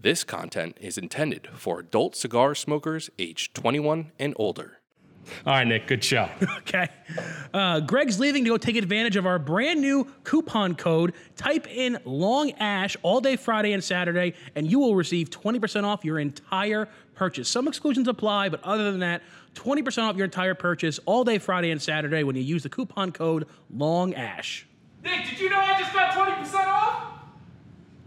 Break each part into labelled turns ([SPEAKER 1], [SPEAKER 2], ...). [SPEAKER 1] This content is intended for adult cigar smokers aged 21 and older.
[SPEAKER 2] All right, Nick, good show.
[SPEAKER 3] Okay. Uh, Greg's leaving to go take advantage of our brand new coupon code. Type in Long Ash all day Friday and Saturday, and you will receive 20% off your entire purchase. Some exclusions apply, but other than that, 20% off your entire purchase all day Friday and Saturday when you use the coupon code Long Ash.
[SPEAKER 4] Nick, did you know I just got 20% off?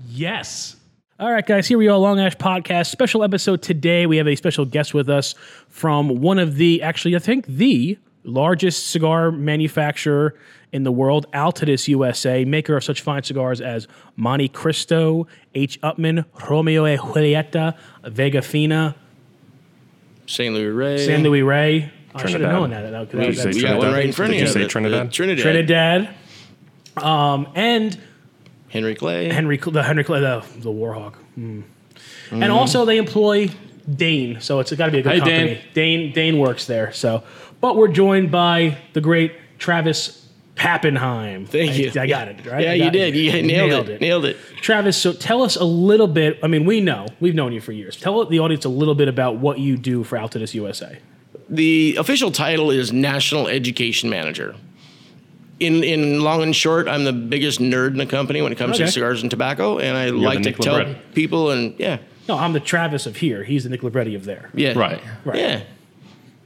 [SPEAKER 3] Yes. All right, guys, here we are, Long Ash Podcast, special episode today. We have a special guest with us from one of the, actually, I think the largest cigar manufacturer in the world, Altadis USA, maker of such fine cigars as Monte Cristo, H. Upman, Romeo e Julieta, Vega Fina,
[SPEAKER 5] St. Louis Ray.
[SPEAKER 3] San Luis Rey. I should have
[SPEAKER 1] Trinidad.
[SPEAKER 3] known that. that, that, that,
[SPEAKER 1] say
[SPEAKER 5] we got one right in front
[SPEAKER 1] Did
[SPEAKER 5] of you.
[SPEAKER 1] you say
[SPEAKER 5] the- the
[SPEAKER 1] Trinidad?
[SPEAKER 5] Trinidad.
[SPEAKER 3] Trinidad. Um, and
[SPEAKER 5] Henry Clay.
[SPEAKER 3] Henry, Cl- the Henry, Cl- the, the Warhawk. Hmm. And
[SPEAKER 5] Mm-hmm.
[SPEAKER 3] also, they employ Dane, so it's got to be a good
[SPEAKER 2] Hey,
[SPEAKER 3] company. Dane. Dane works there. So, but we're joined by the great Travis Pappenheim.
[SPEAKER 5] Thank
[SPEAKER 3] I-
[SPEAKER 5] you.
[SPEAKER 3] I, got it. Right?
[SPEAKER 5] yeah,
[SPEAKER 3] I
[SPEAKER 5] you
[SPEAKER 3] got
[SPEAKER 5] did.
[SPEAKER 3] it.
[SPEAKER 5] You nailed, it. Nailed it.
[SPEAKER 3] Travis, so tell us a little bit. I mean, we know we've known you for years. Tell the audience a little bit about what you do for Altadis USA.
[SPEAKER 5] The official title is National Education Manager. In in long and short, I'm the biggest nerd in the company when it comes
[SPEAKER 3] Okay.
[SPEAKER 5] to cigars and tobacco, and I like
[SPEAKER 2] the
[SPEAKER 5] to
[SPEAKER 2] Nick
[SPEAKER 5] tell
[SPEAKER 2] Libretti.
[SPEAKER 5] people and yeah,
[SPEAKER 3] No, I'm the Travis of here. He's the Nick Libretti of there.
[SPEAKER 5] yeah,
[SPEAKER 2] Right.
[SPEAKER 3] Right.
[SPEAKER 5] yeah.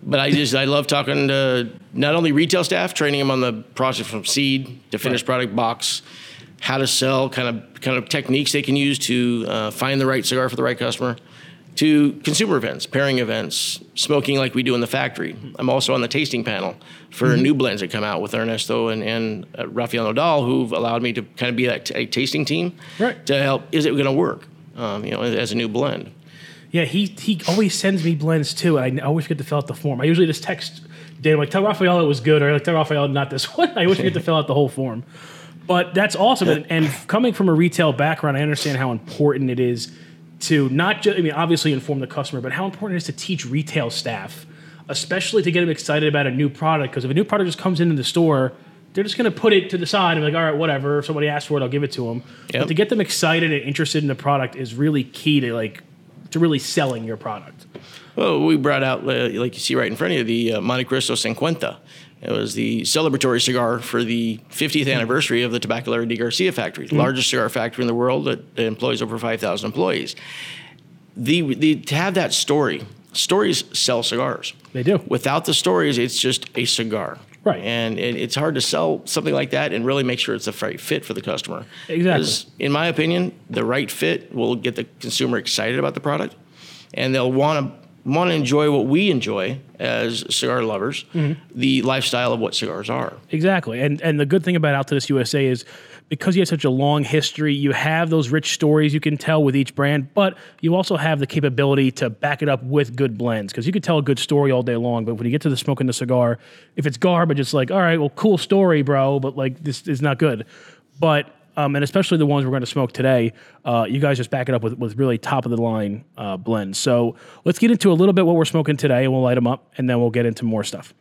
[SPEAKER 5] But I just I love talking to not only retail staff, training them on the process from seed to finished product box, how to sell, kind of kind of techniques they can use to uh, find the right cigar for the right customer, to consumer events, pairing events, smoking like we do in the factory. I'm also on the tasting panel for
[SPEAKER 3] Mm-hmm.
[SPEAKER 5] new blends that come out with Ernesto and, and uh, Rafael Nadal, who've allowed me to kind of be that t- a tasting team
[SPEAKER 3] Right.
[SPEAKER 5] to help. Is it going to work? Um, you know, as, as a new blend.
[SPEAKER 3] Yeah, he he always sends me blends too, and I always forget to fill out the form. I usually just text Dan like, "Tell Raphael it was good," or like, "Tell Raphael not this one." I always forget to fill out the whole form. But that's awesome, and, and coming from a retail background, I understand how important it is to not just—I mean, obviously inform the customer, but how important it is to teach retail staff, especially to get them excited about a new product. Because if a new product just comes into the store, they're just going to put it to the side and be like, "All right, whatever." If somebody asks for it, I'll give it to them. But
[SPEAKER 5] Yep.
[SPEAKER 3] to get them excited and interested in the product is really key to like to really selling your product.
[SPEAKER 5] Well, we brought out, uh, like you see right in front of you, the uh, Monte Cristo 50. It was the celebratory cigar for the 50th anniversary of the Tabacalera de Garcia factory, the largest cigar factory in the world that that employs over 5,000 employees. The, the, to have that story, stories sell cigars.
[SPEAKER 3] They do.
[SPEAKER 5] Without the stories, it's just a cigar.
[SPEAKER 3] Right.
[SPEAKER 5] And it, it's hard to sell something like that and really make sure it's the right fit for the customer.
[SPEAKER 3] Exactly.
[SPEAKER 5] 'Cause in my opinion, the right fit will get the consumer excited about the product, and they'll want to want to enjoy what we enjoy as cigar lovers,
[SPEAKER 3] Mm-hmm.
[SPEAKER 5] the lifestyle of what cigars are.
[SPEAKER 3] Exactly. And and the good thing about Altadis USA is because you have such a long history, you have those rich stories you can tell with each brand, but you also have the capability to back it up with good blends because you could tell a good story all day long, but when you get to the smoking the cigar, if it's garbage, it's like, all right, well, cool story, bro, but like this is not good. But um, and especially the ones we're going to smoke today, uh, you guys just back it up with, with really top of the line uh, blends. So let's get into a little bit what we're smoking today, and we'll light them up, and then we'll get into more stuff.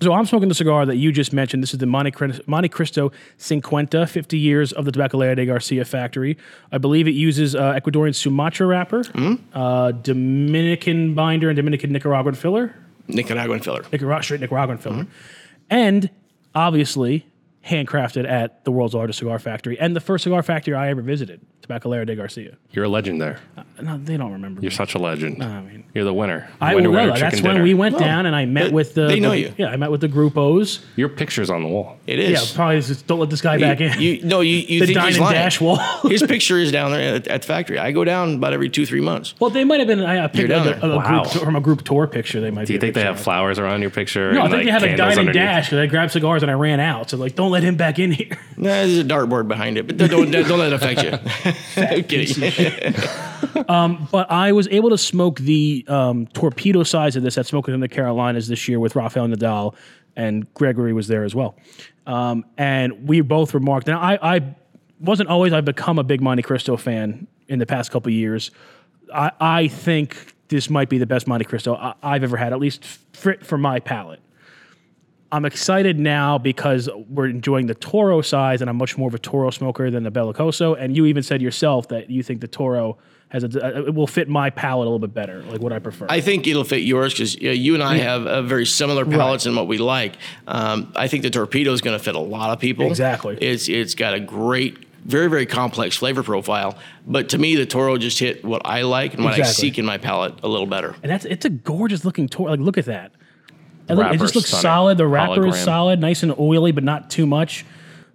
[SPEAKER 3] So I'm smoking the cigar that you just mentioned. This is the Monte, Cris- Monte Cristo 50, 50 years of the Tabacalera de Garcia factory. I believe it uses uh, Ecuadorian Sumatra wrapper,
[SPEAKER 1] Mm-hmm.
[SPEAKER 3] uh, Dominican binder, and Dominican Nicaraguan filler,
[SPEAKER 5] Nicaraguan filler.
[SPEAKER 3] Nicarag- straight Nicaraguan filler,
[SPEAKER 1] Mm-hmm.
[SPEAKER 3] and obviously handcrafted at the world's largest cigar factory and the first cigar factory I ever visited, Tabacalera de Garcia. Uh,
[SPEAKER 1] You're a legend there.
[SPEAKER 3] No, they don't remember. me.
[SPEAKER 1] You're such a legend. You're the winner.
[SPEAKER 3] I
[SPEAKER 1] winner,
[SPEAKER 3] will know
[SPEAKER 1] winner,
[SPEAKER 3] that.
[SPEAKER 1] chicken
[SPEAKER 3] That's
[SPEAKER 1] dinner.
[SPEAKER 3] when we went down and I met
[SPEAKER 5] they-
[SPEAKER 3] with the.
[SPEAKER 5] they know
[SPEAKER 3] the-
[SPEAKER 5] you.
[SPEAKER 3] Yeah, I met with the grupos.
[SPEAKER 1] Your picture's on the wall.
[SPEAKER 5] It
[SPEAKER 3] Yeah,
[SPEAKER 5] is.
[SPEAKER 3] probably just don't let this guy back in.
[SPEAKER 5] You, no, you, you
[SPEAKER 3] the
[SPEAKER 5] think
[SPEAKER 3] dine
[SPEAKER 5] he's
[SPEAKER 3] and
[SPEAKER 5] lying.
[SPEAKER 3] dash wall.
[SPEAKER 5] His picture is down there at, at the factory. I go down about every two, three months.
[SPEAKER 3] well, they might have been I picked
[SPEAKER 5] down
[SPEAKER 3] like a,
[SPEAKER 5] there.
[SPEAKER 3] a
[SPEAKER 1] Wow.
[SPEAKER 3] group tour, from a group tour picture. They might.
[SPEAKER 1] Do you
[SPEAKER 3] be a
[SPEAKER 1] think they
[SPEAKER 3] picture
[SPEAKER 1] have
[SPEAKER 3] of.
[SPEAKER 1] flowers around your picture?
[SPEAKER 3] No, I
[SPEAKER 1] and,
[SPEAKER 3] think
[SPEAKER 1] like,
[SPEAKER 3] they have a
[SPEAKER 1] candles
[SPEAKER 3] dine and
[SPEAKER 1] underneath?
[SPEAKER 3] dash because I grabbed cigars and I ran out. So like, don't let him back in here.
[SPEAKER 5] Nah, there's a dartboard behind it, but don't, don't, don't let it affect you. I'm kidding.
[SPEAKER 3] but I was able to smoke the um, torpedo size of this at Smoking in the Carolinas this year with Rafael Nadal, and Gregory was there as well. Um, and we both remarked. Now I, I wasn't always. I've become a big Monte Cristo fan in the past couple of years. I, I think this might be the best Monte Cristo I, I've ever had, at least fit for my palate. I'm excited now because we're enjoying the Toro size, and I'm much more of a Toro smoker than the Bellicoso. And you even said yourself that you think the Toro has a, it will fit my palate a little bit better, like what I prefer.
[SPEAKER 5] I think it'll fit yours because you, know, you and I have a very similar palates in what we like. Um, I think the torpedo is going to fit a lot of people.
[SPEAKER 3] Exactly.
[SPEAKER 5] It's it's got a great, very very complex flavor profile. But to me, the Toro just hit what I like and what I
[SPEAKER 3] Exactly.
[SPEAKER 5] seek in my palate a little better.
[SPEAKER 3] and that's it's a gorgeous looking tour. Like look at that. And look, it
[SPEAKER 1] Wrapper's
[SPEAKER 3] just looks
[SPEAKER 1] stunning.
[SPEAKER 3] solid. The wrapper is
[SPEAKER 1] Hologram.
[SPEAKER 3] solid, nice and oily, but not too much.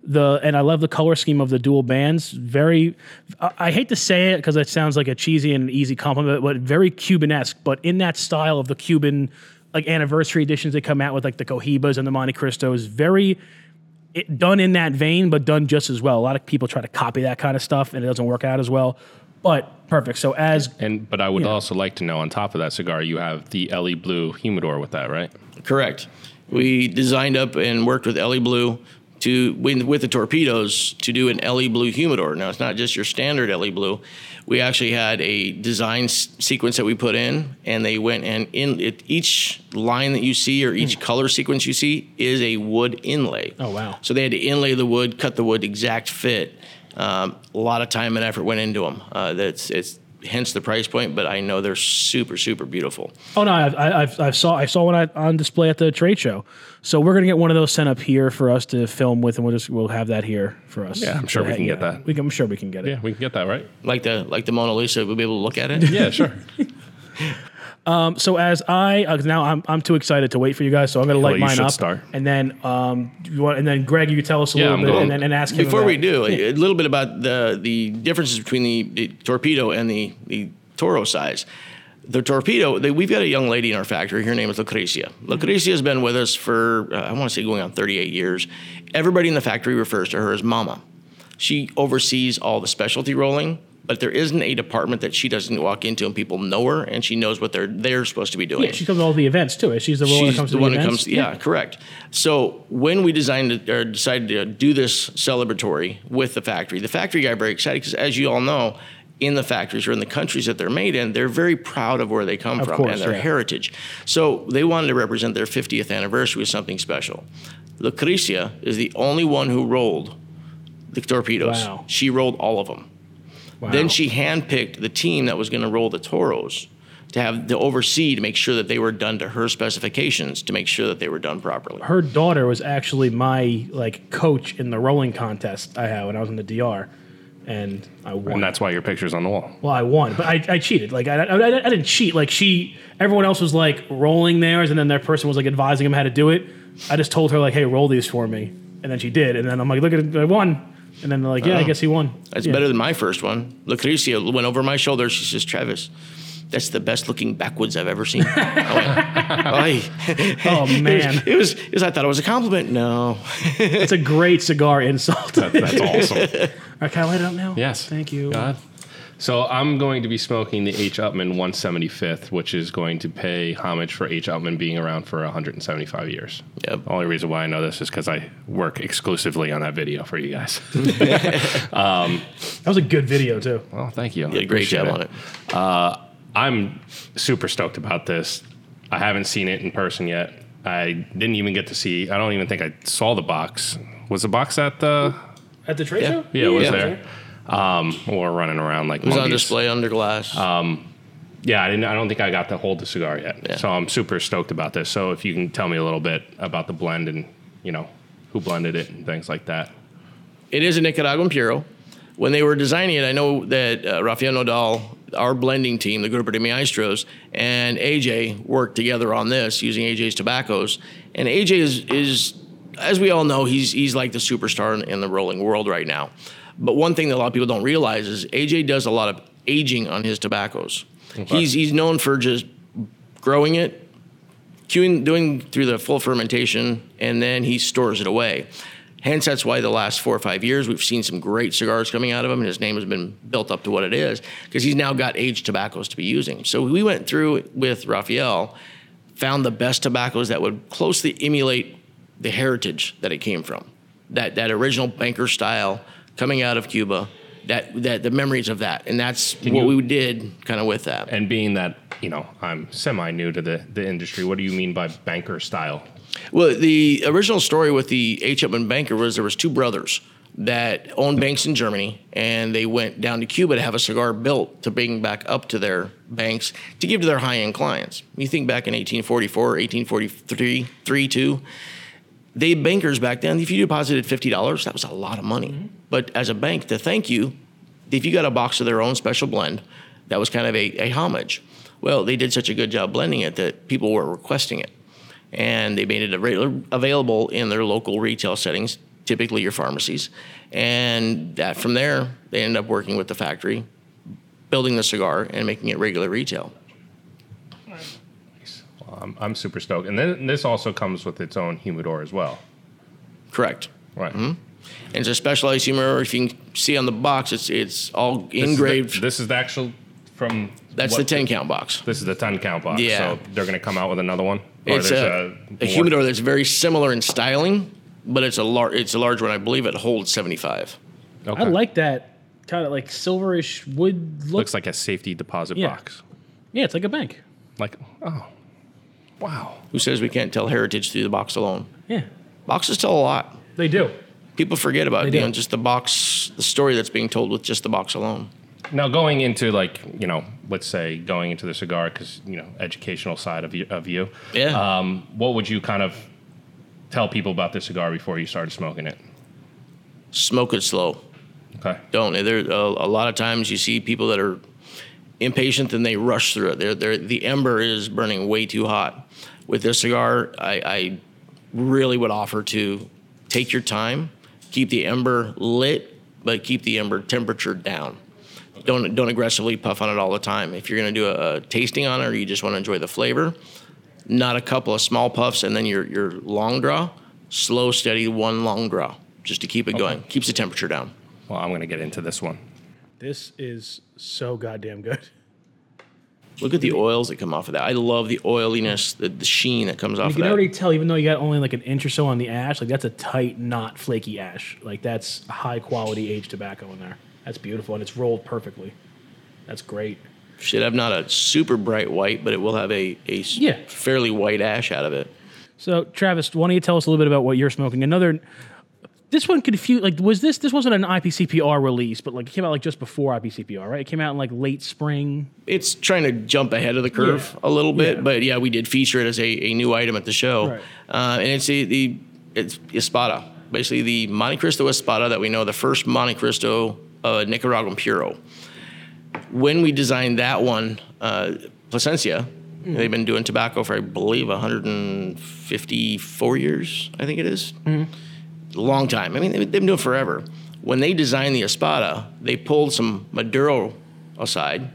[SPEAKER 3] The and I love the color scheme of the dual bands. Very, I, I hate to say it because it sounds like a cheesy and easy compliment, but very Cuban-esque. But in that style of the Cuban, like anniversary editions, they come out with like the Cohibas and the Monte Cristos. Very it, done in that vein, but done just as well. A lot of people try to copy that kind of stuff, and it doesn't work out as well. But perfect. So as
[SPEAKER 2] And but I would
[SPEAKER 3] Yeah.
[SPEAKER 2] also like to know on top of that cigar, you have the Ellie Blue humidor with that, right?
[SPEAKER 5] Correct. We designed up and worked with Ellie Blue to with, with the torpedoes to do an Ellie Blue humidor. Now it's not just your standard Ellie Blue. We actually had a design s- sequence that we put in, and they went and in it, each line that you see or each color sequence you see is a wood inlay.
[SPEAKER 3] Hmm. Oh, wow.
[SPEAKER 5] So they had to inlay the wood, cut the wood exact fit. Um, a lot of time and effort went into them. Uh, that's it's hence the price point, but I know they're super super beautiful.
[SPEAKER 3] Oh no, I've, I- I've, I've saw I saw one I- on display at the trade show. So we're gonna get one of those sent up here for us to film with, and we'll just we'll have that here for us. Yeah,
[SPEAKER 2] I'm sure we can get that.
[SPEAKER 3] We can, I'm sure we can get it.
[SPEAKER 2] Yeah, we can get that, right?
[SPEAKER 5] Like the like the Mona Lisa, we'll be able to look at it.
[SPEAKER 2] Yeah, sure.
[SPEAKER 3] Um, so as I uh, now I'm, I'm too excited to wait for you guys, so I'm gonna light
[SPEAKER 2] you
[SPEAKER 3] mine
[SPEAKER 2] should
[SPEAKER 3] up,
[SPEAKER 2] start.
[SPEAKER 3] and then um, you want, and then Greg, you can tell us a
[SPEAKER 2] Yeah,
[SPEAKER 3] little
[SPEAKER 2] I'm
[SPEAKER 3] bit,
[SPEAKER 2] going.
[SPEAKER 3] and then and ask him
[SPEAKER 5] Before
[SPEAKER 3] about-
[SPEAKER 5] we do, a, a little bit about the the differences between the, the torpedo and the the Toro size. The torpedo, they, we've got a young lady in our factory. Her name is Lucrecia.
[SPEAKER 3] Mm-hmm.
[SPEAKER 5] Lucrecia has been with us for uh, I want to say going on 38 years. Everybody in the factory refers to her as Mama. She oversees all the specialty rolling, but there isn't a department that she doesn't walk into and people know her and she knows what they're they're supposed to be doing.
[SPEAKER 3] Yeah, she comes to all the events too. eh? She's the one that
[SPEAKER 5] She's
[SPEAKER 3] comes
[SPEAKER 5] the
[SPEAKER 3] to
[SPEAKER 5] one
[SPEAKER 3] the
[SPEAKER 5] who
[SPEAKER 3] events.
[SPEAKER 5] comes. Yeah, correct. So when we designed it, or decided to do this celebratory with the factory, the factory got very excited because, as you all know, in the factories or in the countries that they're made in, they're very proud of where they come from
[SPEAKER 3] course,
[SPEAKER 5] and their
[SPEAKER 3] yeah.
[SPEAKER 5] heritage. So they wanted to represent their 50th anniversary with something special. Lucrecia is the only one who rolled the torpedoes.
[SPEAKER 3] Wow.
[SPEAKER 5] She rolled all of them.
[SPEAKER 3] Wow.
[SPEAKER 5] Then she handpicked the team that was going to roll the toros to have to oversee to make sure that they were done to her specifications to make sure that they were done properly.
[SPEAKER 3] her daughter was actually my like coach in the rolling contest I had when I was in the DR, and I won.
[SPEAKER 2] and that's why your picture's on the wall.
[SPEAKER 3] Well, I won, but I, I cheated. Like I, I, I didn't cheat. Like she, everyone else was like rolling theirs, and then their person was like advising them how to do it. I just told her like, "Hey, roll these for me," and then she did, and then I'm like, "Look at it, I won," and then they're like, "Yeah, I
[SPEAKER 5] Oh.
[SPEAKER 3] guess he won."
[SPEAKER 5] That's
[SPEAKER 3] Yeah.
[SPEAKER 5] better than my first one. Lucrecia went over my shoulder. She says, Travis, that's the best looking backwoods I've ever seen. I went, "Oy."
[SPEAKER 3] Oh man,
[SPEAKER 5] It was, it was, I thought it was a compliment. No.
[SPEAKER 3] it's a great cigar insult. All
[SPEAKER 2] That's awesome.
[SPEAKER 3] right, can I light it up now?
[SPEAKER 2] Yes.
[SPEAKER 3] thank you.
[SPEAKER 2] God. So I'm going to be smoking the H. Upman 175th, which is going to pay homage for H. Upman being around for 175 years.
[SPEAKER 5] Yep.
[SPEAKER 2] The only reason why I know this is because I work exclusively on that video for you guys.
[SPEAKER 3] That was a good video too.
[SPEAKER 2] well, thank you.
[SPEAKER 5] Did a great job on it.
[SPEAKER 2] I'm super stoked about this. I haven't seen it in person yet. I didn't even get to see. I don't even think I saw the box. Was the box at the?
[SPEAKER 3] At the trade show,
[SPEAKER 2] Yeah, it was
[SPEAKER 5] Yeah.
[SPEAKER 2] there. Um, or running around like
[SPEAKER 5] It was on
[SPEAKER 2] monkeys.
[SPEAKER 5] display under glass.
[SPEAKER 2] Yeah, I didn't. I don't think I got to hold the cigar yet.
[SPEAKER 5] Yeah.
[SPEAKER 2] So I'm super stoked about this. So if you can tell me a little bit about the blend and you know who blended it and things like that.
[SPEAKER 5] it is a Nicaraguan Puro. When they were designing it, I know that uh, Rafael Nodal, our blending team, the Grupo de Maestros, and AJ worked together on this using AJ's tobaccos. And AJ is, is as we all know, he's, he's like the superstar in, in the rolling world right now. But one thing that a lot of people don't realize is AJ does a lot of aging on his tobaccos. He's, he's known for just growing it, cueing, doing through the full fermentation, and then he stores it away. Hence, that's why the last four or five years we've seen some great cigars coming out of him, and his name has been built up to what it is because he's now got aged tobaccos to be using. So we went through with Raphael, found the best tobaccos that would closely emulate the heritage that it came from, that that original banker style coming out of Cuba, that that the memories of that, and that's what
[SPEAKER 2] you-
[SPEAKER 5] we did kind of with that.
[SPEAKER 2] And being that you know I'm semi new to the the industry, what do you mean by banker style?
[SPEAKER 5] Well, the original story with the H. Upman Banker was there was two brothers. that owned banks in Germany, and they went down to Cuba to have a cigar built to bring back up to their banks to give to their high end clients. You think back in 1844, 1843, 32, they bankers back then, if you deposited $50, that was a lot of money. But as a bank, to thank you, if you got a box of their own special blend, that was kind of a, a homage. Well, they did such a good job blending it that people were requesting it. And they made it avail- available in their local retail settings, typically your pharmacies. And that from there, they ended up working with the factory, building the cigar, and making it regular retail.
[SPEAKER 2] Um, I'm, I'm super stoked. And then this also comes with its own humidor as well.
[SPEAKER 5] Correct.
[SPEAKER 2] Right.
[SPEAKER 5] And it's a specialized humidor. If you can see on the box, it's it's all
[SPEAKER 2] This is the-
[SPEAKER 5] engraved.
[SPEAKER 2] this is the actual from.
[SPEAKER 5] That's
[SPEAKER 2] what-
[SPEAKER 5] the 10 count box.
[SPEAKER 2] This is the ten count box.
[SPEAKER 5] Yeah.
[SPEAKER 2] So they're gonna come out with another one. Or
[SPEAKER 5] It's
[SPEAKER 2] there's
[SPEAKER 5] a, a,
[SPEAKER 2] more-
[SPEAKER 5] humidor that's very similar in styling, but it's a large it's a large one. I believe it holds 75.
[SPEAKER 2] Okay.
[SPEAKER 3] I like that kind of like silverish wood look.
[SPEAKER 2] Looks like a safety deposit
[SPEAKER 3] Yeah.
[SPEAKER 2] box.
[SPEAKER 3] yeah, it's like a bank.
[SPEAKER 2] Like oh, wow.
[SPEAKER 5] Who says we can't tell heritage through the box alone?
[SPEAKER 3] Yeah,
[SPEAKER 5] Boxes tell a lot.
[SPEAKER 3] they do.
[SPEAKER 5] People forget about
[SPEAKER 3] They
[SPEAKER 5] you know
[SPEAKER 3] do.
[SPEAKER 5] just the box, the story that's being told with just the box alone.
[SPEAKER 2] Now going into like you know, let's say going into the cigar because you know educational side of you, of you.
[SPEAKER 5] Yeah.
[SPEAKER 2] Um, what would you kind of tell people about this cigar before you started smoking it?
[SPEAKER 5] Smoke it slow.
[SPEAKER 2] Okay.
[SPEAKER 5] don't. There a, a lot of times you see people that are impatient and they rush through it. They're, they're, the ember is burning way too hot. With this cigar, I, I really would offer to take your time, keep the ember lit, but keep the ember temperature down. Don't don't aggressively puff on it all the time. If you're going to do a, a tasting on it or you just want to enjoy the flavor, not a couple of small puffs and then your your long draw, slow steady one long draw just to keep it going. Keeps the temperature down.
[SPEAKER 2] Well, I'm gonna get into this one.
[SPEAKER 3] This is so goddamn good.
[SPEAKER 5] Look at the oils that come off of that. I love the oiliness, the, the sheen that comes off
[SPEAKER 3] You
[SPEAKER 5] of
[SPEAKER 3] can
[SPEAKER 5] that.
[SPEAKER 3] already tell, even though you got only like an inch or so on the ash, like that's a tight, not flaky ash. Like that's high quality aged tobacco in there. That's beautiful, and it's rolled perfectly. That's great.
[SPEAKER 5] Should have not a super bright white, but it will have a, a s-
[SPEAKER 3] Yeah.
[SPEAKER 5] fairly white ash out of it.
[SPEAKER 3] So, Travis, why don't you tell us a little bit about what you're smoking? Another, this one confused. Like, was this this wasn't an IPCPR release, but like it came out like just before IPCPR, right? It came out in like late spring.
[SPEAKER 5] It's trying to jump ahead of the curve a little bit,
[SPEAKER 3] Yeah.
[SPEAKER 5] but yeah, we did feature it as a, a new item at the show.
[SPEAKER 3] Right.
[SPEAKER 5] Uh, and it's the, the it's Espada, basically the Monte Cristo Espada that we know, the first Monte Cristo uh, Nicaraguan Puro. when we designed that one, uh, Placencia,
[SPEAKER 3] Hmm.
[SPEAKER 5] they've been doing tobacco for I believe 154 years. I think it is. Long time. I mean, they- they've been doing it forever. When they designed the Espada, they pulled some Maduro aside,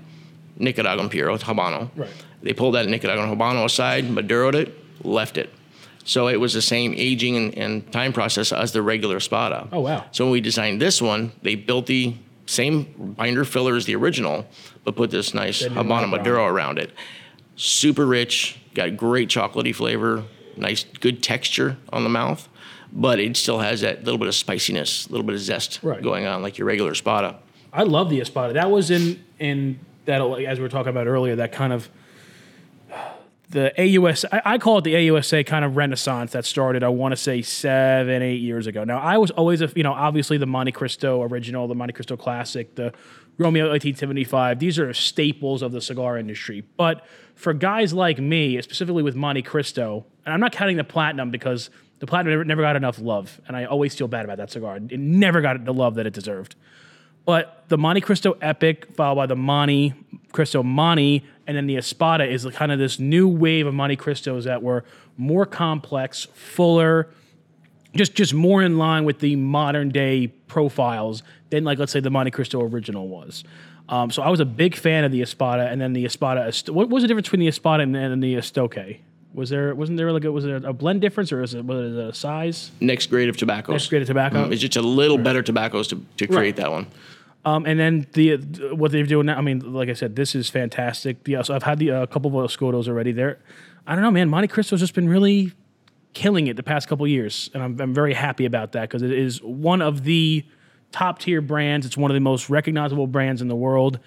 [SPEAKER 5] Nicaraguan Puro, Habano.
[SPEAKER 3] Right.
[SPEAKER 5] They pulled that Nicaraguan Habano aside, Maduroed it, left it. So it was the same aging and, and time process as the regular Espada.
[SPEAKER 3] Oh, wow.
[SPEAKER 5] So when we designed this one, they built the same binder filler as the original, but put this nice
[SPEAKER 3] Then you
[SPEAKER 5] Habano
[SPEAKER 3] wrap around.
[SPEAKER 5] Maduro around it. Super rich, got great chocolatey flavor, nice, good texture on the mouth, but it still has that little bit of spiciness, a little bit of zest
[SPEAKER 3] Right.
[SPEAKER 5] going on, like your regular Spada.
[SPEAKER 3] I love the Espada. That was in in that as we were talking about earlier. That kind of the AUS. I, I call it the AUSA kind of renaissance that started. I want to say seven, eight years ago. Now I was always a you know obviously the Monte Cristo original, the Monte Cristo classic, the Romeo 1875. These are staples of the cigar industry. But for guys like me, specifically with Monte Cristo, and I'm not counting the platinum because. The platinum never, never got enough love, and I always feel bad about that cigar. It never got the love that it deserved. But the Monte Cristo Epic, followed by the Monte Cristo Monte, and then the Espada is kind of this new wave of Monte Cristos that were more complex, fuller, just just more in line with the modern day profiles than like let's say the Monte Cristo original was. Um, so I was a big fan of the Espada, and then the Espada. Est- What was the difference between the Espada and, and the Estoque? Was there wasn't there like a, was there a blend difference or is it was it a size?
[SPEAKER 5] Next grade of tobaccos.
[SPEAKER 3] Next grade of tobacco?
[SPEAKER 5] Mm, It's just a little better tobaccos to, to create that one.
[SPEAKER 3] Um, and then the uh, what they're doing now. I mean, like I said, this is fantastic. Yeah, so I've had the a couple of Escudos already. There, I don't know, man. Monte Cristo's just been really killing it the past couple of years, and I'm I'm very happy about that because it is one of the top tier brands. It's one of the most recognizable brands in the world,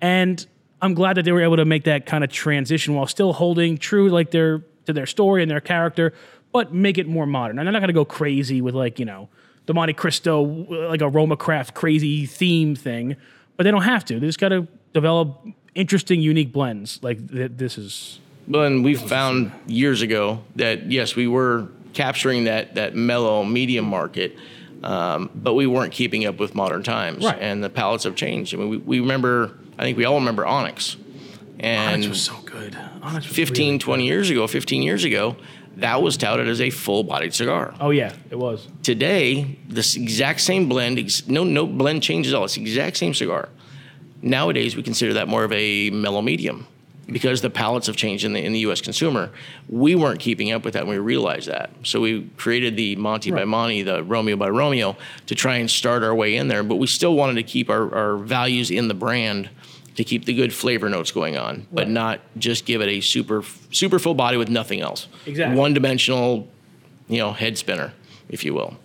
[SPEAKER 3] and I'm glad that they were able to make that kind of transition while still holding true like their to their story and their character, but make it more modern. And they're not going to go crazy with like you know. the Monte Cristo like aroma craft crazy theme thing, but they don't have to. They just got to develop interesting, unique blends. Like th- this is
[SPEAKER 5] Well, and we found years ago that yes, we were capturing that that mellow medium market, um, but we weren't keeping up with modern times.
[SPEAKER 3] Right.
[SPEAKER 5] And the palettes have changed. I mean, we, we remember. I think we all remember Onyx. And
[SPEAKER 3] Onyx was so good. Onyx was
[SPEAKER 5] 15,
[SPEAKER 3] really-
[SPEAKER 5] 20 years ago, 15 years ago, that was touted as a full-bodied cigar.
[SPEAKER 3] Oh yeah, it was.
[SPEAKER 5] Today, this exact same blend, ex- no no blend changes at all. It's the exact same cigar. Nowadays, we consider that more of a mellow medium because the palates have changed in the in the U.S. consumer. We weren't keeping up with that, and we realized that. So we created the Monty by Monty, the Romeo by Romeo, to try and start our way in there. But we still wanted to keep our, our values in the brand to keep the good flavor notes going on, but not just give it a super super full body with nothing else.
[SPEAKER 3] Exactly.
[SPEAKER 5] One dimensional, you know, head spinner, if you will.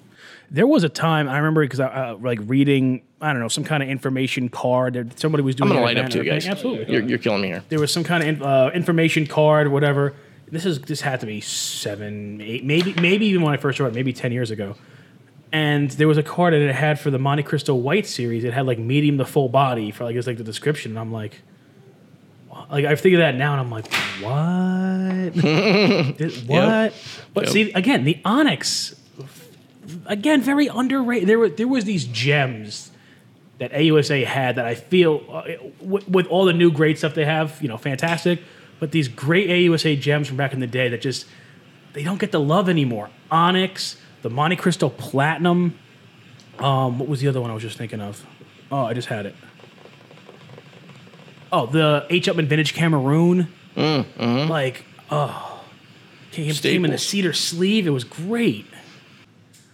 [SPEAKER 3] There was a time I remember because I uh, like reading I don't know some kind of information card that somebody was doing.
[SPEAKER 5] I'm gonna
[SPEAKER 3] an
[SPEAKER 5] light up
[SPEAKER 3] event
[SPEAKER 5] too,
[SPEAKER 3] or a thing.
[SPEAKER 5] guys.
[SPEAKER 3] Absolutely.
[SPEAKER 5] You're, you're killing me here.
[SPEAKER 3] there was some kind of in- uh, information card, whatever. This is this had to be seven, eight, maybe maybe even when I first saw it, maybe ten years ago. And there was a card that it had for the Monte Cristo White series. It had like medium to full body for like it's like the description. And I'm like, wha- like I figured that now, and I'm like, what? This- what? But
[SPEAKER 5] Yep.
[SPEAKER 3] see, again, the Onyx, again, very underrated. There were there was these gems that AUSA had that I feel uh, with, with all the new great stuff they have, you know, fantastic. But these great AUSA gems from back in the day that just they don't get the love anymore. Onyx, the Monte Cristo Platinum. Um, what was the other one I was just thinking of? Oh, I just had it. Oh, the H Upman Vintage Cameroon. Like, oh, came, came in a
[SPEAKER 5] Staples.
[SPEAKER 3] cedar sleeve. It was great.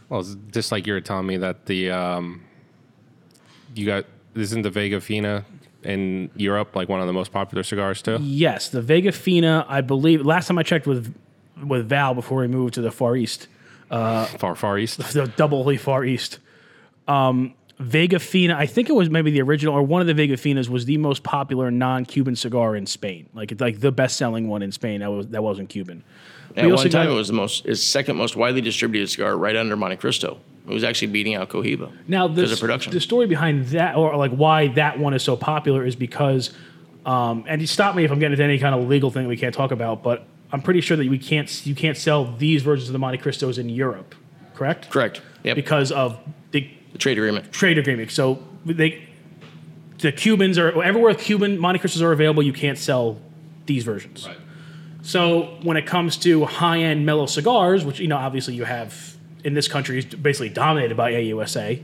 [SPEAKER 2] Well, it's just like you were telling me that the um, you got isn't the Vega Fina in Europe like one of the most popular cigars too?
[SPEAKER 3] Yes, the Vega Fina, I believe. Last time I checked with with Val before we moved to the Far East,
[SPEAKER 2] Far Far East.
[SPEAKER 3] the doubly Far East. Um, Vega Fina, I think it was maybe the original or one of the Vega Finas was the most popular non-Cuban cigar in Spain. Like it's like the best-selling one in Spain. That was that wasn't Cuban.
[SPEAKER 5] At
[SPEAKER 3] We
[SPEAKER 5] one
[SPEAKER 3] also
[SPEAKER 5] time,
[SPEAKER 3] got-
[SPEAKER 5] it was the most, its second most widely distributed cigar, right under Monte Cristo. It was actually beating out Cohiba.
[SPEAKER 3] Now,
[SPEAKER 5] There's
[SPEAKER 3] this,
[SPEAKER 5] a production.
[SPEAKER 3] the story behind that, or like why that one is so popular, is because, um, and you stop me if I'm getting into any kind of legal thing we can't talk about, but I'm pretty sure that we can't you can't sell these versions of the Monte Cristos in Europe, correct?
[SPEAKER 5] Correct. Yep.
[SPEAKER 3] Because of the
[SPEAKER 5] the trade agreement.
[SPEAKER 3] trade agreement. So they, the Cubans are everywhere Cuban Monte Cristos are available. You can't sell these versions. Right. So when it comes to high end mellow cigars, which you know obviously you have in this country is basically dominated by AUSA,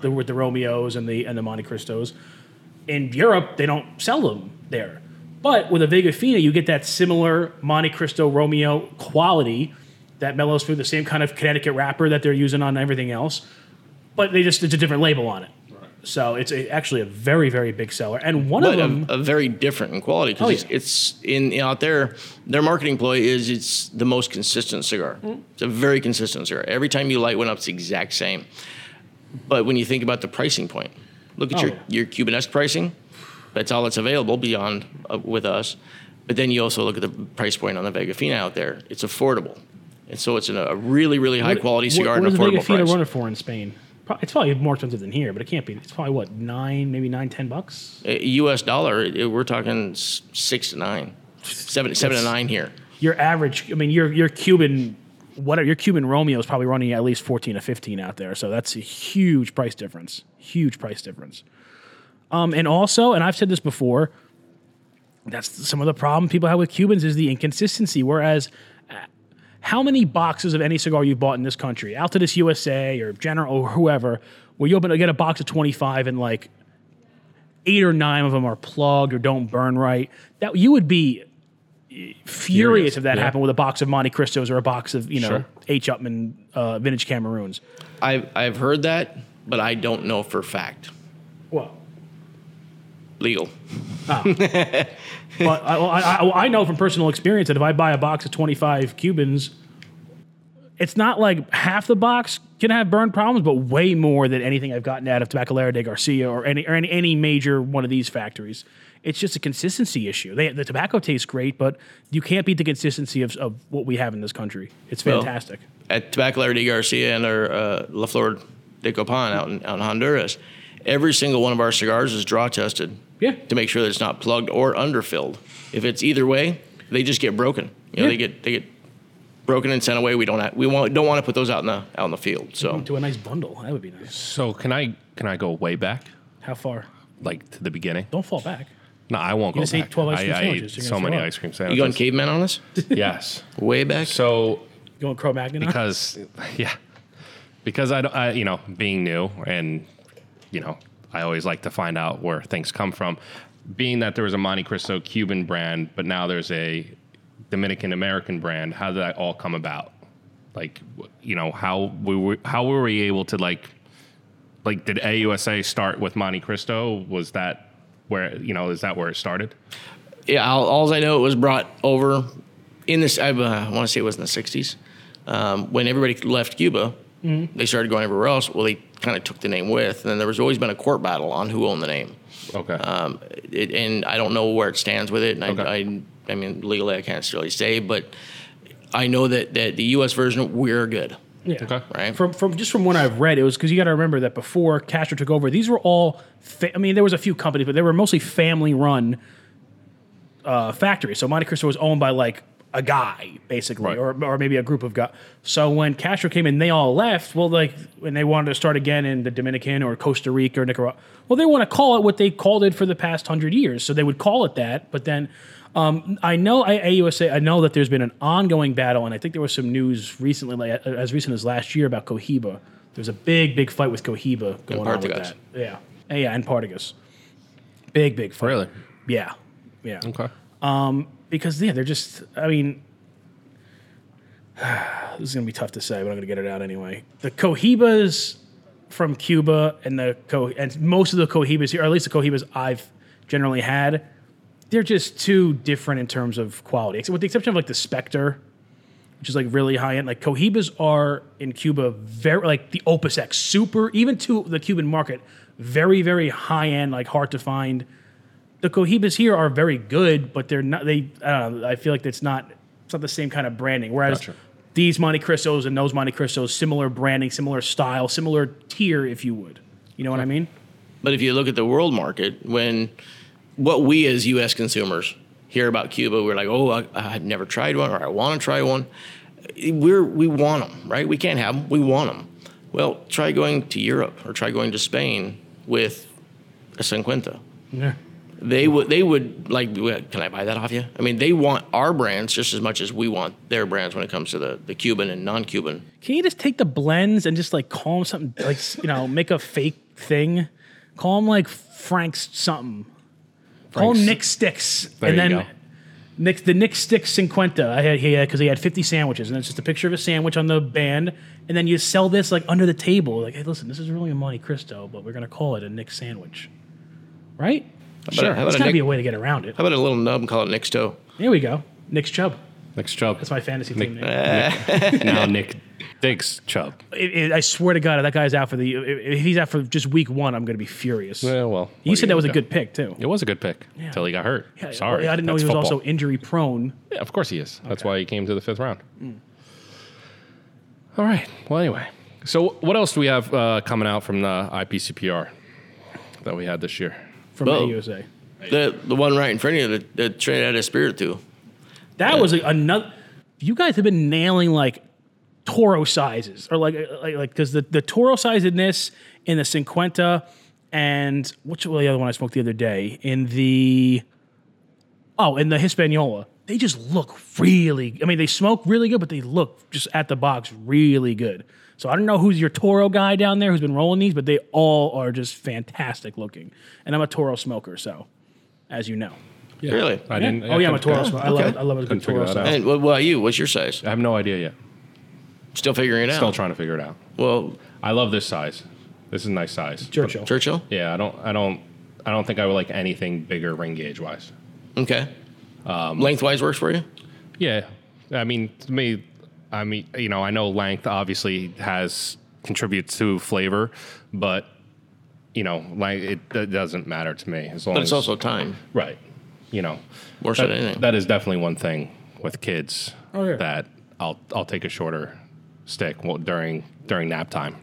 [SPEAKER 3] the, with the Romeos and the and the Monte Cristos. In Europe, they don't sell them there. But with a Vega Fina, you get that similar Monte Cristo Romeo quality that mellows through the same kind of Connecticut wrapper that they're using on everything else but they just it's a different label on it. So it's a, actually a very very big seller, and one of
[SPEAKER 5] But um,
[SPEAKER 3] them
[SPEAKER 5] a, a very different in quality because
[SPEAKER 3] Oh,
[SPEAKER 5] it's,
[SPEAKER 3] yeah.
[SPEAKER 5] it's in out there. Their marketing ploy is it's the most consistent cigar.
[SPEAKER 3] Mm-hmm.
[SPEAKER 5] It's a very consistent cigar. Every time you light one up, it's the exact same. But when you think about the pricing point, look at
[SPEAKER 3] Oh,
[SPEAKER 5] your
[SPEAKER 3] yeah.
[SPEAKER 5] your Cubanesque pricing. That's all that's available beyond uh, with us. But then you also look at the price point on the Vega Fina out there. It's affordable, and so it's an, a really really high quality cigar
[SPEAKER 3] What,
[SPEAKER 5] at
[SPEAKER 3] what
[SPEAKER 5] an
[SPEAKER 3] is the
[SPEAKER 5] affordable
[SPEAKER 3] Vega
[SPEAKER 5] price.
[SPEAKER 3] Fina running for in Spain? Pro- It's probably more expensive than here, but it can't be. It's probably what nine, maybe nine, ten bucks.
[SPEAKER 5] Uh, U.S. dollar, it- it- we're talking s- six to nine, seven, seven to nine here.
[SPEAKER 3] Your average, I mean, your your Cuban, whatever your Cuban Romeo is probably running at least fourteen to fifteen out there. So that's a huge price difference. Huge price difference. Um, and also, and I've said this before, that's some of the problem people have with Cubans is the inconsistency. Whereas, uh, how many boxes of any cigar you've bought in this country, Altadis USA or General or whoever, where you open get a box of twenty five and like eight or nine of them are plugged or don't burn right, that you would be uh, furious if that
[SPEAKER 2] yeah.
[SPEAKER 3] happened with a box of Monte Cristos or a box of you know
[SPEAKER 2] Sure.
[SPEAKER 3] H Upman uh, vintage Cameroons.
[SPEAKER 5] I've, I've heard that, but I don't know for fact.
[SPEAKER 3] Well.
[SPEAKER 5] Legal.
[SPEAKER 3] But I, I, I- I know from personal experience that if I buy a box of 25 Cubans, it's not like half the box can have burn problems, but way more than anything I've gotten out of Tabacalera de Garcia or any or any, any major one of these factories. It's just a consistency issue. They, the tobacco tastes great, but you can't beat the consistency of, of what we have in this country. It's
[SPEAKER 5] Well,
[SPEAKER 3] fantastic.
[SPEAKER 5] At Tabacalera de Garcia and our uh, La Flor de Copan out in, out in Honduras, every single one of our cigars is draw tested.
[SPEAKER 3] Yeah.
[SPEAKER 5] To make sure that it's not plugged or underfilled. If it's either way, they just get broken. You know,
[SPEAKER 3] Yeah.
[SPEAKER 5] they get they get broken and sent away. We don't have, we want, don't want to put those out in the out in the field. So
[SPEAKER 3] Into a nice bundle. That would be nice.
[SPEAKER 2] So can I can I go way back,
[SPEAKER 3] How far?
[SPEAKER 2] like to the beginning?
[SPEAKER 3] Don't fall back.
[SPEAKER 2] No, I won't
[SPEAKER 3] You
[SPEAKER 2] go
[SPEAKER 3] just
[SPEAKER 2] back.
[SPEAKER 3] ate 12 ice cream
[SPEAKER 2] I, I ate
[SPEAKER 3] sandwiches. You're
[SPEAKER 2] so
[SPEAKER 3] gonna
[SPEAKER 2] many
[SPEAKER 3] throw up.
[SPEAKER 2] ice cream
[SPEAKER 5] you going
[SPEAKER 2] sandwiches.
[SPEAKER 5] caveman on us?
[SPEAKER 2] yes.
[SPEAKER 5] Way back.
[SPEAKER 2] So
[SPEAKER 3] You going Cro Magnon? on?
[SPEAKER 2] because yeah, because I, don't- I you know being new and you know I always like to find out where things come from. Being that there was a Monte Cristo Cuban brand, but now there's a Dominican American brand. How did that all come about? Like w- you know how we were how were we able to like like did AUSA start with Monte Cristo? Was that where you know is that where it started?
[SPEAKER 5] yeah, all, all I know it was brought over in this. I uh, want to say it was in the '60s um, when everybody left Cuba. They started going everywhere else. Well, they kind of took the name with, and then there was always been a court battle on who owned the name.
[SPEAKER 2] Okay.
[SPEAKER 5] Um, it, and I don't know where it stands with it. And
[SPEAKER 2] Okay.
[SPEAKER 5] I, I, I mean, legally, I can't really say, but I know that, that the U.S. version we're good,
[SPEAKER 3] yeah.
[SPEAKER 2] okay.
[SPEAKER 5] right?
[SPEAKER 3] From from just from what I've read, it was because you got to remember that before Castro took over, these were all. Fa- I mean, there was a few companies, but they were mostly family run uh, factories. So Monte Cristo was owned by like a guy basically,
[SPEAKER 2] Right.
[SPEAKER 3] or or maybe a group of guys. So when Castro came in, they all left. Well, like when they wanted to start again in the Dominican or Costa Rica or Nicaragua, well, they want to call it what they called it for the past hundred years. So they would call it that, but then. Um, I know I, AUSA. I know that there's been an ongoing battle, and I think there was some news recently, like, as recent as last year, about Cohiba. There's a big, big fight with Cohiba going on with
[SPEAKER 5] Partagos.
[SPEAKER 3] that. Yeah, yeah, and Partagas. Big, big fight.
[SPEAKER 2] Really?
[SPEAKER 3] Yeah, yeah Um,
[SPEAKER 2] Okay.
[SPEAKER 3] because yeah, they're just. I mean, this is gonna be tough to say, but I'm gonna get it out anyway. The cohibas from Cuba and the co and most of the cohibas here, or at least the cohibas I've generally had, they're just too different in terms of quality, except with the exception of like the Spectre. Which is like really high end. Like cohibas are in Cuba very like the Opus X, super even to the Cuban market, very very high end, like hard to find the Cohibas here are very good, but they're not. They I don't know. I feel like it's not. It's not the same kind of branding. Whereas
[SPEAKER 2] Gotcha.
[SPEAKER 3] these Monte Cristos and those Monte Cristos, similar branding, similar style, similar tier, if you would. You know what I mean?
[SPEAKER 5] But if you look at the world market, when what we as U.S. consumers hear about Cuba, we're like, oh, I, I've never tried one, or I want to try one. We're we want them, right? We can't have them. We want them. Well, try going to Europe or try going to Spain with a cinquenta.
[SPEAKER 3] Yeah.
[SPEAKER 5] They would they would like. Can I buy that off you? I mean, they want our brands just as much as we want their brands when it comes to the the Cuban and non-Cuban.
[SPEAKER 3] Can you just take the blends and just like call them something like you know make a fake thing? Call them like Frank's something. call 'em
[SPEAKER 2] Frank's-
[SPEAKER 3] Nick Sticks,
[SPEAKER 2] There
[SPEAKER 3] and
[SPEAKER 2] you
[SPEAKER 3] then
[SPEAKER 2] go.
[SPEAKER 3] Nick, the Nick Stick Cinquenta. I had he because he had fifty sandwiches, and it's just a picture of a sandwich on the band. And then you sell this like under the table, like, hey, listen, this is really a Monte Cristo, but we're gonna call it a Nick sandwich, right?
[SPEAKER 5] about a-
[SPEAKER 3] Sure,
[SPEAKER 5] how about
[SPEAKER 3] there's
[SPEAKER 5] a
[SPEAKER 3] gotta
[SPEAKER 5] Nick-
[SPEAKER 3] be a way to get around it.
[SPEAKER 5] How about a little nub and call it Nick's toe?
[SPEAKER 3] Here we go, Nick's Chubb.
[SPEAKER 2] Next job.
[SPEAKER 3] That's my fantasy team name.
[SPEAKER 2] now Nick Diggs Chubb.
[SPEAKER 3] It- it- I swear to God, if that guy's out for the, if if he's out for just week one, I'm gonna be furious.
[SPEAKER 2] Yeah, well,
[SPEAKER 3] you
[SPEAKER 2] what
[SPEAKER 3] said
[SPEAKER 2] are
[SPEAKER 3] that was a
[SPEAKER 2] gonna do?
[SPEAKER 3] good pick too.
[SPEAKER 2] It was a good pick until he got hurt. Sorry,
[SPEAKER 3] I didn't know
[SPEAKER 2] That's
[SPEAKER 3] he was
[SPEAKER 2] football.
[SPEAKER 3] also injury prone.
[SPEAKER 2] Yeah, of course he is. That's why he came to the fifth round.
[SPEAKER 3] Mm.
[SPEAKER 2] All right. Well, anyway, so what else do we have uh, coming out from the IPCPR that we had this year?
[SPEAKER 3] from
[SPEAKER 5] Whoa.
[SPEAKER 3] AUSA.
[SPEAKER 5] The the one right in front of you, the, the Trinidad Espiritu.
[SPEAKER 3] That was like another. You guys have been nailing like Toro sizes, or like uh, like like because the the Toro size in this in the Cinquenta, and which was the other one I smoked the other day in the oh in the Hispaniola. They just look really. I mean, they smoke really good, but they look just at the box really good. So I don't know who's your Toro guy down there who's been rolling these, but they all are just fantastic looking. And I'm a Toro smoker, so as you know.
[SPEAKER 5] Really?
[SPEAKER 2] I
[SPEAKER 3] Yeah.
[SPEAKER 2] didn't.
[SPEAKER 3] oh yeah, I'm a
[SPEAKER 2] couldn't-
[SPEAKER 3] Toro. smoker. I love it. I love a good
[SPEAKER 2] Couldn't figure
[SPEAKER 3] Toro.
[SPEAKER 2] that
[SPEAKER 3] smoker.
[SPEAKER 2] out.
[SPEAKER 5] And what about you? What's your size?
[SPEAKER 2] I have no idea yet.
[SPEAKER 5] Still figuring it out.
[SPEAKER 2] Still trying to figure it out.
[SPEAKER 5] Well,
[SPEAKER 2] I love this size. This is a nice size.
[SPEAKER 3] Churchill.
[SPEAKER 5] Churchill.
[SPEAKER 2] Yeah, I don't. I don't. I don't think I would like anything bigger ring gauge wise.
[SPEAKER 5] Okay.
[SPEAKER 2] Um,
[SPEAKER 5] Lengthwise works for you.
[SPEAKER 2] Yeah, I mean, to me, I mean, you know, I know length obviously has contributes to flavor, but you know, like it, it doesn't matter to me as long
[SPEAKER 5] But it's
[SPEAKER 2] as
[SPEAKER 5] also time
[SPEAKER 2] right. You know,
[SPEAKER 5] more so than
[SPEAKER 2] that,
[SPEAKER 5] anything.
[SPEAKER 2] that is definitely one thing with kids
[SPEAKER 3] Oh, yeah.
[SPEAKER 2] that I'll I'll take a shorter stick well, during during nap time.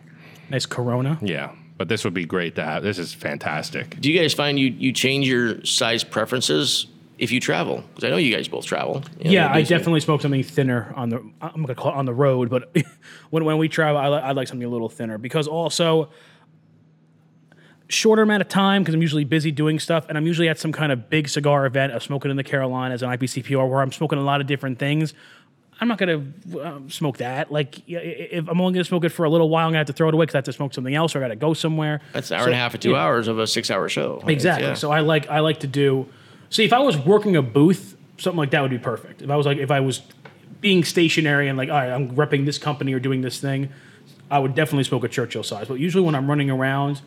[SPEAKER 3] Nice Corona.
[SPEAKER 2] Yeah, but this would be great to have. This is fantastic.
[SPEAKER 5] Do you guys find you you change your size preferences if you travel? Because I know you guys both travel. You know,
[SPEAKER 3] Yeah, I
[SPEAKER 5] do some-
[SPEAKER 3] definitely smoke something thinner on the. I'm gonna call it on the road, but when when we travel, I, li- I like something a little thinner because also shorter amount of time because I'm usually busy doing stuff and I'm usually at some kind of big cigar event of smoking in the Carolinas and IPCPR where I'm smoking a lot of different things. I'm not gonna um, smoke that. Like i- i- if I'm only gonna smoke it for a little while, I'm gonna have to throw it away because I have to smoke something else or I gotta go somewhere.
[SPEAKER 5] That's an hour and a half to two hours of a six-hour show. Like,
[SPEAKER 3] Exactly.
[SPEAKER 5] yeah.
[SPEAKER 3] So I like I like to do. See, if I was working a booth, something like that would be perfect. If I was like if I was being stationary and like all right, I'm repping this company or doing this thing, I would definitely smoke a Churchill size. But usually when I'm running around,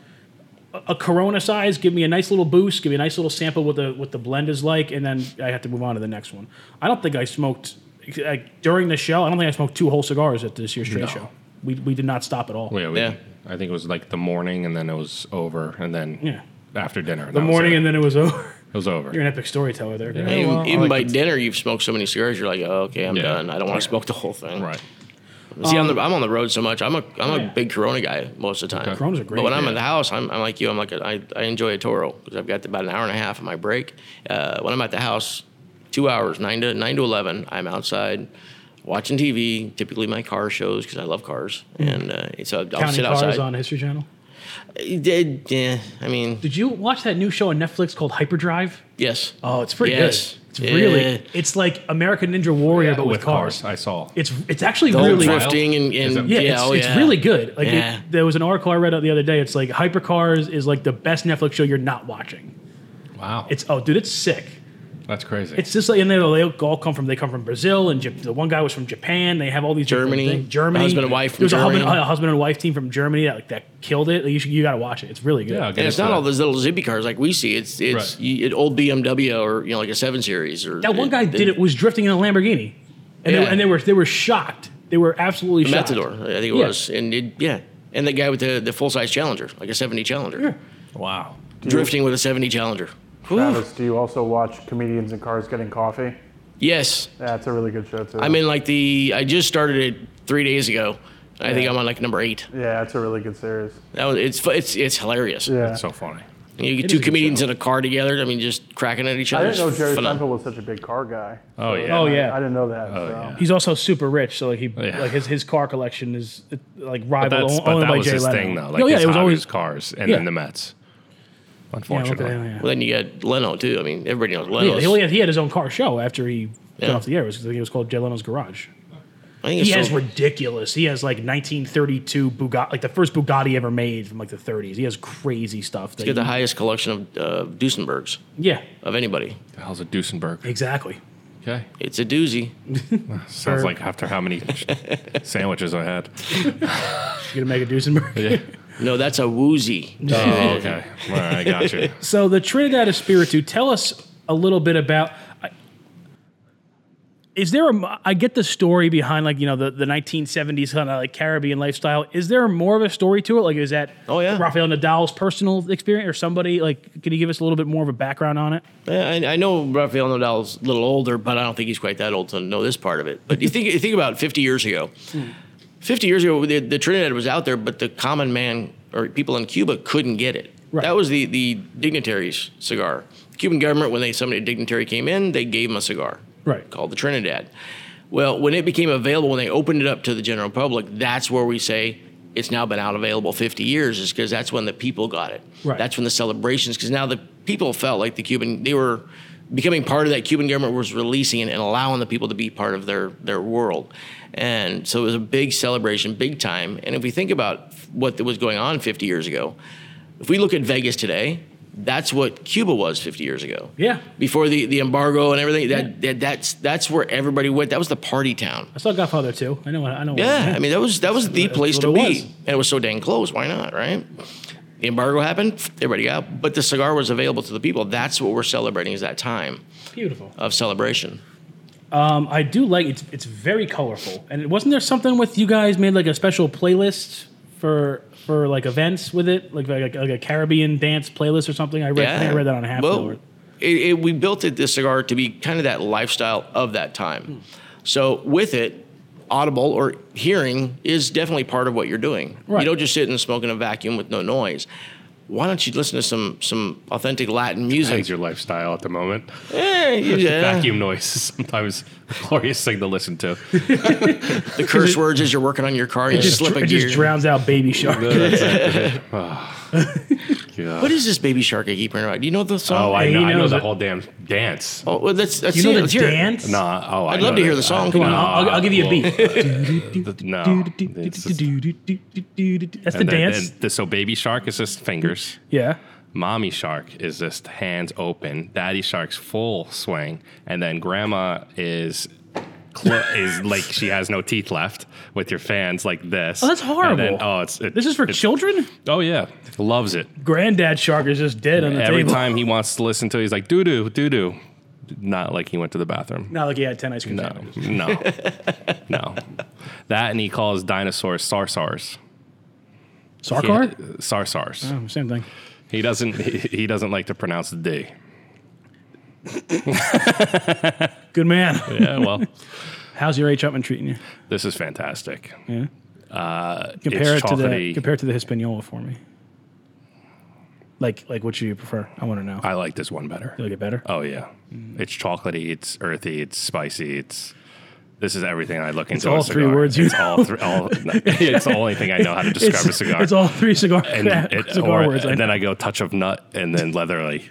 [SPEAKER 3] a, a Corona size give me a nice little boost, give me a nice little sample what the what the blend is like, and then I have to move on to the next one. I don't think I smoked like, during the show. I don't think I smoked two whole cigars at this year's trade show. We, we did not stop at all.
[SPEAKER 2] Yeah, we,
[SPEAKER 5] Yeah.
[SPEAKER 2] I think it was like the morning, and then it was over, and then
[SPEAKER 3] Yeah.
[SPEAKER 2] after dinner.
[SPEAKER 3] The morning and then it was over.
[SPEAKER 2] it was over.
[SPEAKER 3] You're an epic storyteller there. guys.
[SPEAKER 5] Even,
[SPEAKER 2] well, I
[SPEAKER 5] even
[SPEAKER 2] like
[SPEAKER 5] by dinner, you've smoked so many cigars, you're like, oh, okay, I'm
[SPEAKER 2] Yeah.
[SPEAKER 5] done. I don't want to smoke the whole thing.
[SPEAKER 2] Right.
[SPEAKER 5] See, I'm, the, I'm on the road so much. I'm a I'm a
[SPEAKER 3] Um, yeah.
[SPEAKER 5] big Corona guy most of the time.
[SPEAKER 3] Coronas are great,
[SPEAKER 5] But when I'm
[SPEAKER 3] yeah.
[SPEAKER 5] in the house, I'm, I'm like you. I'm like a, I, I enjoy a Toro because I've got about an hour and a half of my break. Uh, when I'm at the house, two hours, nine to nine to eleven, I'm outside watching TV. Typically, my car shows because I love cars, and uh, so I'll
[SPEAKER 3] Mm. Counting
[SPEAKER 5] sit
[SPEAKER 3] cars
[SPEAKER 5] outside.
[SPEAKER 3] on History Channel.
[SPEAKER 5] It did- yeah, I mean,
[SPEAKER 3] Did you watch that new show on Netflix called Hyperdrive?
[SPEAKER 5] yes.
[SPEAKER 3] Oh, it's pretty
[SPEAKER 5] Yes.
[SPEAKER 3] good. It's really
[SPEAKER 5] Yeah.
[SPEAKER 3] it's like American Ninja Warrior but with, cars.
[SPEAKER 2] I saw.
[SPEAKER 3] It's it's actually
[SPEAKER 5] Old
[SPEAKER 3] really
[SPEAKER 2] drift-
[SPEAKER 5] drifting and,
[SPEAKER 2] Is it-
[SPEAKER 5] and
[SPEAKER 3] yeah,
[SPEAKER 5] yeah,
[SPEAKER 3] it's,
[SPEAKER 5] oh,
[SPEAKER 3] it's
[SPEAKER 5] yeah.
[SPEAKER 3] really good. Like it-
[SPEAKER 5] Yeah.
[SPEAKER 3] there was an article I read out the other day. It's like Hypercars is like the best Netflix show you're not watching.
[SPEAKER 2] wow.
[SPEAKER 3] It's oh dude, it's sick.
[SPEAKER 2] that's crazy.
[SPEAKER 3] It's just like and they they all come from they come from Brazil and Jap- the one guy was from Japan. They have all these different
[SPEAKER 5] Germany.
[SPEAKER 3] things. Germany,
[SPEAKER 5] Husband and wife from
[SPEAKER 3] There was a husband,
[SPEAKER 5] Germany.
[SPEAKER 3] a husband and wife team from Germany that like that killed it. Like, you should, you got to watch it. It's really good.
[SPEAKER 2] yeah, I'll get
[SPEAKER 5] And it's
[SPEAKER 2] into
[SPEAKER 5] not
[SPEAKER 2] that.
[SPEAKER 5] all those little zippy cars like we see. It's it's
[SPEAKER 2] Right.
[SPEAKER 5] you, it, old BMW or you know like a seven series or
[SPEAKER 3] That one guy did it was drifting in a Lamborghini, and, they,
[SPEAKER 5] Yeah.
[SPEAKER 3] and they were they were shocked. They were absolutely
[SPEAKER 5] the
[SPEAKER 3] shocked.
[SPEAKER 5] Matador, I think it
[SPEAKER 3] Yeah.
[SPEAKER 5] was, and it, yeah, and the guy with the the full size Challenger, like a seventy Challenger,
[SPEAKER 2] wow.
[SPEAKER 5] drifting with a seventy Challenger.
[SPEAKER 6] Travis, do you also watch comedians in cars getting coffee?
[SPEAKER 5] Yes,
[SPEAKER 6] That's a really good show too.
[SPEAKER 5] I'm in like the I just started it three days ago. I think I'm on like number eight.
[SPEAKER 6] yeah, it's a really good series.
[SPEAKER 5] That was, it's fu- it's it's hilarious.
[SPEAKER 6] Yeah,
[SPEAKER 2] That's so funny.
[SPEAKER 5] You
[SPEAKER 3] is
[SPEAKER 5] get
[SPEAKER 3] a
[SPEAKER 5] two
[SPEAKER 3] good
[SPEAKER 5] comedians in a car together. I mean, just cracking at each
[SPEAKER 6] I
[SPEAKER 5] other.
[SPEAKER 6] didn't know
[SPEAKER 5] It's
[SPEAKER 6] Jerry
[SPEAKER 5] phenom-
[SPEAKER 6] Seinfeld was such a big car guy.
[SPEAKER 2] Oh yeah.
[SPEAKER 3] Oh, yeah.
[SPEAKER 6] I didn't know that. so.
[SPEAKER 2] yeah.
[SPEAKER 3] He's also super rich, so like he
[SPEAKER 2] Yeah.
[SPEAKER 3] like his, his car collection is uh, like
[SPEAKER 2] But,
[SPEAKER 3] rival
[SPEAKER 2] that's,
[SPEAKER 3] owned
[SPEAKER 2] but that
[SPEAKER 3] by
[SPEAKER 2] was
[SPEAKER 3] Jay
[SPEAKER 2] his
[SPEAKER 3] Leno.
[SPEAKER 2] thing though. Like
[SPEAKER 3] oh yeah,
[SPEAKER 2] his
[SPEAKER 3] it was
[SPEAKER 2] hobby
[SPEAKER 3] always
[SPEAKER 2] cars and
[SPEAKER 3] Yeah.
[SPEAKER 2] then the Mets.
[SPEAKER 3] yeah, look at that,
[SPEAKER 2] Unfortunately.
[SPEAKER 3] yeah.
[SPEAKER 5] Well, then you got Leno too. I mean, everybody knows Leno.
[SPEAKER 3] Yeah, he, only had, he had his own car show after he got
[SPEAKER 5] Yeah.
[SPEAKER 3] off the air. It was, it was called Jay Leno's Garage.
[SPEAKER 5] I think
[SPEAKER 3] He
[SPEAKER 5] it's
[SPEAKER 3] has
[SPEAKER 5] so-
[SPEAKER 3] ridiculous. He has like 1932 Bugatti, like the first Bugatti ever made from like the 30s. He has crazy stuff. That
[SPEAKER 5] Get the
[SPEAKER 3] you-
[SPEAKER 5] highest collection of uh, Duesenbergs
[SPEAKER 3] yeah,
[SPEAKER 5] of anybody.
[SPEAKER 2] The hell's a Duesenberg?
[SPEAKER 3] exactly.
[SPEAKER 2] Okay.
[SPEAKER 5] It's a doozy.
[SPEAKER 2] Sounds like after how many sandwiches I had.
[SPEAKER 3] You gonna make a Duesenberg?
[SPEAKER 5] No, that's a woozy.
[SPEAKER 2] Oh, okay. All right, I got you.
[SPEAKER 3] So the Trinidad Espiritu, tell us a little bit about. I- Is there a? I get the story behind like you know the, the 1970s kind of like Caribbean lifestyle. Is there more of a story to it? Like is that
[SPEAKER 5] Oh, yeah.
[SPEAKER 3] Rafael Nadal's personal experience or somebody like? Can you give us a little bit more of a background on it?
[SPEAKER 5] I, I know Rafael Nadal's a little older, but I don't think he's quite that old to know this part of it. But you think you think about 50 years ago.
[SPEAKER 3] Hmm.
[SPEAKER 5] 50 years ago, the, the Trinidad was out there, but the common man or people in Cuba couldn't get it.
[SPEAKER 3] Right.
[SPEAKER 5] That was the, the dignitary's cigar. The Cuban government, when they somebody dignitary came in, they gave him a cigar
[SPEAKER 3] Right.
[SPEAKER 5] called the Trinidad. Well, when it became available, when they opened it up to the general public, that's where we say it's now been out available 50 years, is because that's when the people got it.
[SPEAKER 3] Right.
[SPEAKER 5] That's when the celebrations, because now the people felt like the Cuban, they were becoming part of that Cuban government was releasing it and allowing the people to be part of their their world. And so it was a big celebration, big time. And if we think about what was going on 50 years ago, if we look at Vegas today, that's what Cuba was 50 years ago
[SPEAKER 3] Yeah.
[SPEAKER 5] before the, the embargo and everything. That, that that's that's where everybody went. That was the party town.
[SPEAKER 3] I saw Godfather too. I know. I know.
[SPEAKER 5] Yeah, I mean that was that was the place to
[SPEAKER 3] what
[SPEAKER 5] be,
[SPEAKER 3] it was.
[SPEAKER 5] and it was so dang close. Why not, right? The embargo happened, pfft, everybody out, but the cigar was available to the people. That's what we're celebrating is that time
[SPEAKER 3] beautiful.
[SPEAKER 5] of celebration.
[SPEAKER 3] Um, I do like it's. It's very colorful. And wasn't there something with you guys made like a special playlist for for like events with it, like like, like a Caribbean dance playlist or something? I read. I think I read that on Half
[SPEAKER 5] well,
[SPEAKER 3] Hour.
[SPEAKER 5] It, it,
[SPEAKER 3] Hmm.
[SPEAKER 5] we built it this cigar to be kind of that lifestyle of that time. So with it, audible or hearing is definitely part of what you're doing.
[SPEAKER 3] Right.
[SPEAKER 5] You don't just sit and smoke in a vacuum with no noise. Why don't you listen to some some authentic Latin music?
[SPEAKER 2] Depends your lifestyle at the moment.
[SPEAKER 5] Eh, you- yeah.
[SPEAKER 2] Vacuum noise is sometimes a glorious thing to listen to.
[SPEAKER 5] The curse words as you're working on your car, you
[SPEAKER 3] just,
[SPEAKER 5] slip a
[SPEAKER 3] it
[SPEAKER 5] gear.
[SPEAKER 3] just drowns out baby shark.
[SPEAKER 2] Yeah.
[SPEAKER 5] what is this baby shark I keep hearing about? Do you know the song?
[SPEAKER 2] oh, I
[SPEAKER 3] Hey,
[SPEAKER 2] know,
[SPEAKER 3] you
[SPEAKER 2] I
[SPEAKER 3] know
[SPEAKER 2] know the
[SPEAKER 3] that-
[SPEAKER 2] whole damn dance.
[SPEAKER 5] Oh, well, let's, let's
[SPEAKER 3] you
[SPEAKER 5] see
[SPEAKER 3] know
[SPEAKER 5] it.
[SPEAKER 3] the
[SPEAKER 5] Let's hear it.
[SPEAKER 3] dance?
[SPEAKER 2] No, oh, I
[SPEAKER 5] I'd love
[SPEAKER 2] know
[SPEAKER 5] to hear
[SPEAKER 2] that.
[SPEAKER 5] the song.
[SPEAKER 3] Come on,
[SPEAKER 2] No,
[SPEAKER 3] I'll, I'll- I'll give you a beat.
[SPEAKER 2] No, it's just-
[SPEAKER 3] That's the
[SPEAKER 2] and then-
[SPEAKER 3] dance.
[SPEAKER 2] and the- so baby shark is just fingers.
[SPEAKER 3] Yeah.
[SPEAKER 2] Mommy shark is just hands open. Daddy shark's full swing, and then grandma is cl- is like she has no teeth left with your fans like this.
[SPEAKER 3] Oh, that's
[SPEAKER 2] And then-
[SPEAKER 3] horrible.
[SPEAKER 2] oh, it's it-
[SPEAKER 3] This is for
[SPEAKER 2] it's-
[SPEAKER 3] children?
[SPEAKER 2] Oh yeah, loves it.
[SPEAKER 3] Granddad shark is just dead on the
[SPEAKER 2] Every
[SPEAKER 3] table.
[SPEAKER 2] time he wants to listen to, it, he's like doo doo doo doo. Not like he went to the bathroom.
[SPEAKER 3] Not like he had 10 ice cream
[SPEAKER 2] No,
[SPEAKER 3] sandwiches.
[SPEAKER 2] no, no. That and he calls dinosaurs sarsars.
[SPEAKER 3] Sarkar?
[SPEAKER 2] Sarsars.
[SPEAKER 3] Oh, same thing.
[SPEAKER 2] He doesn't. He, he doesn't like to pronounce the D.
[SPEAKER 3] Good man.
[SPEAKER 2] Yeah. Well,
[SPEAKER 3] How's your H. Upman treating you?
[SPEAKER 2] this is fantastic.
[SPEAKER 3] Yeah.
[SPEAKER 2] Uh,
[SPEAKER 3] Compare
[SPEAKER 2] it's
[SPEAKER 3] it to the
[SPEAKER 2] chocolatey.
[SPEAKER 3] compare it to the Hispaniola for me. Like like which do you prefer? I want to know.
[SPEAKER 2] I like this one better.
[SPEAKER 3] You'll get better.
[SPEAKER 2] Oh yeah, it's chocolatey. It's earthy. It's spicy. It's this is everything I look into.
[SPEAKER 3] all
[SPEAKER 2] a
[SPEAKER 3] three
[SPEAKER 2] cigar.
[SPEAKER 3] words you
[SPEAKER 2] It's all three. All, no, it's the only thing I know how to describe a cigar.
[SPEAKER 3] It's all three cigar,
[SPEAKER 2] and, it-
[SPEAKER 3] cigar
[SPEAKER 2] or-
[SPEAKER 3] words. I
[SPEAKER 2] and
[SPEAKER 3] know.
[SPEAKER 2] then I go touch of nut and then leatherly.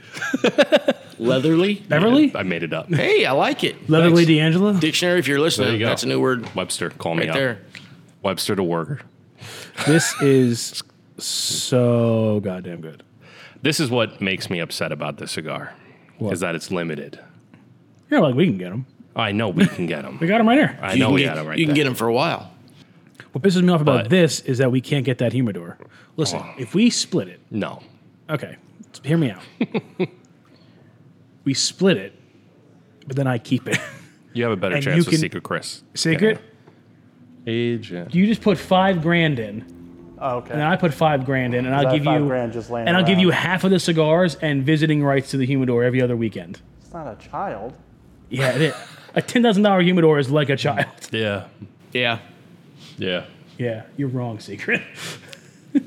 [SPEAKER 5] Leatherly?
[SPEAKER 3] Beverly?
[SPEAKER 2] I made it up.
[SPEAKER 5] Hey, I like it.
[SPEAKER 3] Leatherly
[SPEAKER 5] Thanks.
[SPEAKER 3] D'Angelo?
[SPEAKER 5] Dictionary, if you're listening,
[SPEAKER 2] There you go.
[SPEAKER 5] that's a new word
[SPEAKER 2] Webster, call me
[SPEAKER 5] right
[SPEAKER 2] up.
[SPEAKER 5] there.
[SPEAKER 2] Webster to Werger.
[SPEAKER 3] This is so goddamn good.
[SPEAKER 2] This is what makes me upset about this cigar, is that it's limited.
[SPEAKER 3] Yeah, like we can get them.
[SPEAKER 2] I know we can get them.
[SPEAKER 3] We got them right here.
[SPEAKER 2] I
[SPEAKER 5] You
[SPEAKER 2] know
[SPEAKER 5] can
[SPEAKER 2] we
[SPEAKER 5] get-
[SPEAKER 2] got them right
[SPEAKER 5] You can
[SPEAKER 2] there.
[SPEAKER 5] get them for a while.
[SPEAKER 3] What pisses me off
[SPEAKER 2] But-
[SPEAKER 3] about
[SPEAKER 2] Oh.
[SPEAKER 3] this is that we can't get that humidor. Listen, if we split it,
[SPEAKER 2] No.
[SPEAKER 3] okay, hear me out. we split it, but then I keep it.
[SPEAKER 2] You have a better
[SPEAKER 3] And
[SPEAKER 2] chance
[SPEAKER 3] you
[SPEAKER 2] with
[SPEAKER 3] can-
[SPEAKER 2] Secret Chris.
[SPEAKER 3] Secret,
[SPEAKER 2] Agent.
[SPEAKER 3] you just put five grand in,
[SPEAKER 6] Oh, okay.
[SPEAKER 3] and I put five grand in, and I'll
[SPEAKER 6] that
[SPEAKER 3] give
[SPEAKER 6] five
[SPEAKER 3] you
[SPEAKER 6] grand just laying
[SPEAKER 3] and I'll give you
[SPEAKER 6] around?
[SPEAKER 3] half of the cigars and visiting rights to the humidor every other weekend.
[SPEAKER 6] It's not a child.
[SPEAKER 3] Yeah, it is. a ten thousand dollar humidor is like a child.
[SPEAKER 2] Yeah.
[SPEAKER 5] Yeah.
[SPEAKER 2] Yeah.
[SPEAKER 3] Yeah, you're wrong, Secret.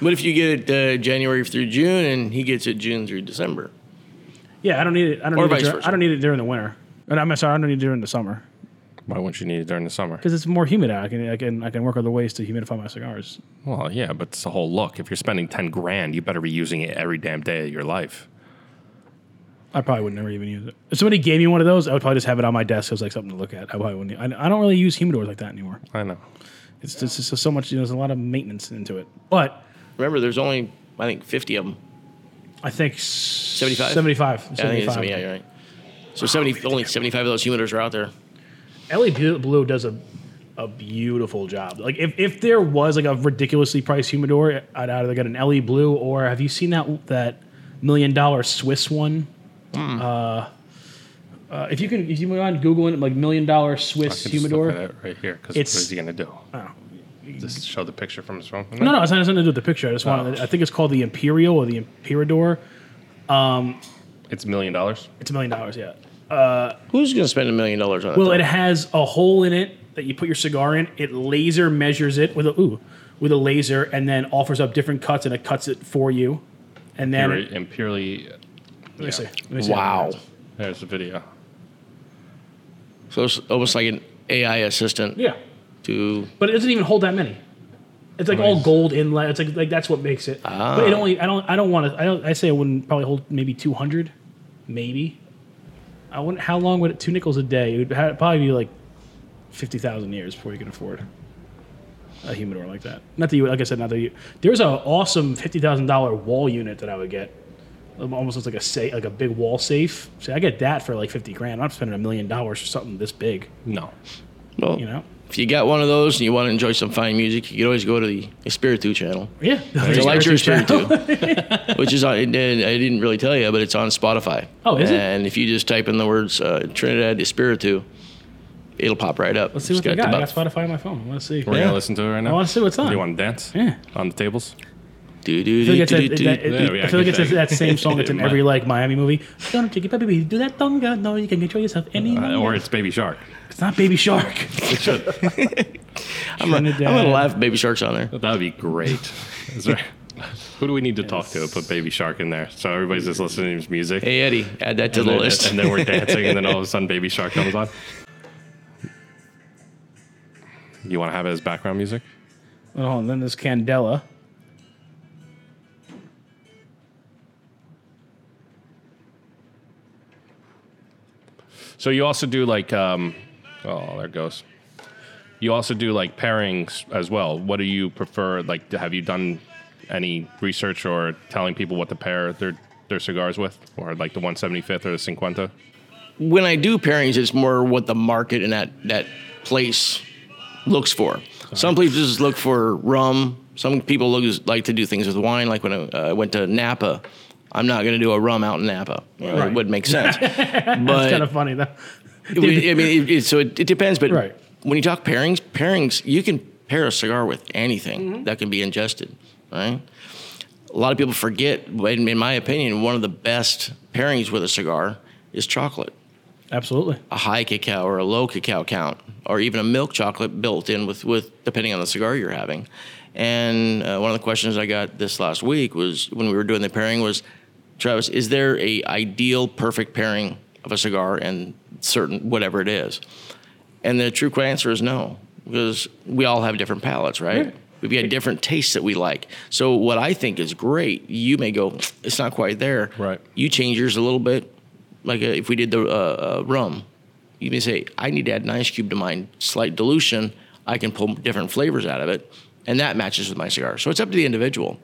[SPEAKER 5] What if you get it uh, January through June and he gets it June through December?
[SPEAKER 3] Yeah, I don't need it. I don't
[SPEAKER 5] Or
[SPEAKER 3] need it.
[SPEAKER 5] vice
[SPEAKER 3] dur-
[SPEAKER 5] versa.
[SPEAKER 3] I don't need it during the winter. And I'm sorry, I don't need it during the summer.
[SPEAKER 2] Why wouldn't you need it during the summer?
[SPEAKER 3] because it's more humid out. I can, I can I can work other ways to humidify my cigars.
[SPEAKER 2] Well, yeah, but it's a whole look. If you're spending 10 grand, you better be using it every damn day of your life.
[SPEAKER 3] I probably would never even use it. If somebody gave me one of those, I would probably just have it on my desk as like something to look at. I probably wouldn't. e, I, I don't really use humidors like that anymore.
[SPEAKER 2] I know.
[SPEAKER 3] It's just, it's just so much. You know, there's a lot of maintenance into it. But
[SPEAKER 5] Remember, there's only, I think, 50 of them.
[SPEAKER 3] I think
[SPEAKER 5] 75?
[SPEAKER 3] 75,
[SPEAKER 5] Yeah, I think it's,
[SPEAKER 3] 75.
[SPEAKER 5] yeah, you're right. So 70, only 75 of those humidors are out there.
[SPEAKER 3] LA Bu- Blue does a a beautiful job. Like if, if there was like a ridiculously priced humidor, I'd either get an LE Blue or have you seen that that million dollar Swiss one?
[SPEAKER 5] Hmm.
[SPEAKER 3] Uh, uh, if you can, if you go on Google and like million dollar Swiss humidor.
[SPEAKER 2] right here. Because what
[SPEAKER 3] It's- Oh.
[SPEAKER 2] is he going to do? Just show the picture from his phone?
[SPEAKER 3] No, no, it's not it's nothing to do with the picture. I just
[SPEAKER 5] Oh.
[SPEAKER 3] wanted. I think it's called the Imperial or the Imperador.
[SPEAKER 2] It's a million dollars.
[SPEAKER 3] It's a million dollars. Yeah.
[SPEAKER 5] Who's going to spend a million dollars on it?
[SPEAKER 3] Well,
[SPEAKER 5] though?
[SPEAKER 3] it has a hole in it that you put your cigar in. It laser measures it with a ooh, with a laser, and then offers up different cuts, and it cuts it for you. And then
[SPEAKER 2] Pure- and purely,
[SPEAKER 3] let me see. Let me see.
[SPEAKER 5] wow.
[SPEAKER 2] there's the video.
[SPEAKER 5] So it's almost like an AI assistant
[SPEAKER 3] Yeah,
[SPEAKER 5] to,
[SPEAKER 3] but it doesn't even hold that many. It's like all gold inlay. It's like like that's what makes it. But it only I don't I don't want to I don't I say I wouldn't probably hold maybe two hundred, maybe. I wouldn't. How long would it? Two nickels a day. It would ha- probably be like fifty thousand years before you can afford a humidor like that. Not that you like I said. Not that you. There's an awesome fifty thousand dollar wall unit that I would get. It Almost looks like a safe, like a big wall safe. See, I get that for like fifty grand. I'm not spending a million dollars for something this big.
[SPEAKER 2] No.
[SPEAKER 5] well,
[SPEAKER 3] You know.
[SPEAKER 5] if you got one of those and you want to enjoy some fine music, you could always go to the Espiritu channel.
[SPEAKER 3] Yeah.
[SPEAKER 5] The Lightyear Espiritu, which is on, and I didn't really tell you, but it's on Spotify.
[SPEAKER 3] Oh, is it?
[SPEAKER 5] And if you just type in the words uh, Trinidad Espiritu, it'll pop right up.
[SPEAKER 3] Let's see what they got. I got Spotify on my phone. Let's see.
[SPEAKER 2] We're
[SPEAKER 5] Yeah.
[SPEAKER 2] going to listen to it right now.
[SPEAKER 3] I wanna see what's on.
[SPEAKER 2] You want to dance?
[SPEAKER 3] Yeah.
[SPEAKER 2] On the tables?
[SPEAKER 5] Do, do,
[SPEAKER 3] I feel
[SPEAKER 5] do,
[SPEAKER 3] like it's,
[SPEAKER 5] do,
[SPEAKER 3] that,
[SPEAKER 5] do,
[SPEAKER 3] that-
[SPEAKER 5] do.
[SPEAKER 2] Yeah,
[SPEAKER 3] I
[SPEAKER 2] yeah,
[SPEAKER 3] feel like it's
[SPEAKER 2] good
[SPEAKER 3] that, that same song that's in
[SPEAKER 2] Yeah.
[SPEAKER 3] every like Miami movie. Don't take it, baby, do that donga. No, you can control yourself any
[SPEAKER 2] Uh, or
[SPEAKER 3] longer.
[SPEAKER 2] it's Baby Shark.
[SPEAKER 3] It's not Baby Shark.
[SPEAKER 5] I'm gonna, I'm
[SPEAKER 3] Trinidad.
[SPEAKER 5] gonna laugh Baby Shark's on there.
[SPEAKER 2] That would be great. Is there, who do we need to talk to? Put Baby Shark in there. So everybody's just listening to his music.
[SPEAKER 5] Hey Eddie, add that to
[SPEAKER 2] and
[SPEAKER 5] the
[SPEAKER 2] then,
[SPEAKER 5] list.
[SPEAKER 2] and then we're dancing, and then all of a sudden Baby Shark comes on. You want to have it as background music?
[SPEAKER 3] Hold on, then there's Candela.
[SPEAKER 2] So you also do like, um, oh, there it goes. You also do like pairings as well. What do you prefer? Like, have you done any research or telling people what to pair their their cigars with, or like the 175th or the 50?
[SPEAKER 5] when I do pairings, it's more what the market and that that place looks for. Some places look for rum. Some people look, like to do things with wine. Like when I uh, went to Napa, I'm not going to do a rum out in Napa. You know, It wouldn't make sense.
[SPEAKER 3] It's kind
[SPEAKER 5] but
[SPEAKER 3] of funny though.
[SPEAKER 5] we- I mean, it, it, so it, it depends. But
[SPEAKER 3] Right.
[SPEAKER 5] when you talk pairings, pairings you can pair a cigar with anything that can be ingested, right? A lot of people forget. In, in my opinion, one of the best pairings with a cigar is chocolate
[SPEAKER 3] Absolutely.
[SPEAKER 5] a high cacao or a low cacao count, or even a milk chocolate built in with, with depending on the cigar you're having. And uh, one of the questions I got this last week was when we were doing the pairing was, Travis, is there a ideal perfect pairing of a cigar and certain whatever it is? And the true quick answer is no, because we all have different palates, right? We've got different tastes that we like. So what I think is great, you may go, it's not quite there.
[SPEAKER 2] Right.
[SPEAKER 5] You change yours a little bit. Like uh, if we did the uh, uh, rum, you may say, I need to add an ice cube to mine, slight dilution. I can pull different flavors out of it. And that matches with my cigar. So it's up to the individual.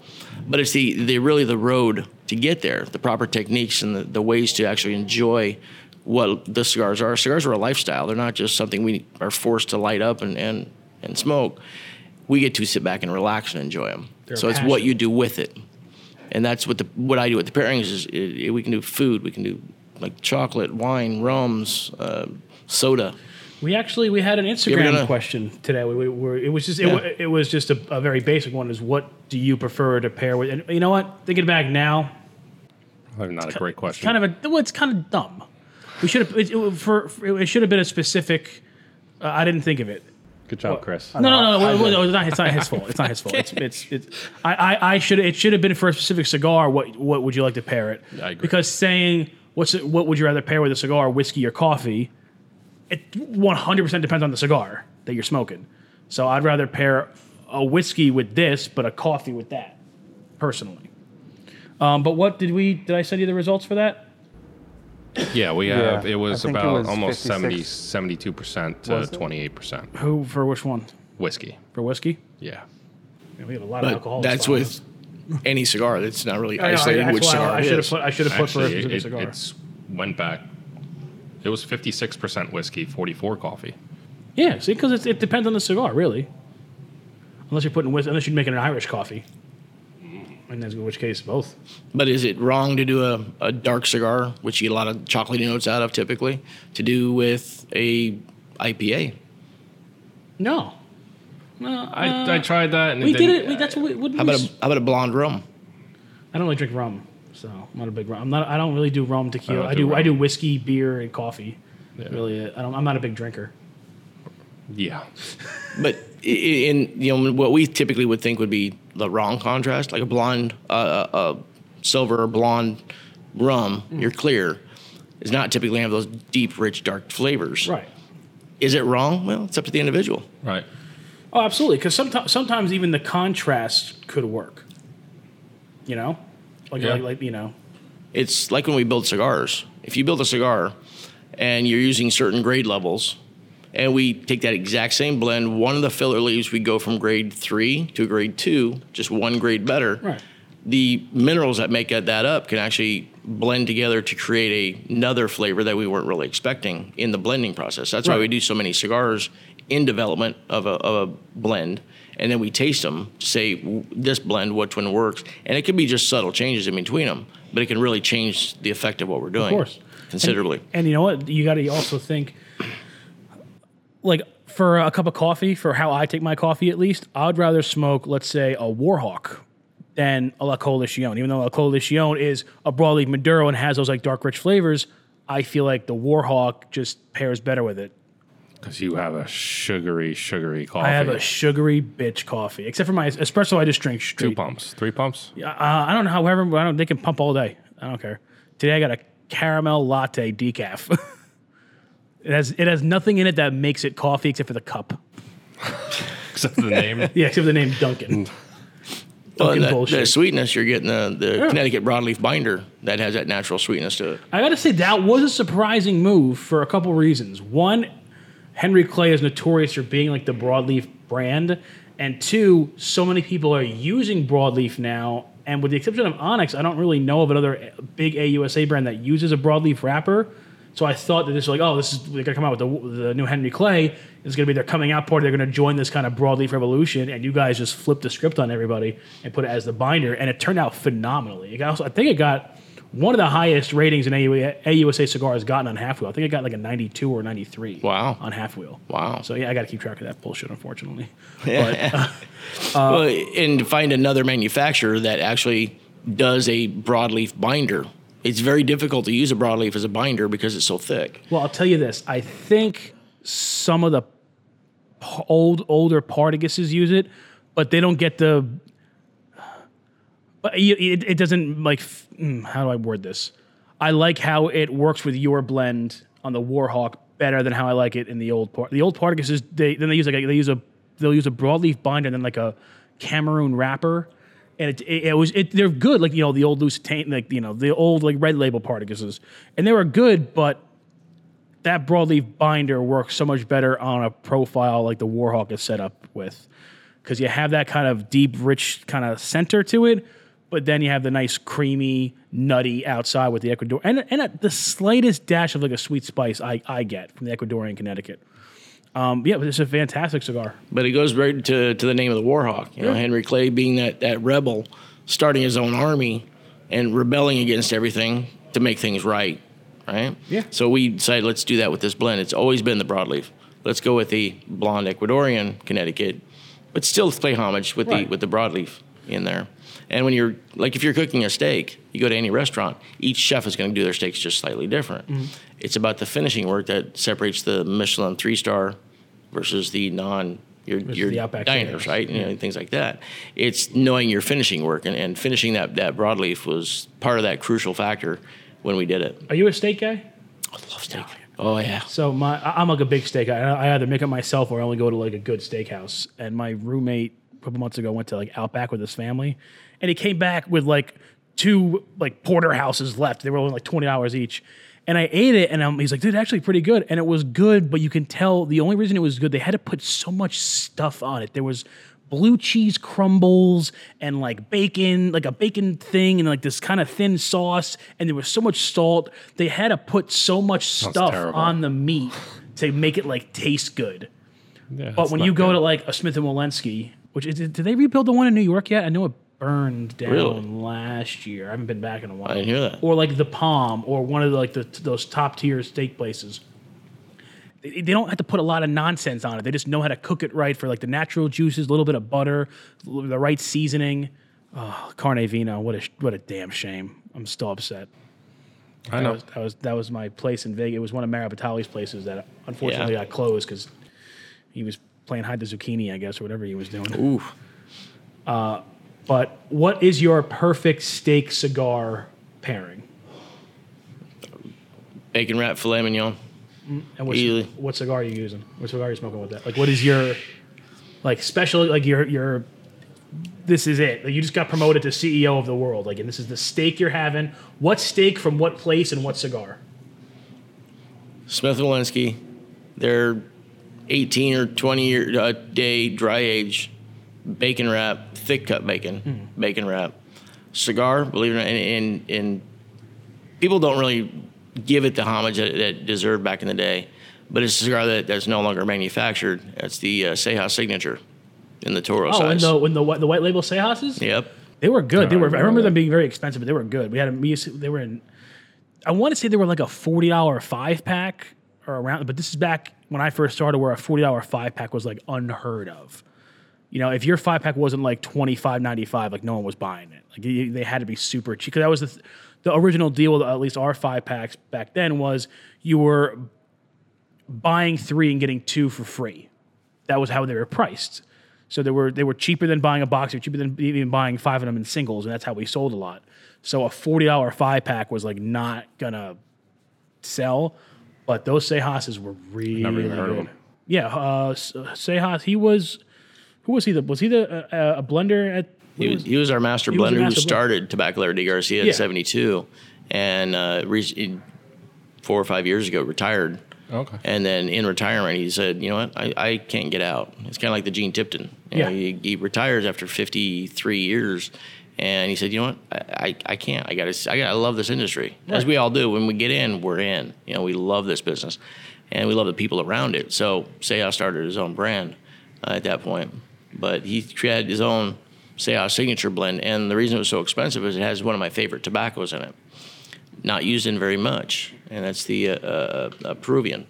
[SPEAKER 5] But it's the, the really the road to get there, the proper techniques and the, the ways to actually enjoy what the cigars are. Cigars are a lifestyle. They're not just something we are forced to light up and, and, and smoke. We get to sit back and relax and enjoy them. so it's what
[SPEAKER 3] passion.
[SPEAKER 5] you do with it and that's what the what I do with the pairings is i i we can do food, we can do like chocolate, wine, rums, uh, soda.
[SPEAKER 3] We actually we had an
[SPEAKER 5] ever
[SPEAKER 3] Instagram
[SPEAKER 5] done a-
[SPEAKER 3] question today. We, we were it was just it,
[SPEAKER 5] Yeah.
[SPEAKER 3] wa- it was just a, a very basic one. Is what do you prefer to pair with? And you know what? Thinking back now,
[SPEAKER 2] Not a great question.
[SPEAKER 3] kind of a well, it's kind of dumb. We should have it, it, for for- it should have been a specific. Uh, I didn't think of it.
[SPEAKER 2] Good job, Chris.
[SPEAKER 3] No, no, no, no, no, no, it's, not, it's not his fault. It's not his fault. It's, it's, it's I, I, I should. It should have been for a specific cigar. What, what would you like to pair it?
[SPEAKER 2] I agree.
[SPEAKER 3] Because saying what's it, what would you rather pair with a cigar, whiskey or coffee, it 100% depends on the cigar that you're smoking. So I'd rather pair a whiskey with this, but a coffee with that, personally. Um, but what did we? Did I send you the results for that?
[SPEAKER 2] Yeah, we have.
[SPEAKER 6] Yeah,
[SPEAKER 2] it was
[SPEAKER 6] I think it
[SPEAKER 2] about
[SPEAKER 6] was
[SPEAKER 2] almost 70,
[SPEAKER 6] 56.
[SPEAKER 2] 72% to
[SPEAKER 6] Was it?
[SPEAKER 2] 28%
[SPEAKER 3] Who for which one?
[SPEAKER 2] whiskey.
[SPEAKER 3] For whiskey?
[SPEAKER 2] Yeah.
[SPEAKER 3] Man, we have a lot
[SPEAKER 5] But
[SPEAKER 3] of alcohol.
[SPEAKER 5] that's
[SPEAKER 3] with.
[SPEAKER 5] with any cigar. That's not really
[SPEAKER 3] I know, I-
[SPEAKER 5] isolating
[SPEAKER 3] that's
[SPEAKER 5] which
[SPEAKER 3] why I-
[SPEAKER 5] cigar
[SPEAKER 3] I
[SPEAKER 5] it
[SPEAKER 3] should have
[SPEAKER 5] is.
[SPEAKER 3] put. I should have put for a
[SPEAKER 2] Actually,
[SPEAKER 3] specific
[SPEAKER 2] it,
[SPEAKER 3] cigar.
[SPEAKER 2] it's went back. It was 56% whiskey, 44 coffee.
[SPEAKER 3] Yeah, see, because it depends on the cigar, really. Unless you're putting whis- unless you're making an Irish coffee, and that's in which case both.
[SPEAKER 5] But is it wrong to do a, a dark cigar, which you get a lot of chocolatey notes out of typically, to do with a IPA?
[SPEAKER 3] No, no, uh,
[SPEAKER 2] I, I tried that and
[SPEAKER 3] we
[SPEAKER 2] it
[SPEAKER 3] did
[SPEAKER 2] didn't-
[SPEAKER 3] it. We, that's what we. What did
[SPEAKER 5] How
[SPEAKER 3] we
[SPEAKER 5] about a,
[SPEAKER 3] s-
[SPEAKER 5] how about a blonde rum?
[SPEAKER 3] I don't really drink rum, so I'm not a big rum. I'm not. I don't really do rum tequila.
[SPEAKER 2] I
[SPEAKER 3] I,
[SPEAKER 2] don't do
[SPEAKER 3] do. I
[SPEAKER 2] rum.
[SPEAKER 3] do whiskey, beer, and coffee.
[SPEAKER 2] Yeah.
[SPEAKER 3] Really, it. I don't, I'm not a big drinker.
[SPEAKER 2] Yeah.
[SPEAKER 5] But i- i- in you know what we typically would think would be the wrong contrast, like a blonde, uh, uh, uh, silver or blonde rum, you're clear, is not typically have those deep, rich, dark flavors.
[SPEAKER 3] Right.
[SPEAKER 5] Is it wrong? Well, it's up to the individual.
[SPEAKER 2] Right.
[SPEAKER 3] Oh, absolutely. Because sometimes, sometimes even the contrast could work. You know, like
[SPEAKER 2] Yeah.
[SPEAKER 3] like, like you know,
[SPEAKER 5] It's like when we build cigars. If you build a cigar and you're using certain grade levels, and we take that exact same blend, one of the filler leaves we go from grade three to grade two, just one grade better.
[SPEAKER 3] right.
[SPEAKER 5] the minerals that make that up can actually blend together to create a, another flavor that we weren't really expecting in the blending process. That's why
[SPEAKER 3] Right.
[SPEAKER 5] we do so many cigars in development of a, of a blend, and then we taste them to say "W- this blend, which one works, and it could be just subtle changes in between them, but it can really change the effect of what we're doing.
[SPEAKER 3] course.
[SPEAKER 5] considerably.
[SPEAKER 3] And you know what? You got to also think, like, for a cup of coffee, for how I take my coffee at least, I'd rather smoke, let's say, a Warhawk than a La Coalition. Even though La Coalition is a broadleaf Maduro and has those like dark rich flavors, I feel like the Warhawk just pairs better with it.
[SPEAKER 2] Because you have a sugary, sugary coffee.
[SPEAKER 3] I have a sugary bitch coffee, except for my espresso. I just drink
[SPEAKER 2] two
[SPEAKER 3] straight.
[SPEAKER 2] pumps, three pumps.
[SPEAKER 3] Uh, I don't know. However, I don't. They can pump all day. I don't care. Today I got a caramel latte decaf. it has it has nothing in it that makes it coffee except for the cup.
[SPEAKER 2] Except for the name.
[SPEAKER 3] Yeah, except for the name Duncan.
[SPEAKER 5] Well,
[SPEAKER 3] Fucking
[SPEAKER 5] and that,
[SPEAKER 3] bullshit.
[SPEAKER 5] the sweetness you're getting the, the Connecticut broadleaf binder that has that natural sweetness to it.
[SPEAKER 3] I got to say that was a surprising move for a couple reasons. One, Henry Clay is notorious for being like the broadleaf brand, and two, so many people are using broadleaf now. And with the exception of Onyx, I don't really know of another eh, big AUSA brand that uses a broadleaf wrapper. So I thought that this was like, oh, this is they're gonna come out with the, the new Henry Clay. It's gonna be their coming out party. They're gonna join this kind of broadleaf revolution, and you guys just flipped the script on everybody and put it as the binder, and it turned out phenomenally. It also, I think it got one of the highest ratings an AUA, AUSA cigar has gotten on Half Wheel. I think it got like a 92 or 93.
[SPEAKER 5] Wow.
[SPEAKER 3] On Half Wheel.
[SPEAKER 5] Wow.
[SPEAKER 3] So yeah, I got to keep track of that bullshit, unfortunately.
[SPEAKER 5] well, and to find another manufacturer that actually does a broadleaf binder. It's very difficult to use a broadleaf as a binder because it's so thick.
[SPEAKER 3] Well, I'll tell you this. I think some of the p- old older Partiguses use it, but they don't get the. But y- it, it doesn't like. f- mm, How do I word this? I like how it works with your blend on the Warhawk better than how I like it in the old part. The old Partiguses, they then they use like a, they use a they'll use a broadleaf binder and then like a Cameroon wrapper. And it, it, it was it, they're good like you know the old Lusitania like you know the old like red label Partiguses and they were good but that broadleaf binder works so much better on a profile like the Warhawk is set up with, because you have that kind of deep, rich kind of center to it, but then you have the nice creamy, nutty outside with the Ecuador and and a, the slightest dash of like a sweet spice I, I get from the Ecuadorian Connecticut. Um, yeah, but it's a fantastic cigar.
[SPEAKER 5] But it goes right to, to the name of the Warhawk. You know, Henry Clay being that, that rebel, starting his own army and rebelling against everything to make things right. Right? Yeah. So we decided let's do that with this blend. It's always been the broadleaf. Let's go with the blonde Ecuadorian Connecticut, but still play homage with
[SPEAKER 3] Right.
[SPEAKER 5] the with the broadleaf in there. And when you're like if you're cooking a steak, you go to any restaurant, each chef is going to do their steaks just slightly different.
[SPEAKER 3] Mm-hmm.
[SPEAKER 5] It's about the finishing work that separates the Michelin three star versus the non your your
[SPEAKER 3] the Outback
[SPEAKER 5] diners,
[SPEAKER 3] Steakhouse.
[SPEAKER 5] right? You know, and things like that. It's knowing your finishing work and, and finishing that that broadleaf was part of that crucial factor when we did it.
[SPEAKER 3] Are you a steak guy?
[SPEAKER 5] Love steak. Oh yeah.
[SPEAKER 3] So my I- I'm like a big steak. I, I either make it myself or I only go to like a good steakhouse. And my roommate a couple months ago went to like Outback with his family, and he came back with like two like porterhouses left. They were only like twenty dollars each. And I ate it, and i he's like, "Dude, actually pretty good." And it was good, but you can tell the only reason it was good they had to put so much stuff on it. There was blue cheese crumbles and like bacon, like a bacon thing, and like this kind of thin sauce. And there was so much salt. They had to put so much stuff
[SPEAKER 2] terrible.
[SPEAKER 3] on the meat to make it like taste good.
[SPEAKER 2] Yeah,
[SPEAKER 3] But
[SPEAKER 2] it's
[SPEAKER 3] when
[SPEAKER 2] not
[SPEAKER 3] you go
[SPEAKER 2] good.
[SPEAKER 3] to like a Smith and Wollensky, which is, did they rebuild the one in New York yet? I know it burned down
[SPEAKER 5] Really?
[SPEAKER 3] last year. I haven't been back in a while.
[SPEAKER 5] I didn't hear that.
[SPEAKER 3] Or like the Palm, or one of the, like the, those top tier steak places. They, they don't have to put a lot of nonsense on it. They just know how to cook it right for like the natural juices, a little bit of butter, the right seasoning. Oh, carne vino, what a sh- what a damn shame. I'm still upset.
[SPEAKER 2] I
[SPEAKER 3] That
[SPEAKER 2] know.
[SPEAKER 3] was, that was that was my place in Vegas. It was one of Mario Batali's places that unfortunately
[SPEAKER 5] Yeah.
[SPEAKER 3] got closed because he was playing hide the zucchini, I guess, or whatever he was doing. Uh,
[SPEAKER 5] Ooh.
[SPEAKER 3] But what is your perfect steak cigar pairing?
[SPEAKER 5] Bacon wrap filet mignon.
[SPEAKER 3] And what's,
[SPEAKER 5] Really?
[SPEAKER 3] what cigar are you using? What cigar are you smoking with that? Like, what is your like special? Like your your this is it. Like, you just got promoted to CEO of the world. Like, and this is the steak you're having. What steak from what place and what cigar?
[SPEAKER 5] Smith and Walensky, they're 18 or 20 year uh, day dry age, bacon wrap, thick cut bacon,
[SPEAKER 3] Hmm.
[SPEAKER 5] bacon wrap, cigar. Believe it or not, and, and, and people don't really give it the homage that, that it deserved back in the day. But it's a cigar that, that's no longer manufactured. That's the uh, Seja signature in the Toro
[SPEAKER 3] Oh, and
[SPEAKER 5] size.
[SPEAKER 3] the when the whi- the white label Sejas
[SPEAKER 5] yep.
[SPEAKER 3] They were good. They
[SPEAKER 2] I
[SPEAKER 3] were. I
[SPEAKER 2] remember
[SPEAKER 3] remember
[SPEAKER 2] that.
[SPEAKER 3] them being very expensive, but they were good. We had them. we used to- They were in. I want to say they were like a forty dollar five pack or around, but this is back when I first started, where a forty dollar five pack was like unheard of. you know, if your five pack wasn't like twenty five ninety five, like no one was buying it. Like you, they had to be super cheap because that was the, th- the original deal with at least our five packs back then was you were buying three and getting two for free. That was how they were priced. So they were they were cheaper than buying a box, they were cheaper than even buying five of them in singles, and that's how we sold a lot. So a forty dollar five pack was like not gonna sell, but those Sejas were really
[SPEAKER 2] Never even heard of
[SPEAKER 3] good.
[SPEAKER 2] them.
[SPEAKER 3] Yeah, uh, S- Sejas. He was who was he? The was he the uh, uh, a blender at?
[SPEAKER 5] He was, he was our master
[SPEAKER 3] was a
[SPEAKER 5] blender
[SPEAKER 3] master
[SPEAKER 5] who
[SPEAKER 3] blender.
[SPEAKER 5] started Tobacco de Garcia
[SPEAKER 3] Yeah.
[SPEAKER 5] in 72 and uh, re- in- four or five years ago retired.
[SPEAKER 2] Okay.
[SPEAKER 5] And then in retirement, he said, you know what, I, I can't get out. It's kind of like the Gene Tipton. You know,
[SPEAKER 3] Yeah.
[SPEAKER 5] he, he retires after 53 years. And he said, you know what, I, I, I can't. I got to, I, gotta, I love this industry. As we all do. When we get in, we're in. You know, we love this business and we love the people around it. So, Seah started his own brand uh, at that point. But he created his own Seah signature blend. And the reason it was so expensive is it has one of my favorite tobaccos in it, not used in very much. And that's the uh, uh, uh, Peruvian.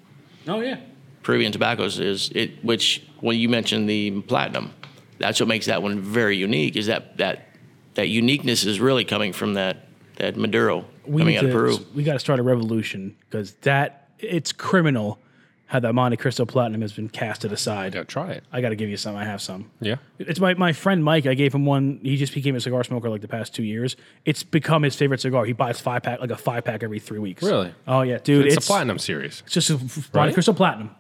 [SPEAKER 3] Oh yeah.
[SPEAKER 5] Peruvian tobaccos is it, which when you mentioned the platinum, that's what makes that one very unique. Is that that that uniqueness is really coming from that that Maduro
[SPEAKER 3] we
[SPEAKER 5] coming
[SPEAKER 3] need
[SPEAKER 5] out of
[SPEAKER 3] to-
[SPEAKER 5] Peru.
[SPEAKER 3] We got to start a revolution because that it's criminal how that Monte Cristo Platinum has been casted aside.
[SPEAKER 2] Yeah, try it.
[SPEAKER 3] I got to give you some. I have some.
[SPEAKER 2] Yeah.
[SPEAKER 3] It's my, my friend Mike. I gave him one. He just became a cigar smoker like the past two years. It's become his favorite cigar. He buys five pack like a five pack every three weeks.
[SPEAKER 2] Really?
[SPEAKER 3] Oh yeah, dude.
[SPEAKER 2] It's, a
[SPEAKER 3] It's,
[SPEAKER 2] platinum series.
[SPEAKER 3] It's just a f- Monte Cristo Platinum.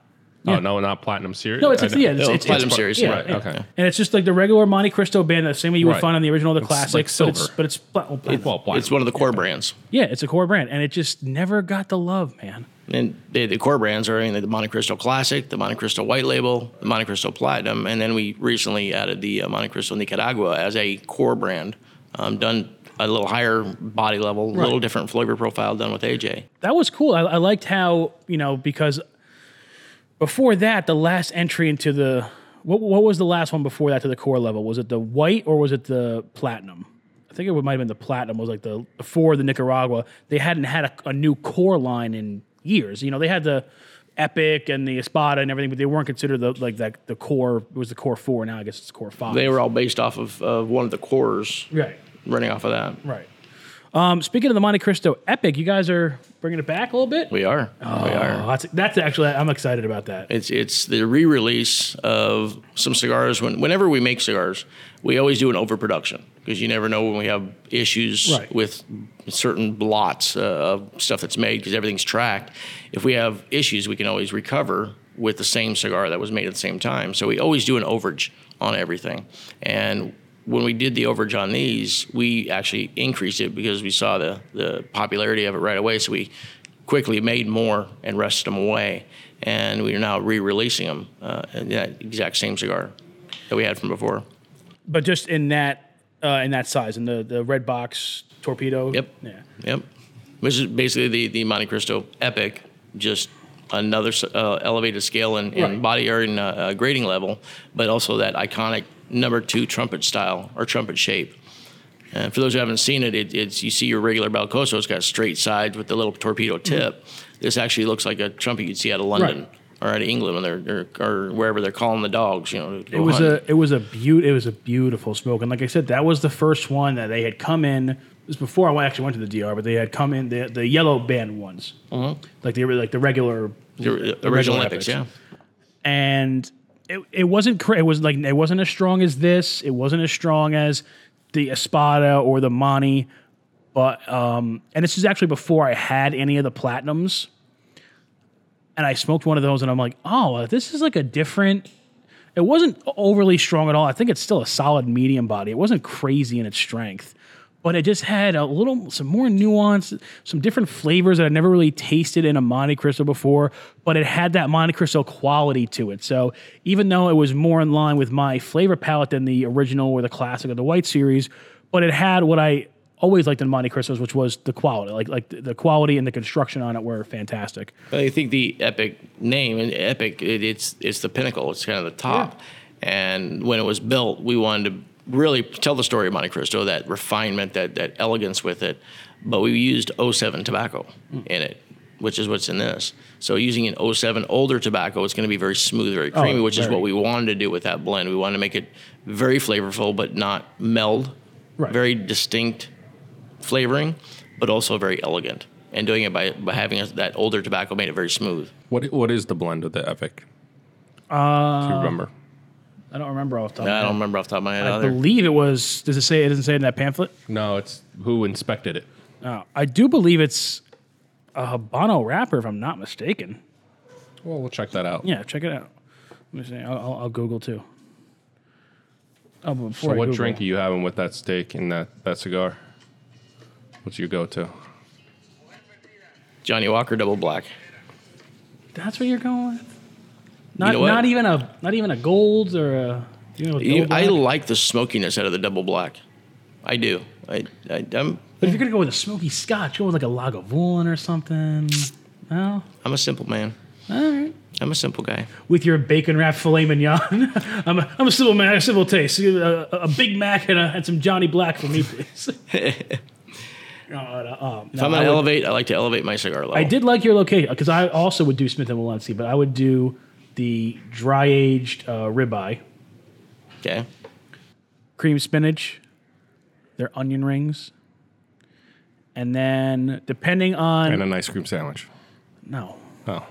[SPEAKER 2] Oh no, not platinum series.
[SPEAKER 3] No, it's, it's yeah,
[SPEAKER 2] I know.
[SPEAKER 3] it's,
[SPEAKER 5] No,
[SPEAKER 3] it's, it's-
[SPEAKER 5] Platinum Series,
[SPEAKER 3] Yeah,
[SPEAKER 2] right,
[SPEAKER 3] yeah.
[SPEAKER 2] okay.
[SPEAKER 3] And it's just like the regular Monte Cristo band, the same way you would
[SPEAKER 2] Right.
[SPEAKER 3] find on the original, the
[SPEAKER 2] It's
[SPEAKER 3] classic.
[SPEAKER 2] like
[SPEAKER 3] But it's,
[SPEAKER 2] silver.
[SPEAKER 3] but it's pla- well, platinum.
[SPEAKER 2] well, platinum.
[SPEAKER 5] It's one of the core brands,
[SPEAKER 3] yeah, it's a core brand, and it just never got the love, man.
[SPEAKER 5] and the, the core brands are I mean, the Monte Cristo Classic, the Monte Cristo White Label, the Monte Cristo Platinum, and then we recently added the uh, Monte Cristo Nicaragua as a core brand, um, done a little higher body level, a little different flavor profile, done with AJ.
[SPEAKER 3] that was cool. I, I liked how you know because before that, the last entry into the what what was the last one before that to the core level? Was it the white or was it the platinum? I think it might have been the platinum. Was like the before the Nicaragua. They hadn't had a, a new core line in years. You know, they had the Epic and the Espada and everything, but they weren't considered the like that the core. It was the core four. Now I guess it's core five.
[SPEAKER 5] They were all based off of uh, one of the cores,
[SPEAKER 3] right,
[SPEAKER 5] running off of that.
[SPEAKER 3] right. Um, speaking of the Monte Cristo Epic, you guys are bringing it back a little bit.
[SPEAKER 5] We are. we are.
[SPEAKER 3] Oh, that's, that's actually I'm excited about that.
[SPEAKER 5] It's it's the re-release of some cigars. When whenever we make cigars, we always do an overproduction because you never know when we have issues
[SPEAKER 3] Right.
[SPEAKER 5] with certain blots uh, of stuff that's made because everything's tracked. If we have issues, we can always recover with the same cigar that was made at the same time. So we always do an overage on everything. And when we did the overage on these, we actually increased it because we saw the the popularity of it right away. So we quickly made more and rested them away, and we are now re-releasing them uh, in that exact same cigar that we had from before.
[SPEAKER 3] But just in that uh, in that size, in the the red box torpedo.
[SPEAKER 5] Yep.
[SPEAKER 3] Yeah.
[SPEAKER 5] Yep, which is basically the the Monte Cristo Epic, just another uh, elevated scale in, in
[SPEAKER 3] Right.
[SPEAKER 5] body or in uh, uh, grading level, but also that iconic number two trumpet style or trumpet shape. And for those who haven't seen it, it it's you see your regular Balcoso, it's got straight sides with the little torpedo tip. This actually looks like a trumpet you'd see out of London.
[SPEAKER 3] Mm-hmm. Right.
[SPEAKER 5] Or out of England, when they're, or, or wherever they're calling the dogs, you know. to go
[SPEAKER 3] It was
[SPEAKER 5] hunt.
[SPEAKER 3] a it was a beaut it was a beautiful smoke, and like I said, that was the first one that they had come in. It was before I went- actually went to the DR, but they had come in the the yellow band ones,
[SPEAKER 5] Uh-huh.
[SPEAKER 3] like they were like the regular
[SPEAKER 5] The original,
[SPEAKER 3] original Epics.
[SPEAKER 5] Epics, yeah.
[SPEAKER 3] and it, it wasn't cra- it was like it wasn't as strong as this. It wasn't as strong as the Espada or the Monty, but um, and this is actually before I had any of the Platinums, and I smoked one of those, and I'm like, oh, this is like a different. It wasn't overly strong at all. I think it's still a solid medium body. It wasn't crazy in its strength, but it just had a little, some more nuance, some different flavors that I never really tasted in a Monte Cristo before. But it had that Monte Cristo quality to it. So even though it was more in line with my flavor palette than the original or the classic or the white series, but it had what I always liked in Monte Cristos, which was the quality. Like like the- the quality and the construction on it were fantastic.
[SPEAKER 5] I think the epic name and epic it, it's it's the pinnacle. It's kind of the top. And when it was built, we wanted to really tell the story of Monte Cristo, that refinement, that that elegance with it. But we used 07 tobacco oh in it which is what's in this. So using an 07 older tobacco, it's going to be very smooth, very creamy, which is
[SPEAKER 3] very.
[SPEAKER 5] what we wanted to do with that blend. We wanted to make it very flavorful, but not meld.
[SPEAKER 3] Right.
[SPEAKER 5] Very distinct flavoring, but also very elegant. And doing it by, by having us that older tobacco made it very smooth.
[SPEAKER 2] What what is the blend of the Epic? Uh, Do you remember?
[SPEAKER 3] I don't remember off the top. of
[SPEAKER 5] I don't
[SPEAKER 3] my head.
[SPEAKER 5] remember off the top of my head
[SPEAKER 3] I
[SPEAKER 5] either.
[SPEAKER 3] believe it was. Does it say? It doesn't say it in that pamphlet.
[SPEAKER 2] No, it's who inspected it.
[SPEAKER 3] Uh, I do believe it's a Habano wrapper, if I'm not mistaken.
[SPEAKER 2] Well, we'll check that out.
[SPEAKER 3] Yeah, check it out. Let me see. I'll, I'll, I'll Google too. Oh, but before
[SPEAKER 2] So
[SPEAKER 3] I
[SPEAKER 2] what
[SPEAKER 3] Google-
[SPEAKER 2] drink are you having with that steak and that, that cigar? What's your go-to?
[SPEAKER 5] Johnny Walker Double Black.
[SPEAKER 3] That's what you're going with. Not
[SPEAKER 5] know what?
[SPEAKER 3] not even a not even a gold or a. You know, a
[SPEAKER 5] You-
[SPEAKER 3] double
[SPEAKER 5] I
[SPEAKER 3] black?
[SPEAKER 5] like the smokiness out of the Double Black. I do. I, I, I'm,
[SPEAKER 3] But if you're gonna go with a smoky Scotch, go with like a Lagavulin or something. No,
[SPEAKER 5] I'm a simple man.
[SPEAKER 3] all right.
[SPEAKER 5] I'm a simple guy.
[SPEAKER 3] With your bacon wrapped filet mignon, I'm a, I'm a civil man, I have civil taste. A, a- a Big Mac and, a, and some Johnny Black for me, please. God, um,
[SPEAKER 5] If I'm
[SPEAKER 3] no,
[SPEAKER 5] gonna
[SPEAKER 3] I, would-
[SPEAKER 5] elevate, I like to elevate my cigar level.
[SPEAKER 3] I did like your location because I also would do Smith and Wollensky, but I would do the dry aged uh, ribeye,
[SPEAKER 5] Okay.
[SPEAKER 3] cream spinach, their onion rings, and then depending on
[SPEAKER 2] And an ice cream sandwich.
[SPEAKER 3] no,
[SPEAKER 2] Oh,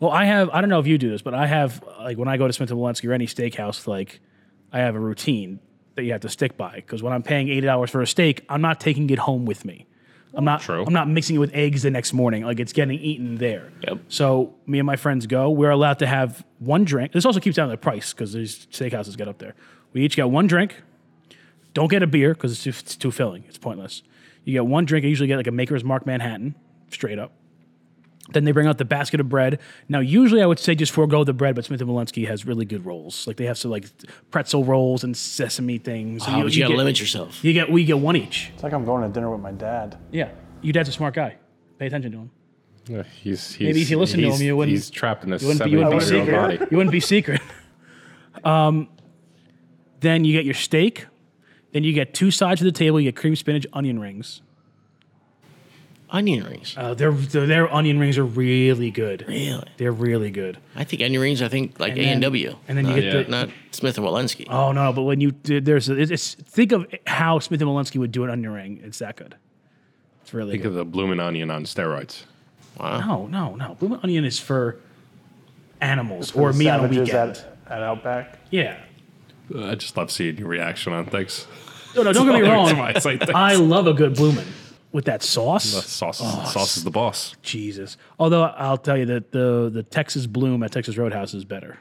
[SPEAKER 3] Well, I have. I don't know if you do this, but I have like when I go to Smith and Wollensky or any steakhouse, like I have a routine that you have to stick by because when I'm paying eighty dollars for a steak, I'm not taking it home with me. I'm not.
[SPEAKER 2] True.
[SPEAKER 3] I'm not mixing it with eggs the next morning. Like it's getting eaten there.
[SPEAKER 5] Yep.
[SPEAKER 3] So me and my friends go. We're allowed to have one drink. This also keeps down the price because these steakhouses get up there. We each get one drink. Don't get a beer because it's too, it's too filling. It's pointless. You get one drink. I usually get like a Maker's Mark Manhattan, straight up. Then they bring out the basket of bread. Now, usually I would say just forego the bread, but Smith and Wollensky has really good rolls. Like they have some like pretzel rolls and sesame things.
[SPEAKER 5] Oh, but you, gotta
[SPEAKER 3] get,
[SPEAKER 5] limit yourself.
[SPEAKER 3] You get we get one each.
[SPEAKER 6] It's like I'm going to dinner with my dad.
[SPEAKER 3] Yeah, your dad's a smart guy. Pay attention to him.
[SPEAKER 2] Yeah, he's, he's
[SPEAKER 3] Maybe if you listened to
[SPEAKER 2] he's-
[SPEAKER 3] him, you wouldn't-
[SPEAKER 2] He's trapped in a
[SPEAKER 3] wouldn't be- you wouldn't be
[SPEAKER 2] seventy-five-year-old body.
[SPEAKER 3] You wouldn't be secret. um, then you get your steak. Then you get two sides of the table. You get cream spinach, onion rings.
[SPEAKER 5] Onion rings.
[SPEAKER 3] Uh, their, their their onion rings are really good.
[SPEAKER 5] Really?
[SPEAKER 3] They're really good.
[SPEAKER 5] I think onion rings. I think like A
[SPEAKER 3] then-
[SPEAKER 5] and W.
[SPEAKER 3] and then you
[SPEAKER 5] not,
[SPEAKER 3] get
[SPEAKER 2] the-
[SPEAKER 5] not Smith and Walensky.
[SPEAKER 3] Oh no! But when you did, there's a, it's, it's- think of how Smith and Walensky would do an onion ring. It's that good. It's really
[SPEAKER 2] Think
[SPEAKER 3] good.
[SPEAKER 2] of the bloomin' onion on steroids.
[SPEAKER 3] no, no, no. Bloomin' onion is for animals
[SPEAKER 6] For
[SPEAKER 3] or
[SPEAKER 6] the
[SPEAKER 3] me on a
[SPEAKER 6] savages
[SPEAKER 3] weekend.
[SPEAKER 6] At, at Outback.
[SPEAKER 3] yeah.
[SPEAKER 2] I just love seeing your reaction on things.
[SPEAKER 3] No, no. Don't get me
[SPEAKER 2] That's why
[SPEAKER 3] wrong.
[SPEAKER 2] I say things.
[SPEAKER 3] I love a good bloomin' with that sauce.
[SPEAKER 2] sauce, is, sauce is Oh, the boss.
[SPEAKER 3] Jesus. Although I'll tell you that the the Texas bloom at Texas Roadhouse is better.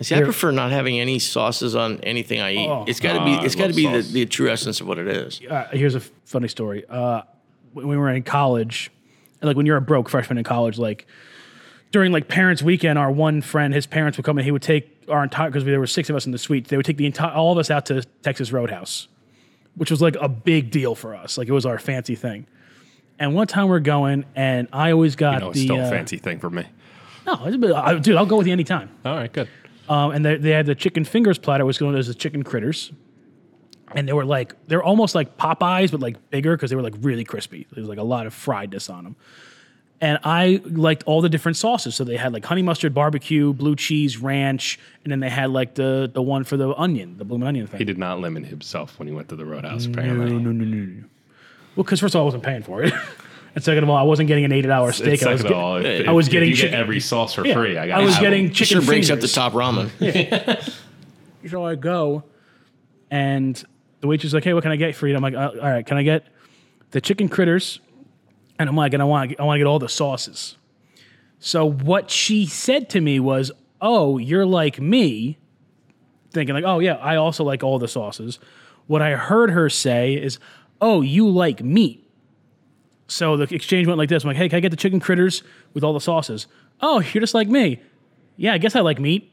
[SPEAKER 5] See, I prefer not having any sauces on anything I eat.
[SPEAKER 3] Oh.
[SPEAKER 5] it's gotta
[SPEAKER 2] Ah, I
[SPEAKER 5] be. It's gotta
[SPEAKER 2] love
[SPEAKER 5] be the,
[SPEAKER 2] sauce.
[SPEAKER 5] the true essence of what it is.
[SPEAKER 3] uh, here's a f- funny story. Uh, when we were in college, like when you're a broke freshman in college, like during like parents' weekend, our one friend, his parents would come and he would take our entire because there were six of us in the suite. They would take the entire all of us out to Texas Roadhouse, which was like a big deal for us. Like it was our fancy thing. And one time we're going, and I always got
[SPEAKER 2] You know, Oh, it's
[SPEAKER 3] the
[SPEAKER 2] still
[SPEAKER 3] uh,
[SPEAKER 2] a fancy thing for me.
[SPEAKER 3] No, it's a bit- I- dude, I'll go with you anytime.
[SPEAKER 2] All right, good.
[SPEAKER 3] Um, and they, they had the chicken fingers platter, which was known as the chicken critters. And they were like, they're almost like Popeyes, but like bigger because they were like really crispy. There was like a lot of friedness on them. And I liked all the different sauces. So they had like honey mustard, barbecue, blue cheese, ranch, and then they had like the the one for the onion, the blooming onion
[SPEAKER 2] He
[SPEAKER 3] thing.
[SPEAKER 2] did not limit himself when he went to the roadhouse. Apparently,
[SPEAKER 3] Well, because first of all, I wasn't paying for it, and second of all, I wasn't getting an eight-hour
[SPEAKER 2] And
[SPEAKER 3] steak. I was
[SPEAKER 2] second
[SPEAKER 3] get-
[SPEAKER 2] of all, if, if-
[SPEAKER 3] I was
[SPEAKER 2] if
[SPEAKER 3] getting
[SPEAKER 2] you get
[SPEAKER 3] chicken-
[SPEAKER 2] every sauce for
[SPEAKER 3] Yeah,
[SPEAKER 2] free. I, got
[SPEAKER 3] I was getting
[SPEAKER 5] It
[SPEAKER 3] chicken
[SPEAKER 5] sure breaks up the
[SPEAKER 3] fingers.
[SPEAKER 5] top ramen.
[SPEAKER 3] so I go, and the waitress is like, "Hey, what can I get for you?" And I'm like, "Uh, "All right, can I get the chicken critters?" And I'm like, "And I want, I want to get all the sauces." So what she said to me was, "Oh, you're like me," thinking like, "Oh yeah, I also like all the sauces." What I heard her say is, "Oh, you like meat." So the exchange went like this. I'm like, "Hey, can I get the chicken critters with all the sauces?" "Oh, you're just like me." "Yeah, I guess I like meat."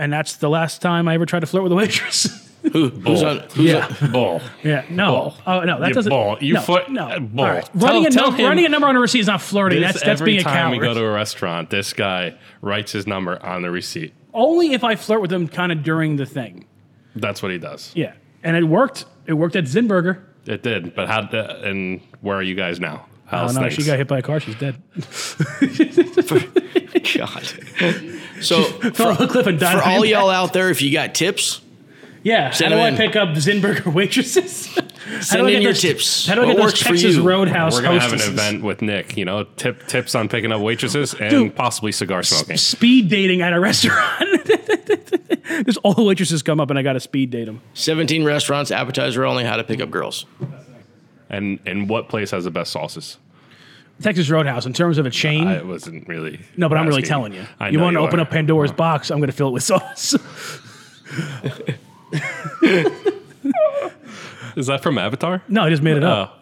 [SPEAKER 3] and that's the last time I ever tried to flirt with a waitress.
[SPEAKER 5] Who, who's on?
[SPEAKER 3] Oh,
[SPEAKER 5] Who's on-
[SPEAKER 2] ball.
[SPEAKER 3] yeah, no, oh no, that
[SPEAKER 2] You
[SPEAKER 3] doesn't.
[SPEAKER 2] ball. You
[SPEAKER 3] no,
[SPEAKER 2] flirt-
[SPEAKER 3] no.
[SPEAKER 2] uh, ball.
[SPEAKER 3] All right.
[SPEAKER 2] Tell-
[SPEAKER 3] Running,
[SPEAKER 2] tell
[SPEAKER 3] a num-
[SPEAKER 2] him
[SPEAKER 3] running a number on a receipt is not flirting.
[SPEAKER 2] This
[SPEAKER 3] That's that's
[SPEAKER 2] every
[SPEAKER 3] being a
[SPEAKER 2] time
[SPEAKER 3] coward.
[SPEAKER 2] we go to a restaurant, this guy writes his number on the receipt.
[SPEAKER 3] Only if I flirt with them, kind of during the thing.
[SPEAKER 2] That's what he does.
[SPEAKER 3] Yeah,
[SPEAKER 2] Oh,
[SPEAKER 3] and it worked. It worked at Zinburger.
[SPEAKER 2] It did, but how? And uh, where are you guys now?
[SPEAKER 3] Oh,
[SPEAKER 2] How's
[SPEAKER 3] no,
[SPEAKER 2] things?
[SPEAKER 3] she got hit by a car. She's dead.
[SPEAKER 5] God. So
[SPEAKER 3] Fell off a cliff and died.
[SPEAKER 5] for
[SPEAKER 3] on
[SPEAKER 5] all
[SPEAKER 3] impact.
[SPEAKER 5] y'all out there, if you got tips,
[SPEAKER 3] Yeah, how
[SPEAKER 5] Send
[SPEAKER 3] do
[SPEAKER 5] them
[SPEAKER 3] I
[SPEAKER 5] in.
[SPEAKER 3] pick up Zinburger waitresses? How
[SPEAKER 5] Send
[SPEAKER 3] do I
[SPEAKER 5] in
[SPEAKER 3] get
[SPEAKER 5] your
[SPEAKER 3] those-
[SPEAKER 5] tips.
[SPEAKER 3] How do I
[SPEAKER 5] What
[SPEAKER 3] get those
[SPEAKER 5] works for
[SPEAKER 3] Texas
[SPEAKER 5] you?
[SPEAKER 3] Roadhouse
[SPEAKER 2] We're gonna have an
[SPEAKER 3] hostesses?
[SPEAKER 2] event with Nick. You know, tip tips on picking up waitresses and
[SPEAKER 3] Dude.
[SPEAKER 2] possibly cigar smoking.
[SPEAKER 3] Speed dating at a restaurant. There's all the waitresses come up and I got to speed date them.
[SPEAKER 5] 17 restaurants, appetizer only, how to pick up girls.
[SPEAKER 2] And and what place has the best sauces?
[SPEAKER 3] Texas Roadhouse, in terms of a chain,
[SPEAKER 2] I wasn't really.
[SPEAKER 3] no, but I'm really
[SPEAKER 2] asking.
[SPEAKER 3] telling you.
[SPEAKER 2] I
[SPEAKER 3] You
[SPEAKER 2] know
[SPEAKER 3] want to open
[SPEAKER 2] are.
[SPEAKER 3] up Pandora's box, I'm going to fill it with sauce.
[SPEAKER 2] Is that from Avatar?
[SPEAKER 3] no, I just made it
[SPEAKER 2] Uh,
[SPEAKER 3] up.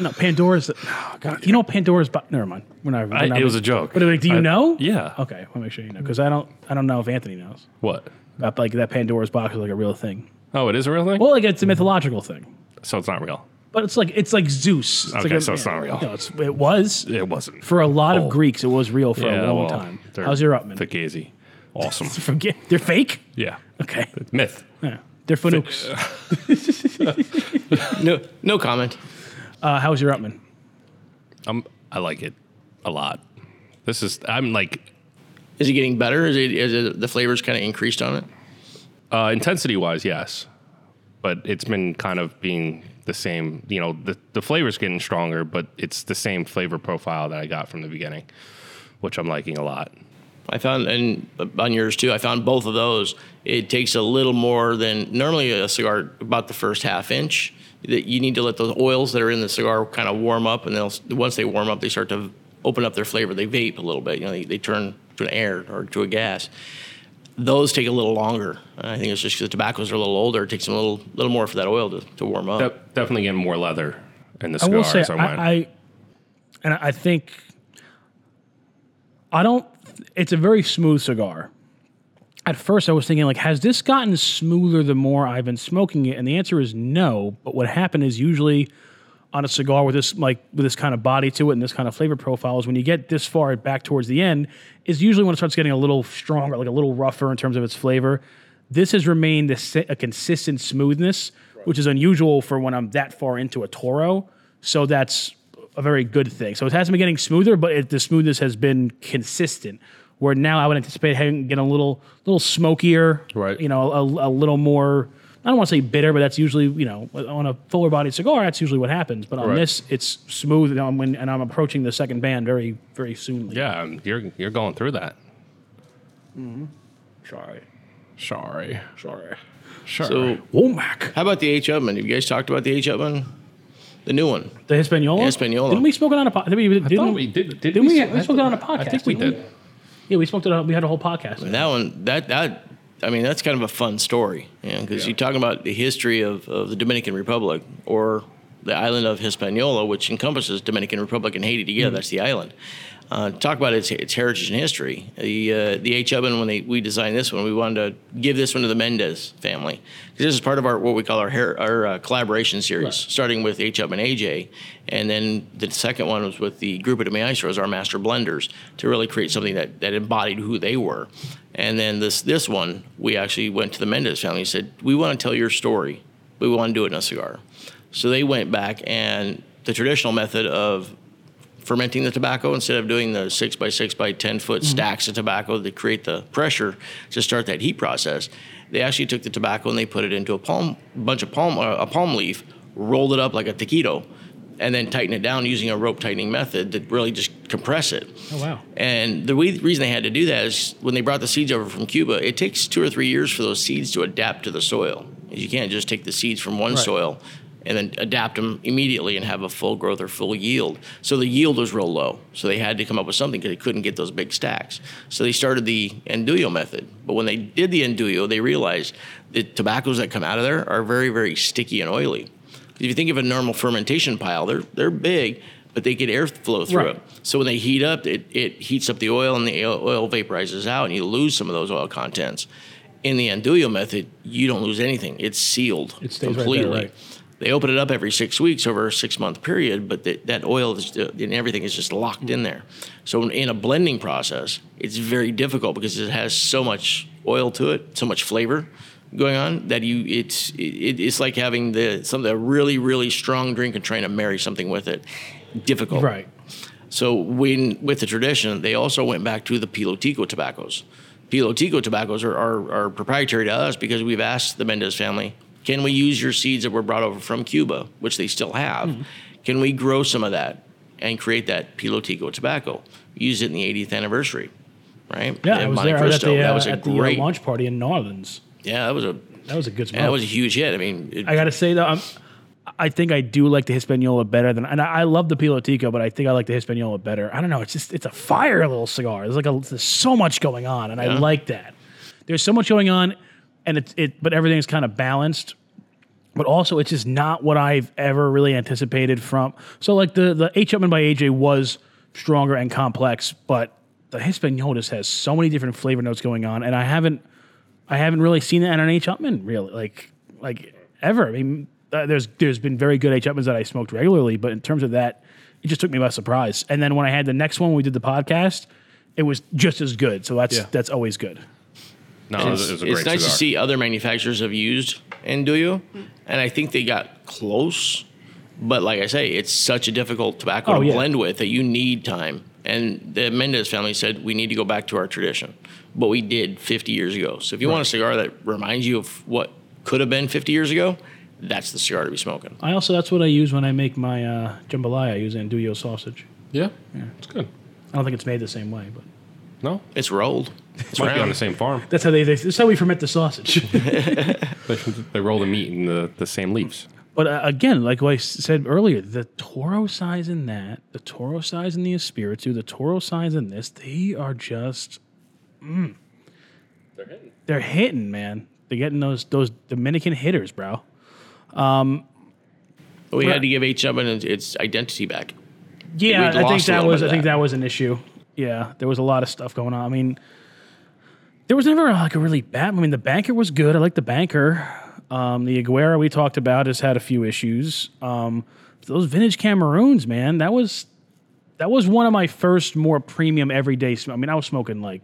[SPEAKER 3] No, Pandora's. Oh, God. You know Pandora's box? Never mind. We're not, we're
[SPEAKER 2] I-
[SPEAKER 3] not
[SPEAKER 2] it was a joke.
[SPEAKER 3] But like, do you
[SPEAKER 2] I-
[SPEAKER 3] know?
[SPEAKER 2] yeah.
[SPEAKER 3] Okay, I want to make sure you know because I don't. I don't know if Anthony knows.
[SPEAKER 2] What?
[SPEAKER 3] About, like that Pandora's box is like a real thing.
[SPEAKER 2] Oh, it is a real thing.
[SPEAKER 3] Well, like it's a mythological thing.
[SPEAKER 2] so it's not real.
[SPEAKER 3] But it's like it's like Zeus. It's
[SPEAKER 2] Okay,
[SPEAKER 3] like a-
[SPEAKER 2] so it's not real.
[SPEAKER 3] No, it's, it was
[SPEAKER 2] It wasn't
[SPEAKER 3] for a lot
[SPEAKER 2] Oh.
[SPEAKER 3] of Greeks. It was real for
[SPEAKER 2] Yeah,
[SPEAKER 3] a long
[SPEAKER 2] well,
[SPEAKER 3] time.
[SPEAKER 2] they're
[SPEAKER 3] How's your upman?
[SPEAKER 2] Fugazi. Awesome.
[SPEAKER 3] Forget they're fake.
[SPEAKER 2] Yeah.
[SPEAKER 3] Okay,
[SPEAKER 2] Myth.
[SPEAKER 3] yeah. they're fanooks.
[SPEAKER 5] No, no comment.
[SPEAKER 3] Uh, how's your upman?
[SPEAKER 2] I'm, I like it a lot. This is I'm like
[SPEAKER 5] Is it getting better? Is it, is it the flavors kind of increased on it?
[SPEAKER 2] uh, intensity wise, yes, but it's been kind of being the same. You know, the the flavor's getting stronger, but it's the same flavor profile that I got from the beginning, which I'm liking a lot.
[SPEAKER 5] I found, and on yours too, I found both of those. It takes a little more than normally a cigar, about the first half inch. That you need to let those oils that are in the cigar kind of warm up, and they'll once they warm up, they start to open up their flavor. They vape a little bit. You know, they, they turn to an air or to a gas. Those take a little longer. I think it's just because the tobaccos are a little older. It takes them a little little more for that oil to, to warm up.
[SPEAKER 2] De- definitely getting more leather in the
[SPEAKER 3] I will
[SPEAKER 2] cigars
[SPEAKER 3] say
[SPEAKER 2] on mine.
[SPEAKER 3] I, I and I think I don't. It's a very smooth cigar. At first, I was thinking like, has this gotten smoother the more I've been smoking it? And the answer is no. But what happened is usually on a cigar with this like with this kind of body to it and this kind of flavor profile is when you get this far back towards the end is usually when it starts getting a little stronger, like a little rougher in terms of its flavor. This has remained a, si- a consistent smoothness, which is unusual for when I'm that far into a Toro. So that's a very good thing. So it hasn't been getting smoother, but it, the smoothness has been consistent. Where now I would anticipate having getting a little little smokier,
[SPEAKER 2] Right.
[SPEAKER 3] You know, a, a little more. I don't want to say bitter, but that's usually you know on a fuller bodied cigar, that's usually what happens. But on
[SPEAKER 2] Right.
[SPEAKER 3] this, it's smooth, and I'm, and I'm approaching the second band very very soon.
[SPEAKER 2] yeah, um, you're you're going through that.
[SPEAKER 3] sorry,
[SPEAKER 2] Sorry.
[SPEAKER 3] sorry.
[SPEAKER 2] Sure.
[SPEAKER 5] So,
[SPEAKER 3] Womack,
[SPEAKER 5] how about the H Upman? Have you guys talked about the H Upman? The new one.
[SPEAKER 3] the Hispaniola.
[SPEAKER 5] The Hispaniola.
[SPEAKER 3] Didn't we smoke it on a podcast? Didn't, we-
[SPEAKER 2] I
[SPEAKER 3] didn't,
[SPEAKER 2] thought we did. Did
[SPEAKER 3] didn't we?
[SPEAKER 2] I
[SPEAKER 3] We smoked it on a
[SPEAKER 2] thought-
[SPEAKER 3] podcast.
[SPEAKER 2] I think we
[SPEAKER 3] didn't
[SPEAKER 2] did.
[SPEAKER 3] Yeah, we smoked it. on We had a whole podcast.
[SPEAKER 5] That one, that that, I mean, that's kind of a fun story, you know, because you're talking about the history of, of the Dominican Republic or the island of Hispaniola, which encompasses Dominican Republic and Haiti together. That's the island. Uh, talk about its, its heritage and history. The uh, the H oven when they, we designed this one, we wanted to give this one to the Mendez family 'Cause this is part of our what we call our hair, our uh, collaboration series, starting with H Up and AJ, and then the second one was with the Grupo de Maestros, our master blenders, to really create something that, that embodied who they were. And then this this one, we actually went to the Mendez family and said, "We want to tell your story. We want to do it in a cigar." So they went back and the traditional method of fermenting the tobacco instead of doing the six by six by ten foot
[SPEAKER 3] Mm-hmm.
[SPEAKER 5] stacks of tobacco to create the pressure to start that heat process. They actually took the tobacco and they put it into a palm bunch of palm uh, a palm leaf, rolled it up like a taquito, and then tightened it down using a rope tightening method that really just compress it.
[SPEAKER 3] Oh wow.
[SPEAKER 5] And the re- reason they had to do that is when they brought the seeds over from Cuba, it takes two or three years for those seeds to adapt to the soil. You can't just take the seeds from one soil and then adapt them immediately and have a full growth or full yield. So the yield was real low. So they had to come up with something because they couldn't get those big stacks. So they started the Anduyo method. But when they did the Anduyo, they realized the tobaccos that come out of there are very, very sticky and oily. If you think of a normal fermentation pile, they're they're big, but they get airflow through
[SPEAKER 3] Right.
[SPEAKER 5] it. So when they heat up, it, it heats up the oil and the oil oil vaporizes out, and you lose some of those oil contents. In the Anduyo method, you don't lose anything; it's sealed
[SPEAKER 3] It stays right there,
[SPEAKER 5] completely.
[SPEAKER 3] right.
[SPEAKER 5] They open it up every six weeks over a six month period, but that that oil is, uh, and everything is just locked in there. So, in a blending process, it's very difficult because it has so much oil to it, so much flavor, going on that you it's it, it's like having the something a really really strong drink and trying to marry something with it. Difficult,
[SPEAKER 3] Right.
[SPEAKER 5] so when with the tradition, they also went back to the Pilotico tobaccos. Pilotico tobaccos are, are, are proprietary to us because we've asked the Mendez family, can we use your seeds that were brought over from Cuba, which they still have?
[SPEAKER 3] Mm-hmm.
[SPEAKER 5] Can we grow some of that and create that Pilotico tobacco? Use it in the 80th anniversary, right?
[SPEAKER 3] Yeah,
[SPEAKER 5] In
[SPEAKER 3] I was
[SPEAKER 5] Monte
[SPEAKER 3] there. I was at
[SPEAKER 5] Cristo.
[SPEAKER 3] the, uh,
[SPEAKER 5] that was a
[SPEAKER 3] at the uh,
[SPEAKER 5] great.
[SPEAKER 3] launch party in New Orleans.
[SPEAKER 5] yeah, that was a
[SPEAKER 3] That was a good smoke.
[SPEAKER 5] that was a huge hit. I mean, it,
[SPEAKER 3] I gotta say though, I'm, I think I do like the Hispaniola better than, and I, I love the Pilotico, but I think I like the Hispaniola better. I don't know. It's just it's a fire little cigar. There's like a, there's so much going on, and I like that. There's so much going on, and it's it, but everything's kind of balanced. But also, it's just not what I've ever really anticipated from. So like the the H Upman by AJ was stronger and complex, but the Hispaniola just has so many different flavor notes going on, and I haven't. I haven't really seen that in an H Upman really, like like ever. I mean, uh, there's there's been very good H Upmans that I smoked regularly, but in terms of that, it just took me by surprise. And then when I had the next one, we did the podcast. It was just as good, so that's that's always good.
[SPEAKER 2] No, it
[SPEAKER 5] And
[SPEAKER 2] was,
[SPEAKER 5] it's,
[SPEAKER 2] it was Oh, a
[SPEAKER 5] it's
[SPEAKER 2] great
[SPEAKER 5] nice
[SPEAKER 2] cigar.
[SPEAKER 5] to see other manufacturers have used Anduyo, and I think they got close. But like I say, it's such a difficult tobacco
[SPEAKER 3] Oh,
[SPEAKER 5] to
[SPEAKER 3] yeah.
[SPEAKER 5] blend with that you need time. And the Mendez family said we need to go back to our tradition, but we did 50 years ago. So if you want a cigar that reminds you of what could have been 50 years ago, that's the cigar to be smoking.
[SPEAKER 3] I also that's what I use when I make my uh, jambalaya. I use andouille sausage.
[SPEAKER 2] Yeah, it's good.
[SPEAKER 3] I don't think it's made the same way, but
[SPEAKER 2] No,
[SPEAKER 5] It's rolled. It's
[SPEAKER 2] might be on
[SPEAKER 5] round.
[SPEAKER 2] the same farm.
[SPEAKER 3] that's how they, they that's how we ferment the sausage.
[SPEAKER 2] They, they roll the meat in the, the same leaves.
[SPEAKER 3] But uh, again, like what I s- said earlier, the Toro size in that, the Toro size in the Espiritu, the Toro size in this, they are just, mm, they're hitting. They're hitting, man. They're getting those those Dominican hitters, bro.
[SPEAKER 5] we had to give H up and its identity back.
[SPEAKER 3] Yeah,
[SPEAKER 5] We'd
[SPEAKER 3] I think
[SPEAKER 5] lost a
[SPEAKER 3] that
[SPEAKER 5] little
[SPEAKER 3] was
[SPEAKER 5] bit
[SPEAKER 3] I
[SPEAKER 5] of
[SPEAKER 3] think
[SPEAKER 5] that.
[SPEAKER 3] that was an issue. Yeah, there was a lot of stuff going on. I mean, there was never uh, like a really bad. I mean, the banker was good. I like the banker. Um, the Aguera we talked about has had a few issues. Um, those vintage Cameroons, man, that was that was one of my first more premium everyday. Sm- I mean, I was smoking like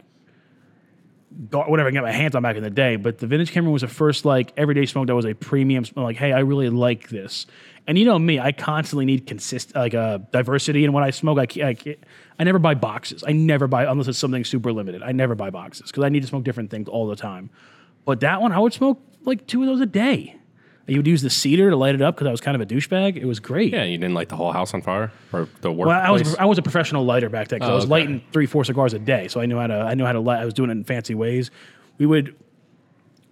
[SPEAKER 3] gar- whatever I got my hands on back in the day, but the vintage Cameron was the first like everyday smoke that was a premium. Smoke. Like, hey, I really like this, and you know me, I constantly need consist like uh, diversity in what I smoke. I, ca- I ca- I never buy boxes. I never buy unless it's something super limited. I never buy boxes because I need to smoke different things all the time. But that one, I would smoke like two of those a day. You would use the cedar to light it up because I was kind of a douchebag. It was great.
[SPEAKER 2] Yeah, you didn't light the whole house on fire or the workplace.
[SPEAKER 3] Well, I was I was a professional lighter back then because I was
[SPEAKER 2] okay.
[SPEAKER 3] lighting three four cigars a day, so I knew how to I knew how to light. I was doing it in fancy ways. We would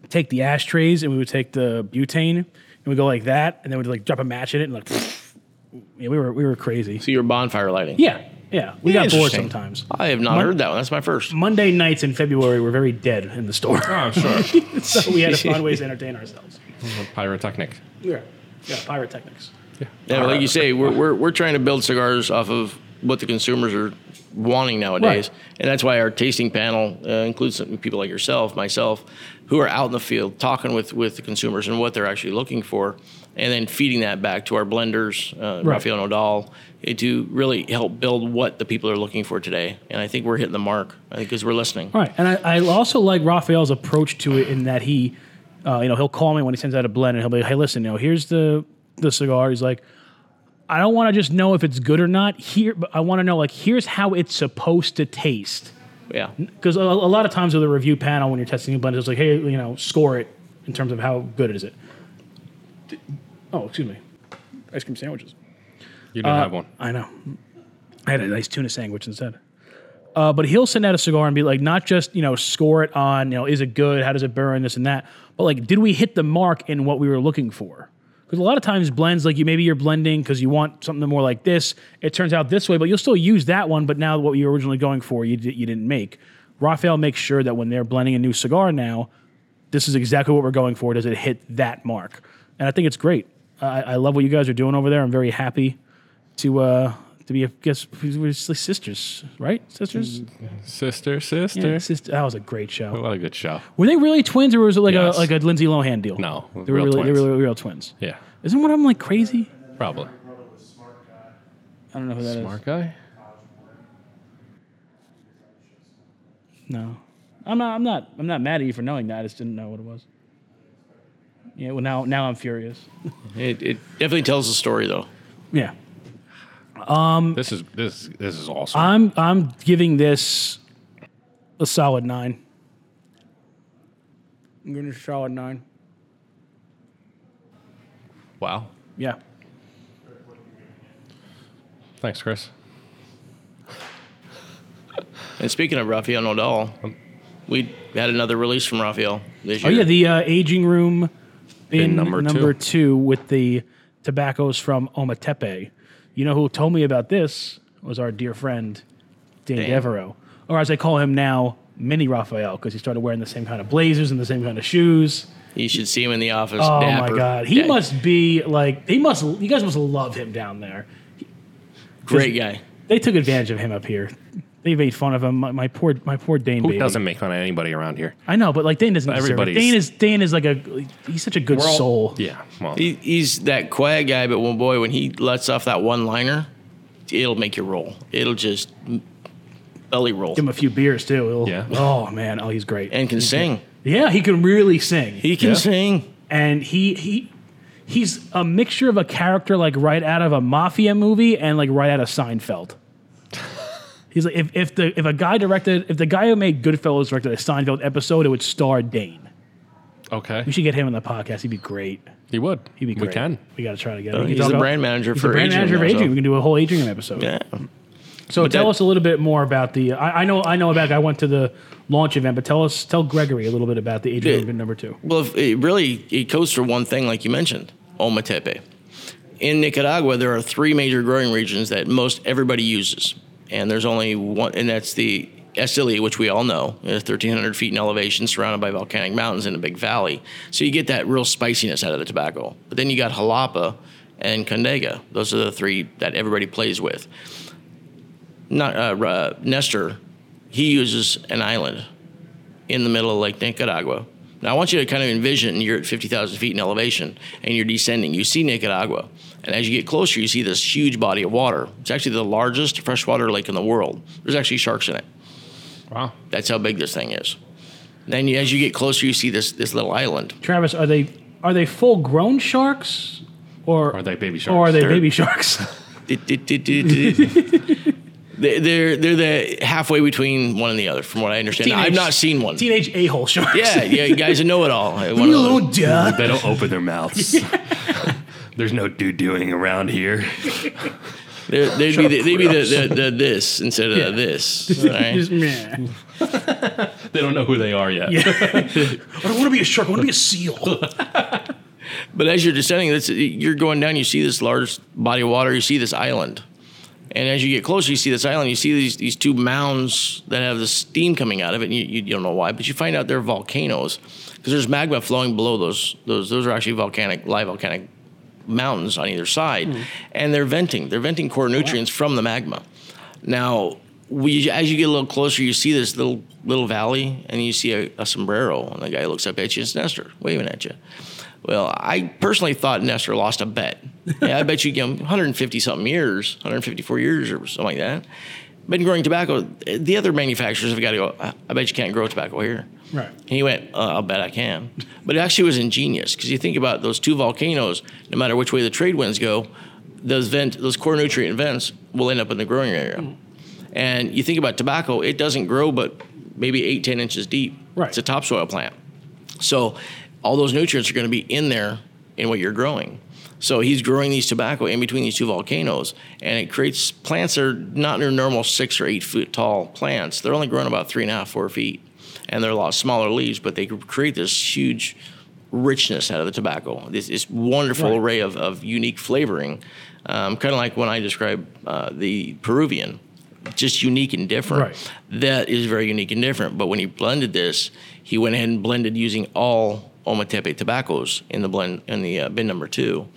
[SPEAKER 3] take the ashtrays and we would take the butane and we go like that, and then we'd like drop a match in it and like, yeah, we were we were crazy.
[SPEAKER 5] So your bonfire lighting.
[SPEAKER 3] Yeah, yeah, we got bored
[SPEAKER 5] Interesting.
[SPEAKER 3] sometimes.
[SPEAKER 5] I have not heard that one. That's my first.
[SPEAKER 3] Monday nights in February were very dead in the store,
[SPEAKER 2] oh, I'm sure.
[SPEAKER 3] so we had to find ways to entertain ourselves.
[SPEAKER 2] Pyrotechnic.
[SPEAKER 3] Yeah, yeah, pyrotechnics.
[SPEAKER 5] Yeah, but like you say, we're, we're, we're trying to build cigars off of what the consumers are wanting nowadays.
[SPEAKER 3] Right.
[SPEAKER 5] And that's why our tasting panel uh, includes some people like yourself, myself, who are out in the field talking with, with the consumers and what they're actually looking for, and then feeding that back to our blenders, uh,
[SPEAKER 3] Right.
[SPEAKER 5] Rafael Nodal, eh, to really help build what the people are looking for today. And I think we're hitting the mark I think because we're listening.
[SPEAKER 3] Right, and I, I also like Raphael's approach to it in that he, uh, you know, he'll call me when he sends out a blend, and he'll be, like, "Hey, listen, you know, here's the the cigar." He's like, "I don't want to just know if it's good or not here, but I want to know like here's how it's supposed to taste."
[SPEAKER 5] Yeah.
[SPEAKER 3] Because a, a lot of times with a review panel, when you're testing a blend, it's like, "Hey, you know, score it in terms of how good is it." Oh, excuse me, ice cream sandwiches.
[SPEAKER 2] You didn't have one.
[SPEAKER 3] I know. I had a nice tuna sandwich instead. Uh, but he'll send out a cigar and be like, not just you know, score it on you know, is it good? How does it burn? This and that. But like, did we hit the mark in what we were looking for? Because a lot of times blends, like you maybe you're blending because you want something more like this. It turns out this way, but you'll still use that one. But now what you were originally going for, you di- you didn't make. Raphael makes sure that when they're blending a new cigar now, this is exactly what we're going for. Does it hit that mark? And I think it's great. I, I love what you guys are doing over there. I'm very happy to uh to be I guess we were just like sisters, right?
[SPEAKER 2] Mm,
[SPEAKER 3] Sisters.
[SPEAKER 2] Sister, sister.
[SPEAKER 3] Yeah, sister. That was a great show.
[SPEAKER 2] What a good show.
[SPEAKER 3] Were they really twins, or was it like
[SPEAKER 2] Yes.
[SPEAKER 3] a like a Lindsay Lohan deal?
[SPEAKER 2] No,
[SPEAKER 3] they were
[SPEAKER 2] real
[SPEAKER 3] really they
[SPEAKER 2] twins.
[SPEAKER 3] were real twins.
[SPEAKER 2] Yeah,
[SPEAKER 3] Isn't one of them like crazy?
[SPEAKER 2] probably.
[SPEAKER 3] I don't know who that is.
[SPEAKER 2] Smart guy.
[SPEAKER 3] No, I'm not. I'm not. I'm not mad at you for knowing that. I just didn't know what it was. Yeah. Well, now now I'm furious.
[SPEAKER 5] It, it definitely tells the story though.
[SPEAKER 3] Yeah.
[SPEAKER 2] This is this this is awesome.
[SPEAKER 3] I'm I'm giving this a solid nine. I'm giving it a solid nine.
[SPEAKER 2] wow.
[SPEAKER 3] Yeah.
[SPEAKER 2] Thanks, Chris.
[SPEAKER 5] And speaking of Raphael Nadal, we had another release from Raphael this
[SPEAKER 3] Um, Oh
[SPEAKER 5] year.
[SPEAKER 3] yeah, the uh, aging room bin, number,
[SPEAKER 2] number
[SPEAKER 3] number
[SPEAKER 2] two.
[SPEAKER 3] two with the tobaccos from Ometepe. You know who told me about this was our dear friend Dan, Devereaux, or as I call him now, Mini Raphael, because he started wearing the same kind of blazers and the same kind of shoes.
[SPEAKER 5] You should see him in the office.
[SPEAKER 3] Oh
[SPEAKER 5] dapper.
[SPEAKER 3] my god, he
[SPEAKER 5] Yeah,
[SPEAKER 3] must be like he must. You guys must love him down there.
[SPEAKER 5] great guy.
[SPEAKER 3] They took advantage of him up here. They made fun of him. My, my poor, my poor Dane.
[SPEAKER 2] Who
[SPEAKER 3] baby.
[SPEAKER 2] doesn't make fun of anybody around here?
[SPEAKER 3] I know, but like Dane doesn't. Everybody.
[SPEAKER 2] Everybody's-
[SPEAKER 3] Dane is Dane is like a. He's such a good soul.
[SPEAKER 2] Yeah. Well,
[SPEAKER 5] He, he's that quiet guy, but well, boy, when he lets off that one liner, it'll make you roll. It'll just belly roll
[SPEAKER 3] Give him a few beers too. He'll-
[SPEAKER 2] Yeah.
[SPEAKER 3] Oh man. Oh, he's great.
[SPEAKER 5] and can sing.
[SPEAKER 3] yeah, he can really sing.
[SPEAKER 5] He can
[SPEAKER 2] Yeah.
[SPEAKER 5] sing.
[SPEAKER 3] and he he he's a mixture of a character like right out of a mafia movie and like right out of Seinfeld. he's like if, if the if a guy directed if the guy who made Goodfellas directed a Seinfeld episode, it would star Dane.
[SPEAKER 2] okay.
[SPEAKER 3] We should get him on the podcast. He'd be great.
[SPEAKER 2] He would.
[SPEAKER 3] He'd be great.
[SPEAKER 2] We can.
[SPEAKER 3] We got to try to get him. We can
[SPEAKER 5] Oh, He's
[SPEAKER 3] talk
[SPEAKER 5] the
[SPEAKER 3] about-
[SPEAKER 5] brand manager
[SPEAKER 3] He's
[SPEAKER 5] for
[SPEAKER 3] the brand
[SPEAKER 5] Adrian
[SPEAKER 3] manager of
[SPEAKER 5] now, so-
[SPEAKER 3] Adrian. We can do a whole Adrian episode.
[SPEAKER 5] Yeah.
[SPEAKER 3] So tell
[SPEAKER 5] that-
[SPEAKER 3] us a little bit more about the. I, I know I know about. I went to the launch event, but tell us tell Gregory a little bit about the Adrian
[SPEAKER 5] Yeah.
[SPEAKER 3] event number two.
[SPEAKER 5] Well, if it really, it goes for one thing, like you mentioned, Ometepe. In Nicaragua, there are three major growing regions that most everybody uses, and there's only one, and that's the Esteli, which we all know, is 1,300 feet in elevation, surrounded by volcanic mountains in a big valley. So you get that real spiciness out of the tobacco. But then you got Jalapa and Condega; those are the three that everybody plays with. Not uh, uh, Nestor, he uses an island in the middle of Lake Nicaragua. Now, I want you to kind of envision you're at 50,000 feet in elevation and you're descending. You see Nicaragua. And as you get closer, you see this huge body of water. It's actually the largest freshwater lake in the world. There's actually sharks in it.
[SPEAKER 2] Wow.
[SPEAKER 5] That's how big this thing is. Then, you, as you get closer, you see this, this little island.
[SPEAKER 3] Travis, are they are they full grown sharks, or
[SPEAKER 2] Are they baby sharks?
[SPEAKER 3] or are they
[SPEAKER 5] They're-
[SPEAKER 3] baby sharks?
[SPEAKER 5] They- They're, they're the halfway between one and the other, from what I understand. Now, I've
[SPEAKER 3] Teenage-
[SPEAKER 5] not seen one.
[SPEAKER 3] Teenage a hole sharks.
[SPEAKER 5] Yeah, yeah, you guys know it all. One of those.
[SPEAKER 3] Hello, duh.
[SPEAKER 2] They don't open their mouths. There's no do doing around here.
[SPEAKER 5] They're, they'd be the, they'd be the, the, the this instead of the this. all right?
[SPEAKER 3] Just, meh.
[SPEAKER 2] They don't know who they are yet.
[SPEAKER 3] I don't want to be a shark. I want to be a seal.
[SPEAKER 5] But as you're descending, that's, you're going down. You see this large body of water. You see this island, and as you get closer, you see this island. You see these these two mounds that have the steam coming out of it. And you, you, you don't know why, but you find out they're volcanoes because there's magma flowing below those. Those those are actually volcanic live volcanic mountains on either side,
[SPEAKER 3] Hmm.
[SPEAKER 5] and they're venting. They're venting core nutrients from the magma. Now, we, as you get a little closer, you see this little little valley, and you see a, a sombrero, and the guy looks up at you. It's Nestor waving at you. Well, I personally thought Nestor lost a bet. Yeah, I bet you give him 150 something years, 154 years or something like that. Been growing tobacco. The other manufacturers have got to go. "I- I bet you can't grow tobacco here.
[SPEAKER 3] Right.
[SPEAKER 5] And he went, uh, I'll bet I can. But it actually was ingenious because you think about those two volcanoes, no matter which way the trade winds go, those vent, those core nutrient vents will end up in the growing area. And you think about tobacco, it doesn't grow but maybe eight, 10 inches deep.
[SPEAKER 3] Right.
[SPEAKER 5] It's a topsoil plant. So all those nutrients are going to be in there in what you're growing. So he's growing these tobacco in between these two volcanoes, and it creates plants that are not your normal six or eight foot tall plants. They're only growing about three and a half, four feet, and they're a lot smaller leaves, but they create this huge richness out of the tobacco. This, this wonderful
[SPEAKER 3] Right.
[SPEAKER 5] array of, of unique flavoring, um, kind of like when I describe uh, the Peruvian, just unique and different
[SPEAKER 3] Right.
[SPEAKER 5] that is very unique and different. But when he blended this, he went ahead and blended using all Ometepe tobaccos in the blend in the uh, bin number two.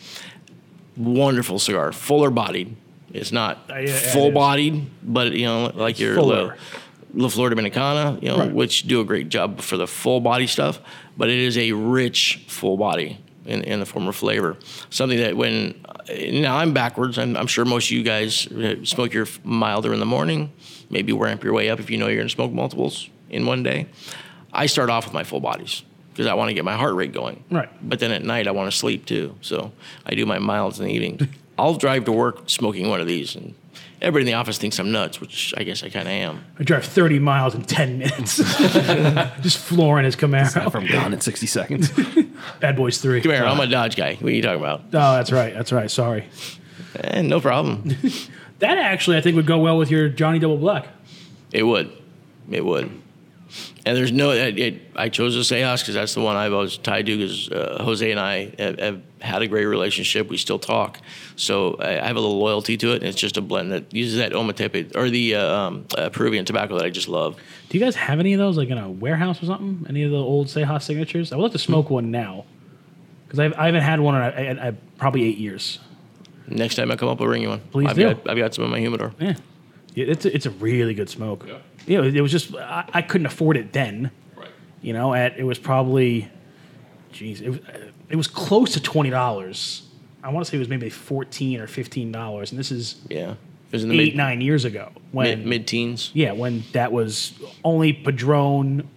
[SPEAKER 5] Wonderful cigar, fuller bodied. It's not
[SPEAKER 3] Uh, yeah, yeah, it is.
[SPEAKER 5] full bodied, but you know, like your
[SPEAKER 3] fuller.
[SPEAKER 5] La, La Flor Dominicana, you know,
[SPEAKER 3] Right.
[SPEAKER 5] which do a great job for the full body stuff. But it is a rich full body. In, in the form of flavor, something that when now I'm backwards. I'm, I'm sure most of you guys uh, smoke your f- milder in the morning, maybe ramp your way up if you know you're going to smoke multiples in one day. I start off with my full bodies. because I want to get my heart rate going.
[SPEAKER 3] Right.
[SPEAKER 5] But then at night I want to sleep too, so I do my miles in the evening. I'll drive to work smoking one of these, and everybody in the office thinks I'm nuts, which I guess I kind of am.
[SPEAKER 3] I drive 30 miles in 10 minutes. Just flooring his Camaro.
[SPEAKER 2] from gone in 60 seconds.
[SPEAKER 3] Bad Boys 3.
[SPEAKER 5] Come here, I'm a Dodge guy. What are you talking about?
[SPEAKER 3] Oh, that's right. That's right. Sorry.
[SPEAKER 5] Eh, no problem.
[SPEAKER 3] That actually, I think, would go well with your Johnny Double Black.
[SPEAKER 5] It would, it would. And there's no. It, it, I chose this Seahawks because that's the one I've always tied to. Because uh, Jose and I have, have had a great relationship. We still talk, so I, I have a little loyalty to it. And it's just a blend that uses that Ometepe or the uh, um, uh, Peruvian tobacco that I just love.
[SPEAKER 3] Do you guys have any of those, like in a warehouse or something? Any of the old Seha signatures? I would like to smoke one now because I haven't had one in I, I, I, probably eight years.
[SPEAKER 5] Next time I come up, I'll bring you one.
[SPEAKER 3] Please
[SPEAKER 5] I've
[SPEAKER 3] do.
[SPEAKER 5] Got, I've got some in my humidor.
[SPEAKER 3] Yeah. Yeah, It's a, it's a really good smoke. Yeah. You know, it was just, I, I couldn't afford it then.
[SPEAKER 1] Right.
[SPEAKER 3] You know, at it was probably, jeez, it, was- it was close to $20. I want to say it was maybe 14 or $15. And this is
[SPEAKER 5] Yeah, it was in the
[SPEAKER 3] eight,
[SPEAKER 5] mid,
[SPEAKER 3] nine years ago when
[SPEAKER 5] mid mid teens.
[SPEAKER 3] Yeah, when that was only Padron,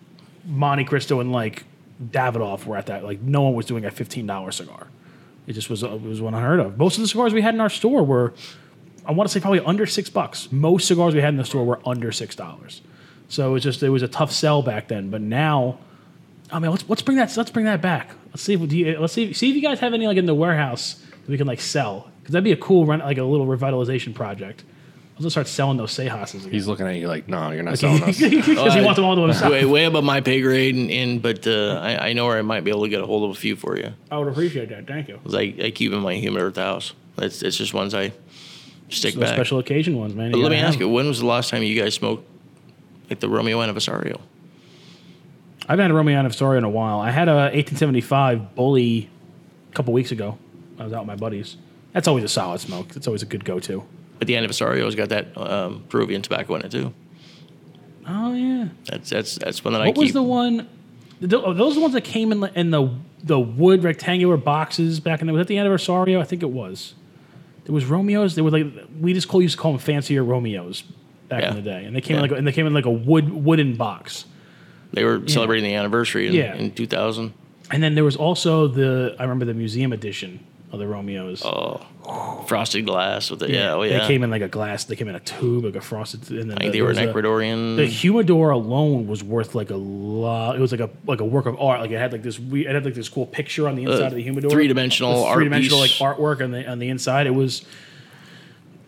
[SPEAKER 3] Monte Cristo, and like Davidoff were at that. Like no one was doing a fifteen dollar cigar. It just was it was unheard of. Most of the cigars we had in our store were, I want to say probably under six bucks. Most cigars we had in the store were under six dollars. So it's just it was a tough sell back then. But now, I mean, let's let's bring that let's bring that back. Let's see if do you, let's see see if you guys have any like in the warehouse that we can like sell because that'd be a cool rent like a little revitalization project. I'll just start selling those Sejas again.
[SPEAKER 2] He's looking at you like, no, you're not selling us.
[SPEAKER 3] Because he wants them all to himself.
[SPEAKER 5] Way, way above my pay grade, and, and but uh, I, I know where I might be able to get a hold of a few for you.
[SPEAKER 3] I would appreciate that. Thank you.
[SPEAKER 5] 'Cause I, I keep in my humidor at the house. It's, it's just ones I stick
[SPEAKER 3] Those
[SPEAKER 5] back.
[SPEAKER 3] special occasion ones, man.
[SPEAKER 5] But let me
[SPEAKER 3] gotta
[SPEAKER 5] ask
[SPEAKER 3] have
[SPEAKER 5] you,
[SPEAKER 3] them.
[SPEAKER 5] when was the last time you guys smoked like the Romeo Anniversario?
[SPEAKER 3] I haven't had a Romeo and Story in a while. I had a 1875 Bully a couple weeks ago. I was out with my buddies. That's always a solid smoke. That's always a good go-to.
[SPEAKER 5] But the Anniversario's got that um, Peruvian tobacco in it too.
[SPEAKER 3] Oh yeah.
[SPEAKER 5] That's that's that's one that I
[SPEAKER 3] What
[SPEAKER 5] keep.
[SPEAKER 3] was the one? th- oh, Those are the ones that came in the, in the the wood rectangular boxes back in the was that the anniversario? I think it was. There was Romeos. They were like we just call used to call them fancier Romeos back
[SPEAKER 5] Yeah.
[SPEAKER 3] in the day, and they came in
[SPEAKER 5] Yeah.
[SPEAKER 3] like a- and they came in like a wood wooden box.
[SPEAKER 5] they were celebrating the anniversary in,
[SPEAKER 3] Yeah.
[SPEAKER 5] in 2000.
[SPEAKER 3] And then there was also the I remember the museum edition of the Romeos.
[SPEAKER 5] Frosted glass with the yeah, oh yeah.
[SPEAKER 3] They came in like a glass. They came in a tube, like a frosted. And then
[SPEAKER 5] I think
[SPEAKER 3] the-
[SPEAKER 5] they were an
[SPEAKER 3] there was a-
[SPEAKER 5] Ecuadorian.
[SPEAKER 3] The humidor alone was worth like a lot. It was like a like a work of art. Like it had like this. We it had like this cool picture on the inside of the humidor.
[SPEAKER 5] Uh, three-dimensional
[SPEAKER 3] This
[SPEAKER 5] art
[SPEAKER 3] three-dimensional like
[SPEAKER 5] piece.
[SPEAKER 3] artwork on the on the inside. It was.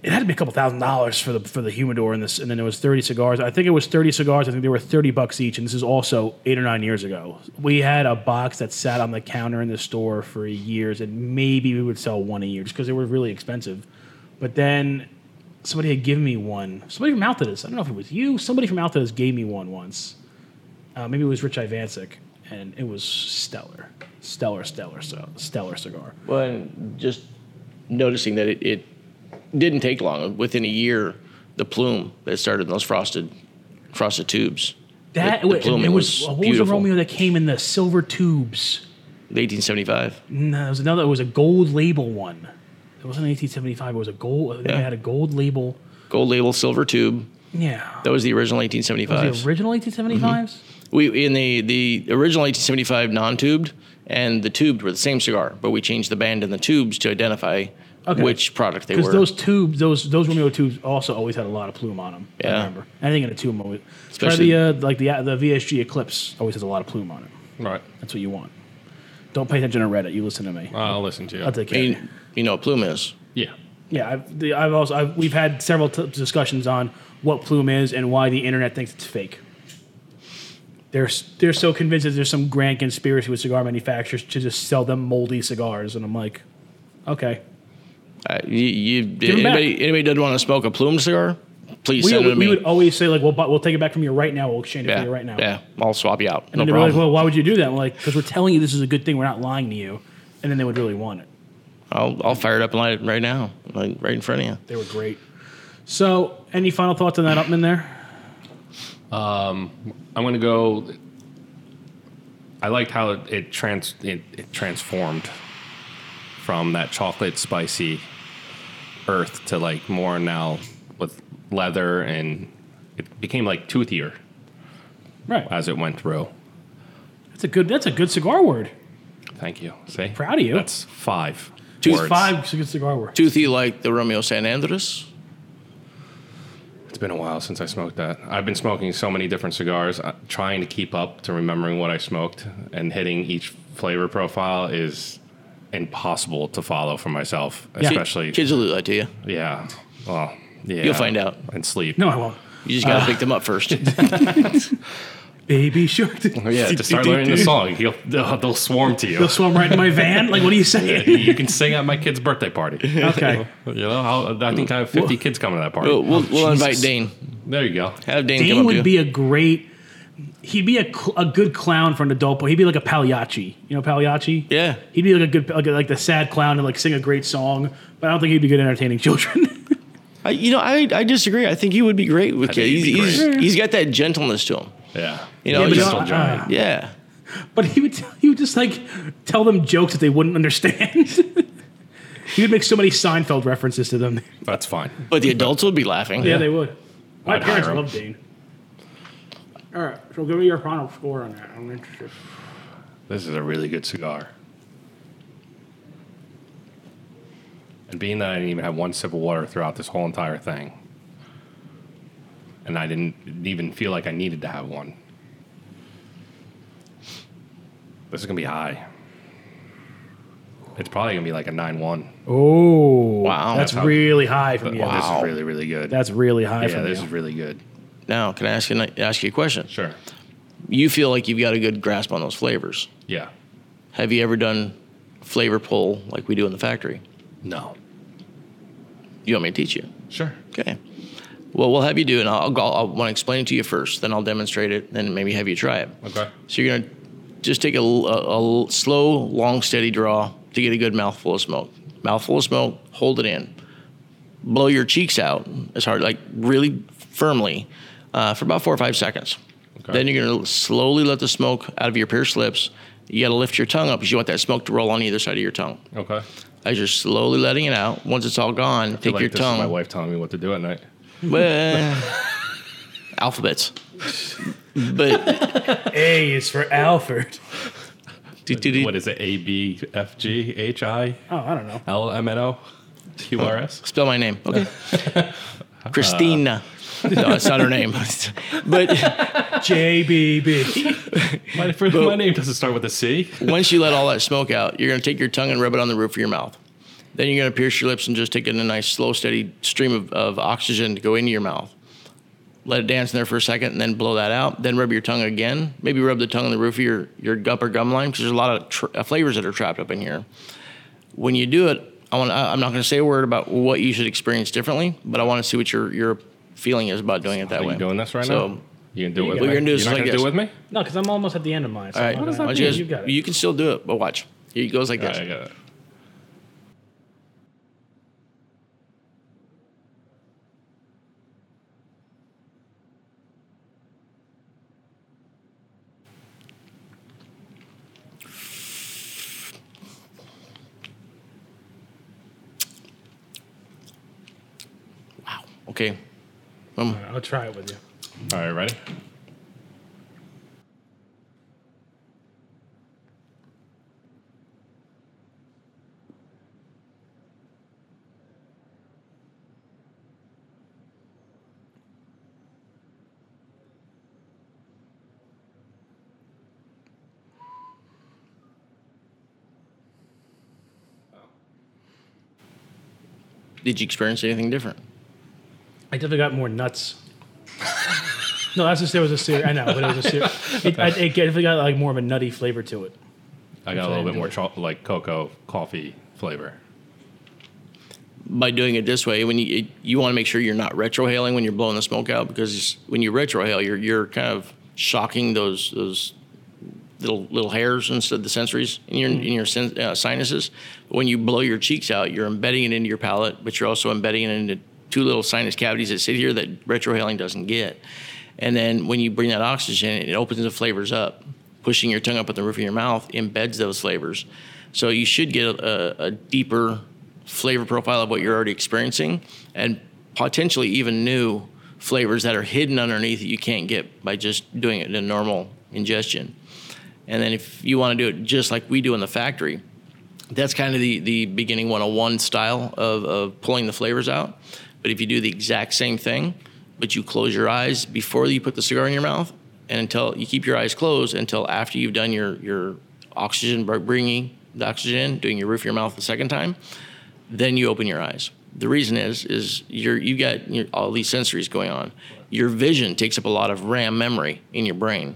[SPEAKER 3] It had to be a couple thousand dollars for the for the humidor and this, and then there was thirty cigars. I think it was thirty cigars. I think they were thirty bucks each, and this is also eight or nine years ago. We had a box that sat on the counter in the store for years, and maybe we would sell one a year just because they were really expensive. But then somebody had given me one. Somebody from Altadis. I don't know if it was you. Somebody from Altadis gave me one once. Uh, maybe it was Rich Ivancic, and it was stellar, stellar, stellar, stellar, stellar cigar.
[SPEAKER 5] Well, and just noticing that it, it didn't take long. Within a year, the plume that started in those frosted frosted tubes.
[SPEAKER 3] That
[SPEAKER 5] the
[SPEAKER 3] wa-
[SPEAKER 5] blooming
[SPEAKER 3] it was,
[SPEAKER 5] was
[SPEAKER 3] what was the
[SPEAKER 5] beautiful.
[SPEAKER 3] Romeo that came in the silver tubes?
[SPEAKER 5] The 1875.
[SPEAKER 3] No, it was another. It was a gold label one. It wasn't 1875. It was a gold. I think It
[SPEAKER 5] Yeah.
[SPEAKER 3] had a gold label.
[SPEAKER 5] Gold label, silver tube.
[SPEAKER 3] Yeah.
[SPEAKER 5] That was the original
[SPEAKER 3] was
[SPEAKER 5] 1875.
[SPEAKER 3] the original 1875s?
[SPEAKER 5] Mm-hmm. we in the the original 1875 non-tubed and the tubed were the same cigar, but we changed the band and the tubes to identify
[SPEAKER 3] Okay.
[SPEAKER 5] which product they
[SPEAKER 3] Because
[SPEAKER 5] were.
[SPEAKER 3] those tubes, those those Romeo tubes, also always had a lot of plume on them. I
[SPEAKER 5] Yeah.
[SPEAKER 3] remember. I think in a tube, always. Try
[SPEAKER 5] Especially-
[SPEAKER 3] the uh, like the the VSG Eclipse always has a lot of plume on it.
[SPEAKER 2] right.
[SPEAKER 3] That's what you want. Don't pay attention to Reddit. You listen to me.
[SPEAKER 2] I'll listen to you.
[SPEAKER 3] I'll take care. of you.
[SPEAKER 5] you, you know, what plume is
[SPEAKER 2] yeah.
[SPEAKER 3] Yeah, I've, the, I've also I've, we've had several t- discussions on what plume is and why the internet thinks it's fake. They're s- they're so convinced that there's some grand conspiracy with cigar manufacturers to just sell them moldy cigars, and I'm like, okay,
[SPEAKER 5] Uh, you, you,
[SPEAKER 3] them back.
[SPEAKER 5] anybody anybody doesn't want to smoke a plume cigar? Please
[SPEAKER 3] we,
[SPEAKER 5] send it
[SPEAKER 3] we,
[SPEAKER 5] to me.
[SPEAKER 3] would always say like, we'll bu- we'll take it back from you right now. We'll exchange it
[SPEAKER 5] yeah,
[SPEAKER 3] for you right now.
[SPEAKER 5] yeah, I'll swap you out.
[SPEAKER 3] And
[SPEAKER 5] no
[SPEAKER 3] they're like,
[SPEAKER 5] problem.
[SPEAKER 3] well, why would you do that? We're like, because we're telling you this is a good thing. We're not lying to you. And then they would really want it.
[SPEAKER 5] I'll I'll fire it up and light it right now, like right in front of you.
[SPEAKER 3] They were great. So, any final thoughts on that Upman there?
[SPEAKER 2] I'm gonna go. I liked how it it, trans, it it transformed from that chocolate spicy earth to like more now with leather and it became like toothier
[SPEAKER 3] Right.
[SPEAKER 2] as it went through.
[SPEAKER 3] That's a good. That's a good cigar word.
[SPEAKER 2] Thank you. See?
[SPEAKER 3] Proud of you.
[SPEAKER 2] That's five.
[SPEAKER 5] Two-
[SPEAKER 2] words.
[SPEAKER 3] Five good cigar words.
[SPEAKER 5] Toothy like the Romeo San Andres.
[SPEAKER 2] It's been a while since I smoked that. I've been smoking so many different cigars, uh, trying to keep up to remembering what I smoked and hitting each flavor profile is impossible to follow for myself, especially.
[SPEAKER 5] Kids will do that to you.
[SPEAKER 2] Yeah. Well, yeah.
[SPEAKER 5] You'll find out.
[SPEAKER 2] And sleep.
[SPEAKER 3] No, I won't.
[SPEAKER 5] You just
[SPEAKER 3] Uh.
[SPEAKER 5] gotta pick them up first.
[SPEAKER 3] Baby shark.
[SPEAKER 2] Oh, Yeah, to start learning the song, you'll, they'll, they'll swarm to you.
[SPEAKER 3] They'll swim right in my van. Like, what are you saying?
[SPEAKER 2] you can sing at my kid's birthday party.
[SPEAKER 3] Okay.
[SPEAKER 2] You know, I'll, I think I have 50 kids coming to that party.
[SPEAKER 5] we'll we'll, we'll invite
[SPEAKER 3] Oh, Jesus.
[SPEAKER 5] Dane.
[SPEAKER 2] There you go.
[SPEAKER 5] Have Dane, come
[SPEAKER 3] Dean
[SPEAKER 5] up
[SPEAKER 3] would
[SPEAKER 5] to you.
[SPEAKER 3] be a great. He'd be a, cl- a good clown for an adult, but he'd be like a Pagliacci. You know Pagliacci?
[SPEAKER 5] Yeah.
[SPEAKER 3] He'd be like a good, like, like the sad clown and like sing a great song, but I don't think he'd be good at entertaining children.
[SPEAKER 5] I, you know, I, I disagree. I think he would be great with
[SPEAKER 2] think
[SPEAKER 5] kids. He's,
[SPEAKER 2] he'd be
[SPEAKER 5] he's, he's got that gentleness to him.
[SPEAKER 2] Yeah.
[SPEAKER 5] You
[SPEAKER 3] Yeah,
[SPEAKER 5] know,
[SPEAKER 3] but
[SPEAKER 5] he's-
[SPEAKER 3] no,
[SPEAKER 2] Gentle
[SPEAKER 3] uh,
[SPEAKER 2] giant.
[SPEAKER 5] yeah.
[SPEAKER 3] but he would, tell, he would just like tell them jokes that they wouldn't understand. he would make so many Seinfeld references to them.
[SPEAKER 2] That's fine.
[SPEAKER 5] But the adults would be laughing.
[SPEAKER 3] Yeah, they would. My
[SPEAKER 2] I'd
[SPEAKER 3] parents
[SPEAKER 2] hire 'em.
[SPEAKER 3] love Dean. All right, so give me your final score on that. I'm interested.
[SPEAKER 2] This is a really good cigar. And being that I didn't even have one sip of water throughout this whole entire thing, and I didn't even feel like I needed to have one, this is going to be high. It's probably going to be like a 9 1.
[SPEAKER 3] Oh,
[SPEAKER 5] Wow.
[SPEAKER 3] That's
[SPEAKER 2] That's how-
[SPEAKER 3] really high from you.
[SPEAKER 2] This is really, really good.
[SPEAKER 3] That's really high
[SPEAKER 2] yeah,
[SPEAKER 3] from
[SPEAKER 2] this
[SPEAKER 3] you.
[SPEAKER 2] is really good.
[SPEAKER 5] Now, can I ask you ask you a question?
[SPEAKER 2] Sure.
[SPEAKER 5] You feel like you've got a good grasp on those flavors.
[SPEAKER 2] Yeah.
[SPEAKER 5] Have you ever done flavor pull like we do in the factory?
[SPEAKER 2] No.
[SPEAKER 5] You want me to teach you?
[SPEAKER 2] Sure.
[SPEAKER 5] Okay. Well, we'll have you do, and I'll, go- I'll want to explain it to you first. Then I'll demonstrate it, then maybe have you try it.
[SPEAKER 2] Okay.
[SPEAKER 5] So you're gonna just take a, l- a- a l- slow, long, steady draw to get a good mouthful of smoke. Mouthful of smoke, hold it in. Blow your cheeks out as hard, like really firmly, uh, for about four or five seconds.
[SPEAKER 2] Okay.
[SPEAKER 5] Then you're gonna slowly let the smoke out of your pierced lips. You gotta lift your tongue up because you want that smoke to roll on either side of your tongue.
[SPEAKER 2] Okay.
[SPEAKER 5] As you're slowly letting it out, once it's all gone, take
[SPEAKER 2] Like
[SPEAKER 5] your
[SPEAKER 2] this
[SPEAKER 5] tongue.
[SPEAKER 2] is my wife telling me what to do at night.
[SPEAKER 5] Well, alphabets. But
[SPEAKER 3] A is for Alfred.
[SPEAKER 2] What is it? A B F G H I
[SPEAKER 3] Oh, I don't know.
[SPEAKER 2] L M N O Q R S.
[SPEAKER 5] spell my name. Okay. Christina. No, it's not her name. but
[SPEAKER 3] JBB.
[SPEAKER 2] My, first- my name doesn't start with a C.
[SPEAKER 5] once you let all that smoke out, you're going to take your tongue and rub it on the roof of your mouth. Then you're going to pierce your lips and just take in a nice, slow, steady stream of, of oxygen to go into your mouth. Let it dance in there for a second and then blow that out. Then rub your tongue again. Maybe rub the tongue on the roof of your, your gup or gum line because there's a lot of tr- uh, flavors that are trapped up in here. When you do it, I want I'm not going to say a word about what you should experience differently, but I want to see what your, your feeling is about doing it that
[SPEAKER 2] Are
[SPEAKER 5] way.
[SPEAKER 2] you doing this right
[SPEAKER 5] so,
[SPEAKER 2] now? You can do it with
[SPEAKER 5] We're
[SPEAKER 2] me.
[SPEAKER 5] gonna do
[SPEAKER 2] You're
[SPEAKER 5] this
[SPEAKER 2] not
[SPEAKER 5] like
[SPEAKER 2] gonna do
[SPEAKER 5] this.
[SPEAKER 2] it with me?
[SPEAKER 3] No, because I'm almost at the end of mine. So
[SPEAKER 5] All right.
[SPEAKER 3] what does that
[SPEAKER 5] Why
[SPEAKER 3] mean?
[SPEAKER 5] don't you, guys-
[SPEAKER 3] you got it.
[SPEAKER 5] you can still do it, but watch. It goes like
[SPEAKER 2] All
[SPEAKER 5] this.
[SPEAKER 2] right, I got it.
[SPEAKER 5] Okay.
[SPEAKER 3] I'll try it with you.
[SPEAKER 2] All right, ready?
[SPEAKER 5] Did you experience anything different?
[SPEAKER 3] I definitely got more nuts. no, that's just there was a serious. I know, but it was a serious. It, I, it definitely got like more of a nutty flavor to it.
[SPEAKER 2] I got a
[SPEAKER 3] I
[SPEAKER 2] little bit
[SPEAKER 3] do
[SPEAKER 2] more
[SPEAKER 3] it.
[SPEAKER 2] cho- like cocoa coffee flavor.
[SPEAKER 5] By doing it this way, when you you want to make sure you're not retrohaling when you're blowing the smoke out, because when you retrohale, you're you're kind of shocking those those little little hairs instead the sensories in your in your sin, uh, sinuses. When you blow your cheeks out, you're embedding it into your palate, but you're also embedding it into two little sinus cavities that sit here that retrohaling doesn't get. And then when you bring that oxygen, it opens the flavors up. Pushing your tongue up at the roof of your mouth embeds those flavors, so you should get a, a, a deeper flavor profile of what you're already experiencing, and potentially even new flavors that are hidden underneath that you can't get by just doing it in a normal ingestion And then if you want to do it just like we do in the factory, that's kind of the, the beginning 101 style of, of pulling the flavors out. But if you do the exact same thing, but you close your eyes before you put the cigar in your mouth, and until you keep your eyes closed until after you've done your, your oxygen, br- bringing the oxygen in, doing your roof of your mouth the second time, then you open your eyes. The reason is is you're you got your, all these sensories going on. Your vision takes up a lot of RAM memory in your brain.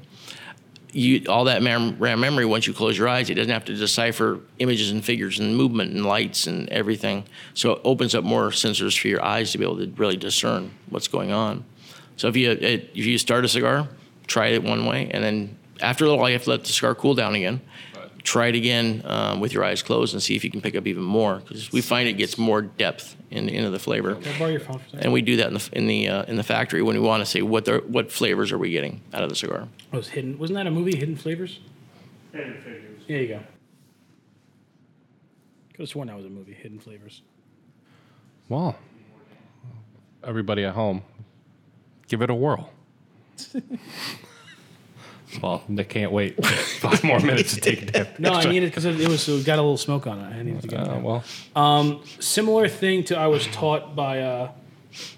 [SPEAKER 5] You all that mem- RAM memory once you close your eyes, it doesn't have to decipher images and figures and movement and lights and everything. So it opens up more sensors for your eyes to be able to really discern what's going on. So if you it, if you start a cigar, try it one way, and then after a little while, you have to let the cigar cool down again. Try it again um, with your eyes closed and see if you can pick up even more because we find it gets more depth in, into the flavor.
[SPEAKER 3] borrow your phone for a second?
[SPEAKER 5] And we do that in the in the uh, in the factory when we want to say what the, what flavors are we getting out of the cigar.
[SPEAKER 3] Oh, it's hidden. Wasn't that a movie, Hidden Flavors?
[SPEAKER 7] Hidden figures.
[SPEAKER 3] There you go. Could have sworn that was a movie, Hidden Flavors.
[SPEAKER 2] Well, everybody at home, give it a whirl. well, they can't wait five more minutes to take a dip.
[SPEAKER 3] No, I needed because it, it was it got a little smoke on it. I needed to get Um,
[SPEAKER 2] Uh, well,
[SPEAKER 3] similar thing to I was taught by a,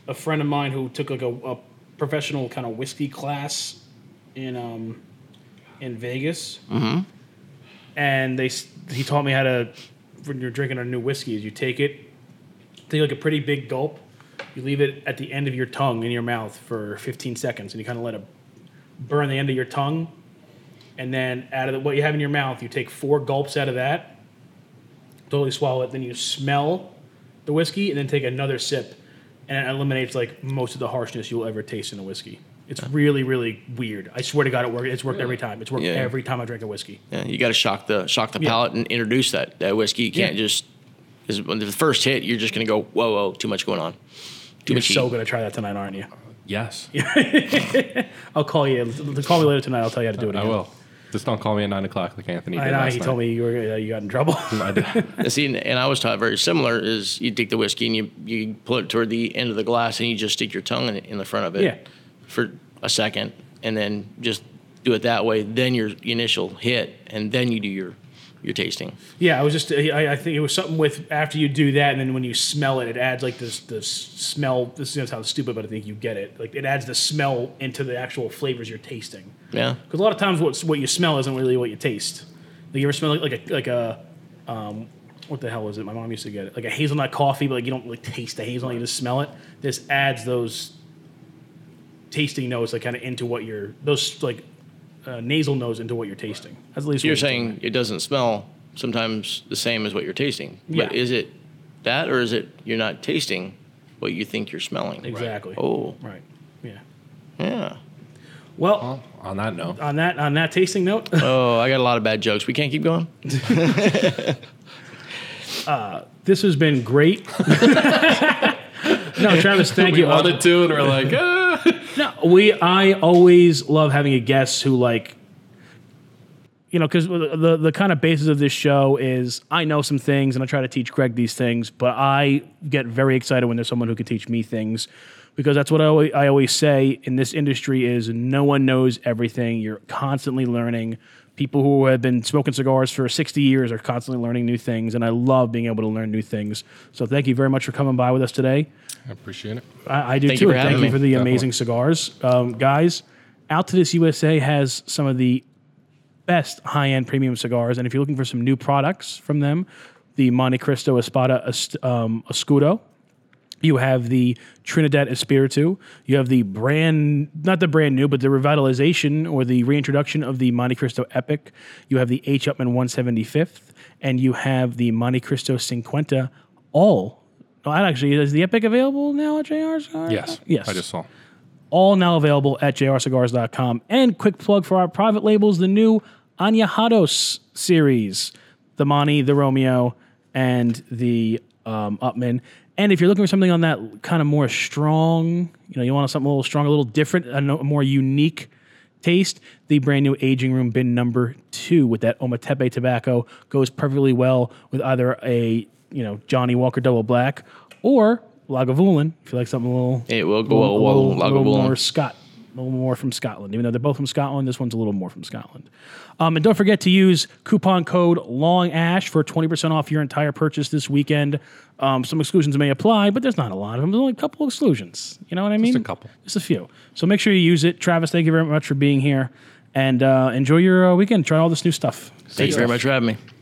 [SPEAKER 3] a friend of mine who took like a, a professional kind of whiskey class in um, in Vegas, mm-hmm. and they s- he taught me how to when you're drinking a new whiskey is you take it, take like a pretty big gulp, you leave it at the end of your tongue in your mouth for 15 seconds, and you kind of let it burn the end of your tongue. And then out of the, what you have in your mouth, you take four gulps out of that, totally swallow it. Then you smell the whiskey and then take another sip, and it eliminates like most of the harshness you'll ever taste in a whiskey. It's really, really weird. I swear to God, it worked. It's worked every time. It's worked
[SPEAKER 5] Yeah.
[SPEAKER 3] every time I drink a whiskey.
[SPEAKER 5] Yeah, you got to shock the shock the palate and introduce that that whiskey. You can't
[SPEAKER 3] Yeah.
[SPEAKER 5] just because when the first hit, you're just gonna go whoa whoa too much going on. Too
[SPEAKER 3] You're
[SPEAKER 5] much
[SPEAKER 3] so
[SPEAKER 5] heat.
[SPEAKER 3] gonna try that tonight, aren't you?
[SPEAKER 2] yes,
[SPEAKER 3] I'll call you. Call me later tonight. I'll tell you how to do it.
[SPEAKER 2] I
[SPEAKER 3] Again.
[SPEAKER 2] will. Just don't call me at nine o'clock like Anthony did
[SPEAKER 3] I know
[SPEAKER 2] last
[SPEAKER 3] he
[SPEAKER 2] night.
[SPEAKER 3] told me you were uh, you got in trouble.
[SPEAKER 2] I did.
[SPEAKER 5] And See, and, and I was taught very similar is you take the whiskey and you, you pull it toward the end of the glass and you just stick your tongue in, in the front of it
[SPEAKER 3] Yeah.
[SPEAKER 5] for a second and then just do it that way. Then your initial hit and then you do your your tasting.
[SPEAKER 3] yeah, I was just. uh, I, I think it was something with after you do that, and then when you smell it, it adds like this this smell. This is gonna sound stupid, but I think you get it. Like it adds the smell into the actual flavors you're tasting.
[SPEAKER 5] Yeah.
[SPEAKER 3] Because a lot of times, what's what you smell isn't really what you taste. Like you ever smell like, like a like a, um, what the hell was it? My mom used to get it like a hazelnut coffee, but like you don't really taste the hazelnut, you just smell it. This adds those tasting notes like kind of into what you're those like uh, nasal notes into what you're tasting. That's at least what
[SPEAKER 5] You're
[SPEAKER 3] it's-
[SPEAKER 5] saying it doesn't smell sometimes the same as what you're tasting.
[SPEAKER 3] Yeah.
[SPEAKER 5] But is it that or is it you're not tasting what you think you're smelling?
[SPEAKER 3] exactly.
[SPEAKER 5] Oh,
[SPEAKER 3] right, yeah.
[SPEAKER 5] yeah.
[SPEAKER 3] Well,
[SPEAKER 2] On that note,
[SPEAKER 3] on that on that tasting note,
[SPEAKER 5] Oh, I got a lot of bad jokes. We can't keep going.
[SPEAKER 3] this has been great. no, Travis, thank
[SPEAKER 2] we
[SPEAKER 3] you.
[SPEAKER 2] wanted to, and we're like, ah.
[SPEAKER 3] No, we. I always love having a guest who like, you know, because the, the the kind of basis of this show is I know some things and I try to teach Greg these things, but I get very excited when there's someone who can teach me things because that's what I always, I always say in this industry is no one knows everything. You're constantly learning. People who have been smoking cigars for 60 years are constantly learning new things, and I love being able to learn new things. So thank you very much for coming by with us today.
[SPEAKER 2] I appreciate it.
[SPEAKER 3] I, I do
[SPEAKER 5] Thank
[SPEAKER 3] too.
[SPEAKER 5] you for
[SPEAKER 3] Thank
[SPEAKER 5] having
[SPEAKER 3] you
[SPEAKER 5] me.
[SPEAKER 3] for the amazing cigars, um, guys. Out to this USA has some of the best high-end premium cigars, and if you're looking for some new products from them, the Monte Cristo Espada Est- um, Escudo. You have the Trinidad Espiritu. You have the brand, not the brand new, but the revitalization or the reintroduction of the Monte Cristo Epic. You have the H. Upman 175th, and you have the Monte Cristo 50. All, no, I actually, is the Epic available now at JR's?
[SPEAKER 2] Yes.
[SPEAKER 3] Yes
[SPEAKER 2] I just saw.
[SPEAKER 3] all now available at jrcigars.com. And quick plug for our private labels the new Añejados series the Monty, the Romeo, and the um, Upman. And if you're looking for something on that kind of more strong, you know, you want something a little strong, a little different, a no- more unique taste, the brand new aging room bin number two with that Ometepe tobacco goes perfectly well with either a you know Johnny Walker Double Black or Lagavulin if you like something a little
[SPEAKER 5] It will go well, well,
[SPEAKER 3] a little
[SPEAKER 5] Lagavulin.
[SPEAKER 3] more Scott a little more from Scotland. Even though they're both from Scotland, this one's a little more from Scotland. Um, and don't forget to use coupon code Long Ash for 20% off your entire purchase this weekend. Um, some exclusions may apply, but there's not a lot of them. There's only a couple exclusions. You know what I mean?
[SPEAKER 2] a couple.
[SPEAKER 3] Just a few. So make sure you use it. Travis, thank you very much for being here. And uh, enjoy your uh, weekend. Try all this new stuff.
[SPEAKER 5] Thanks very much for having me.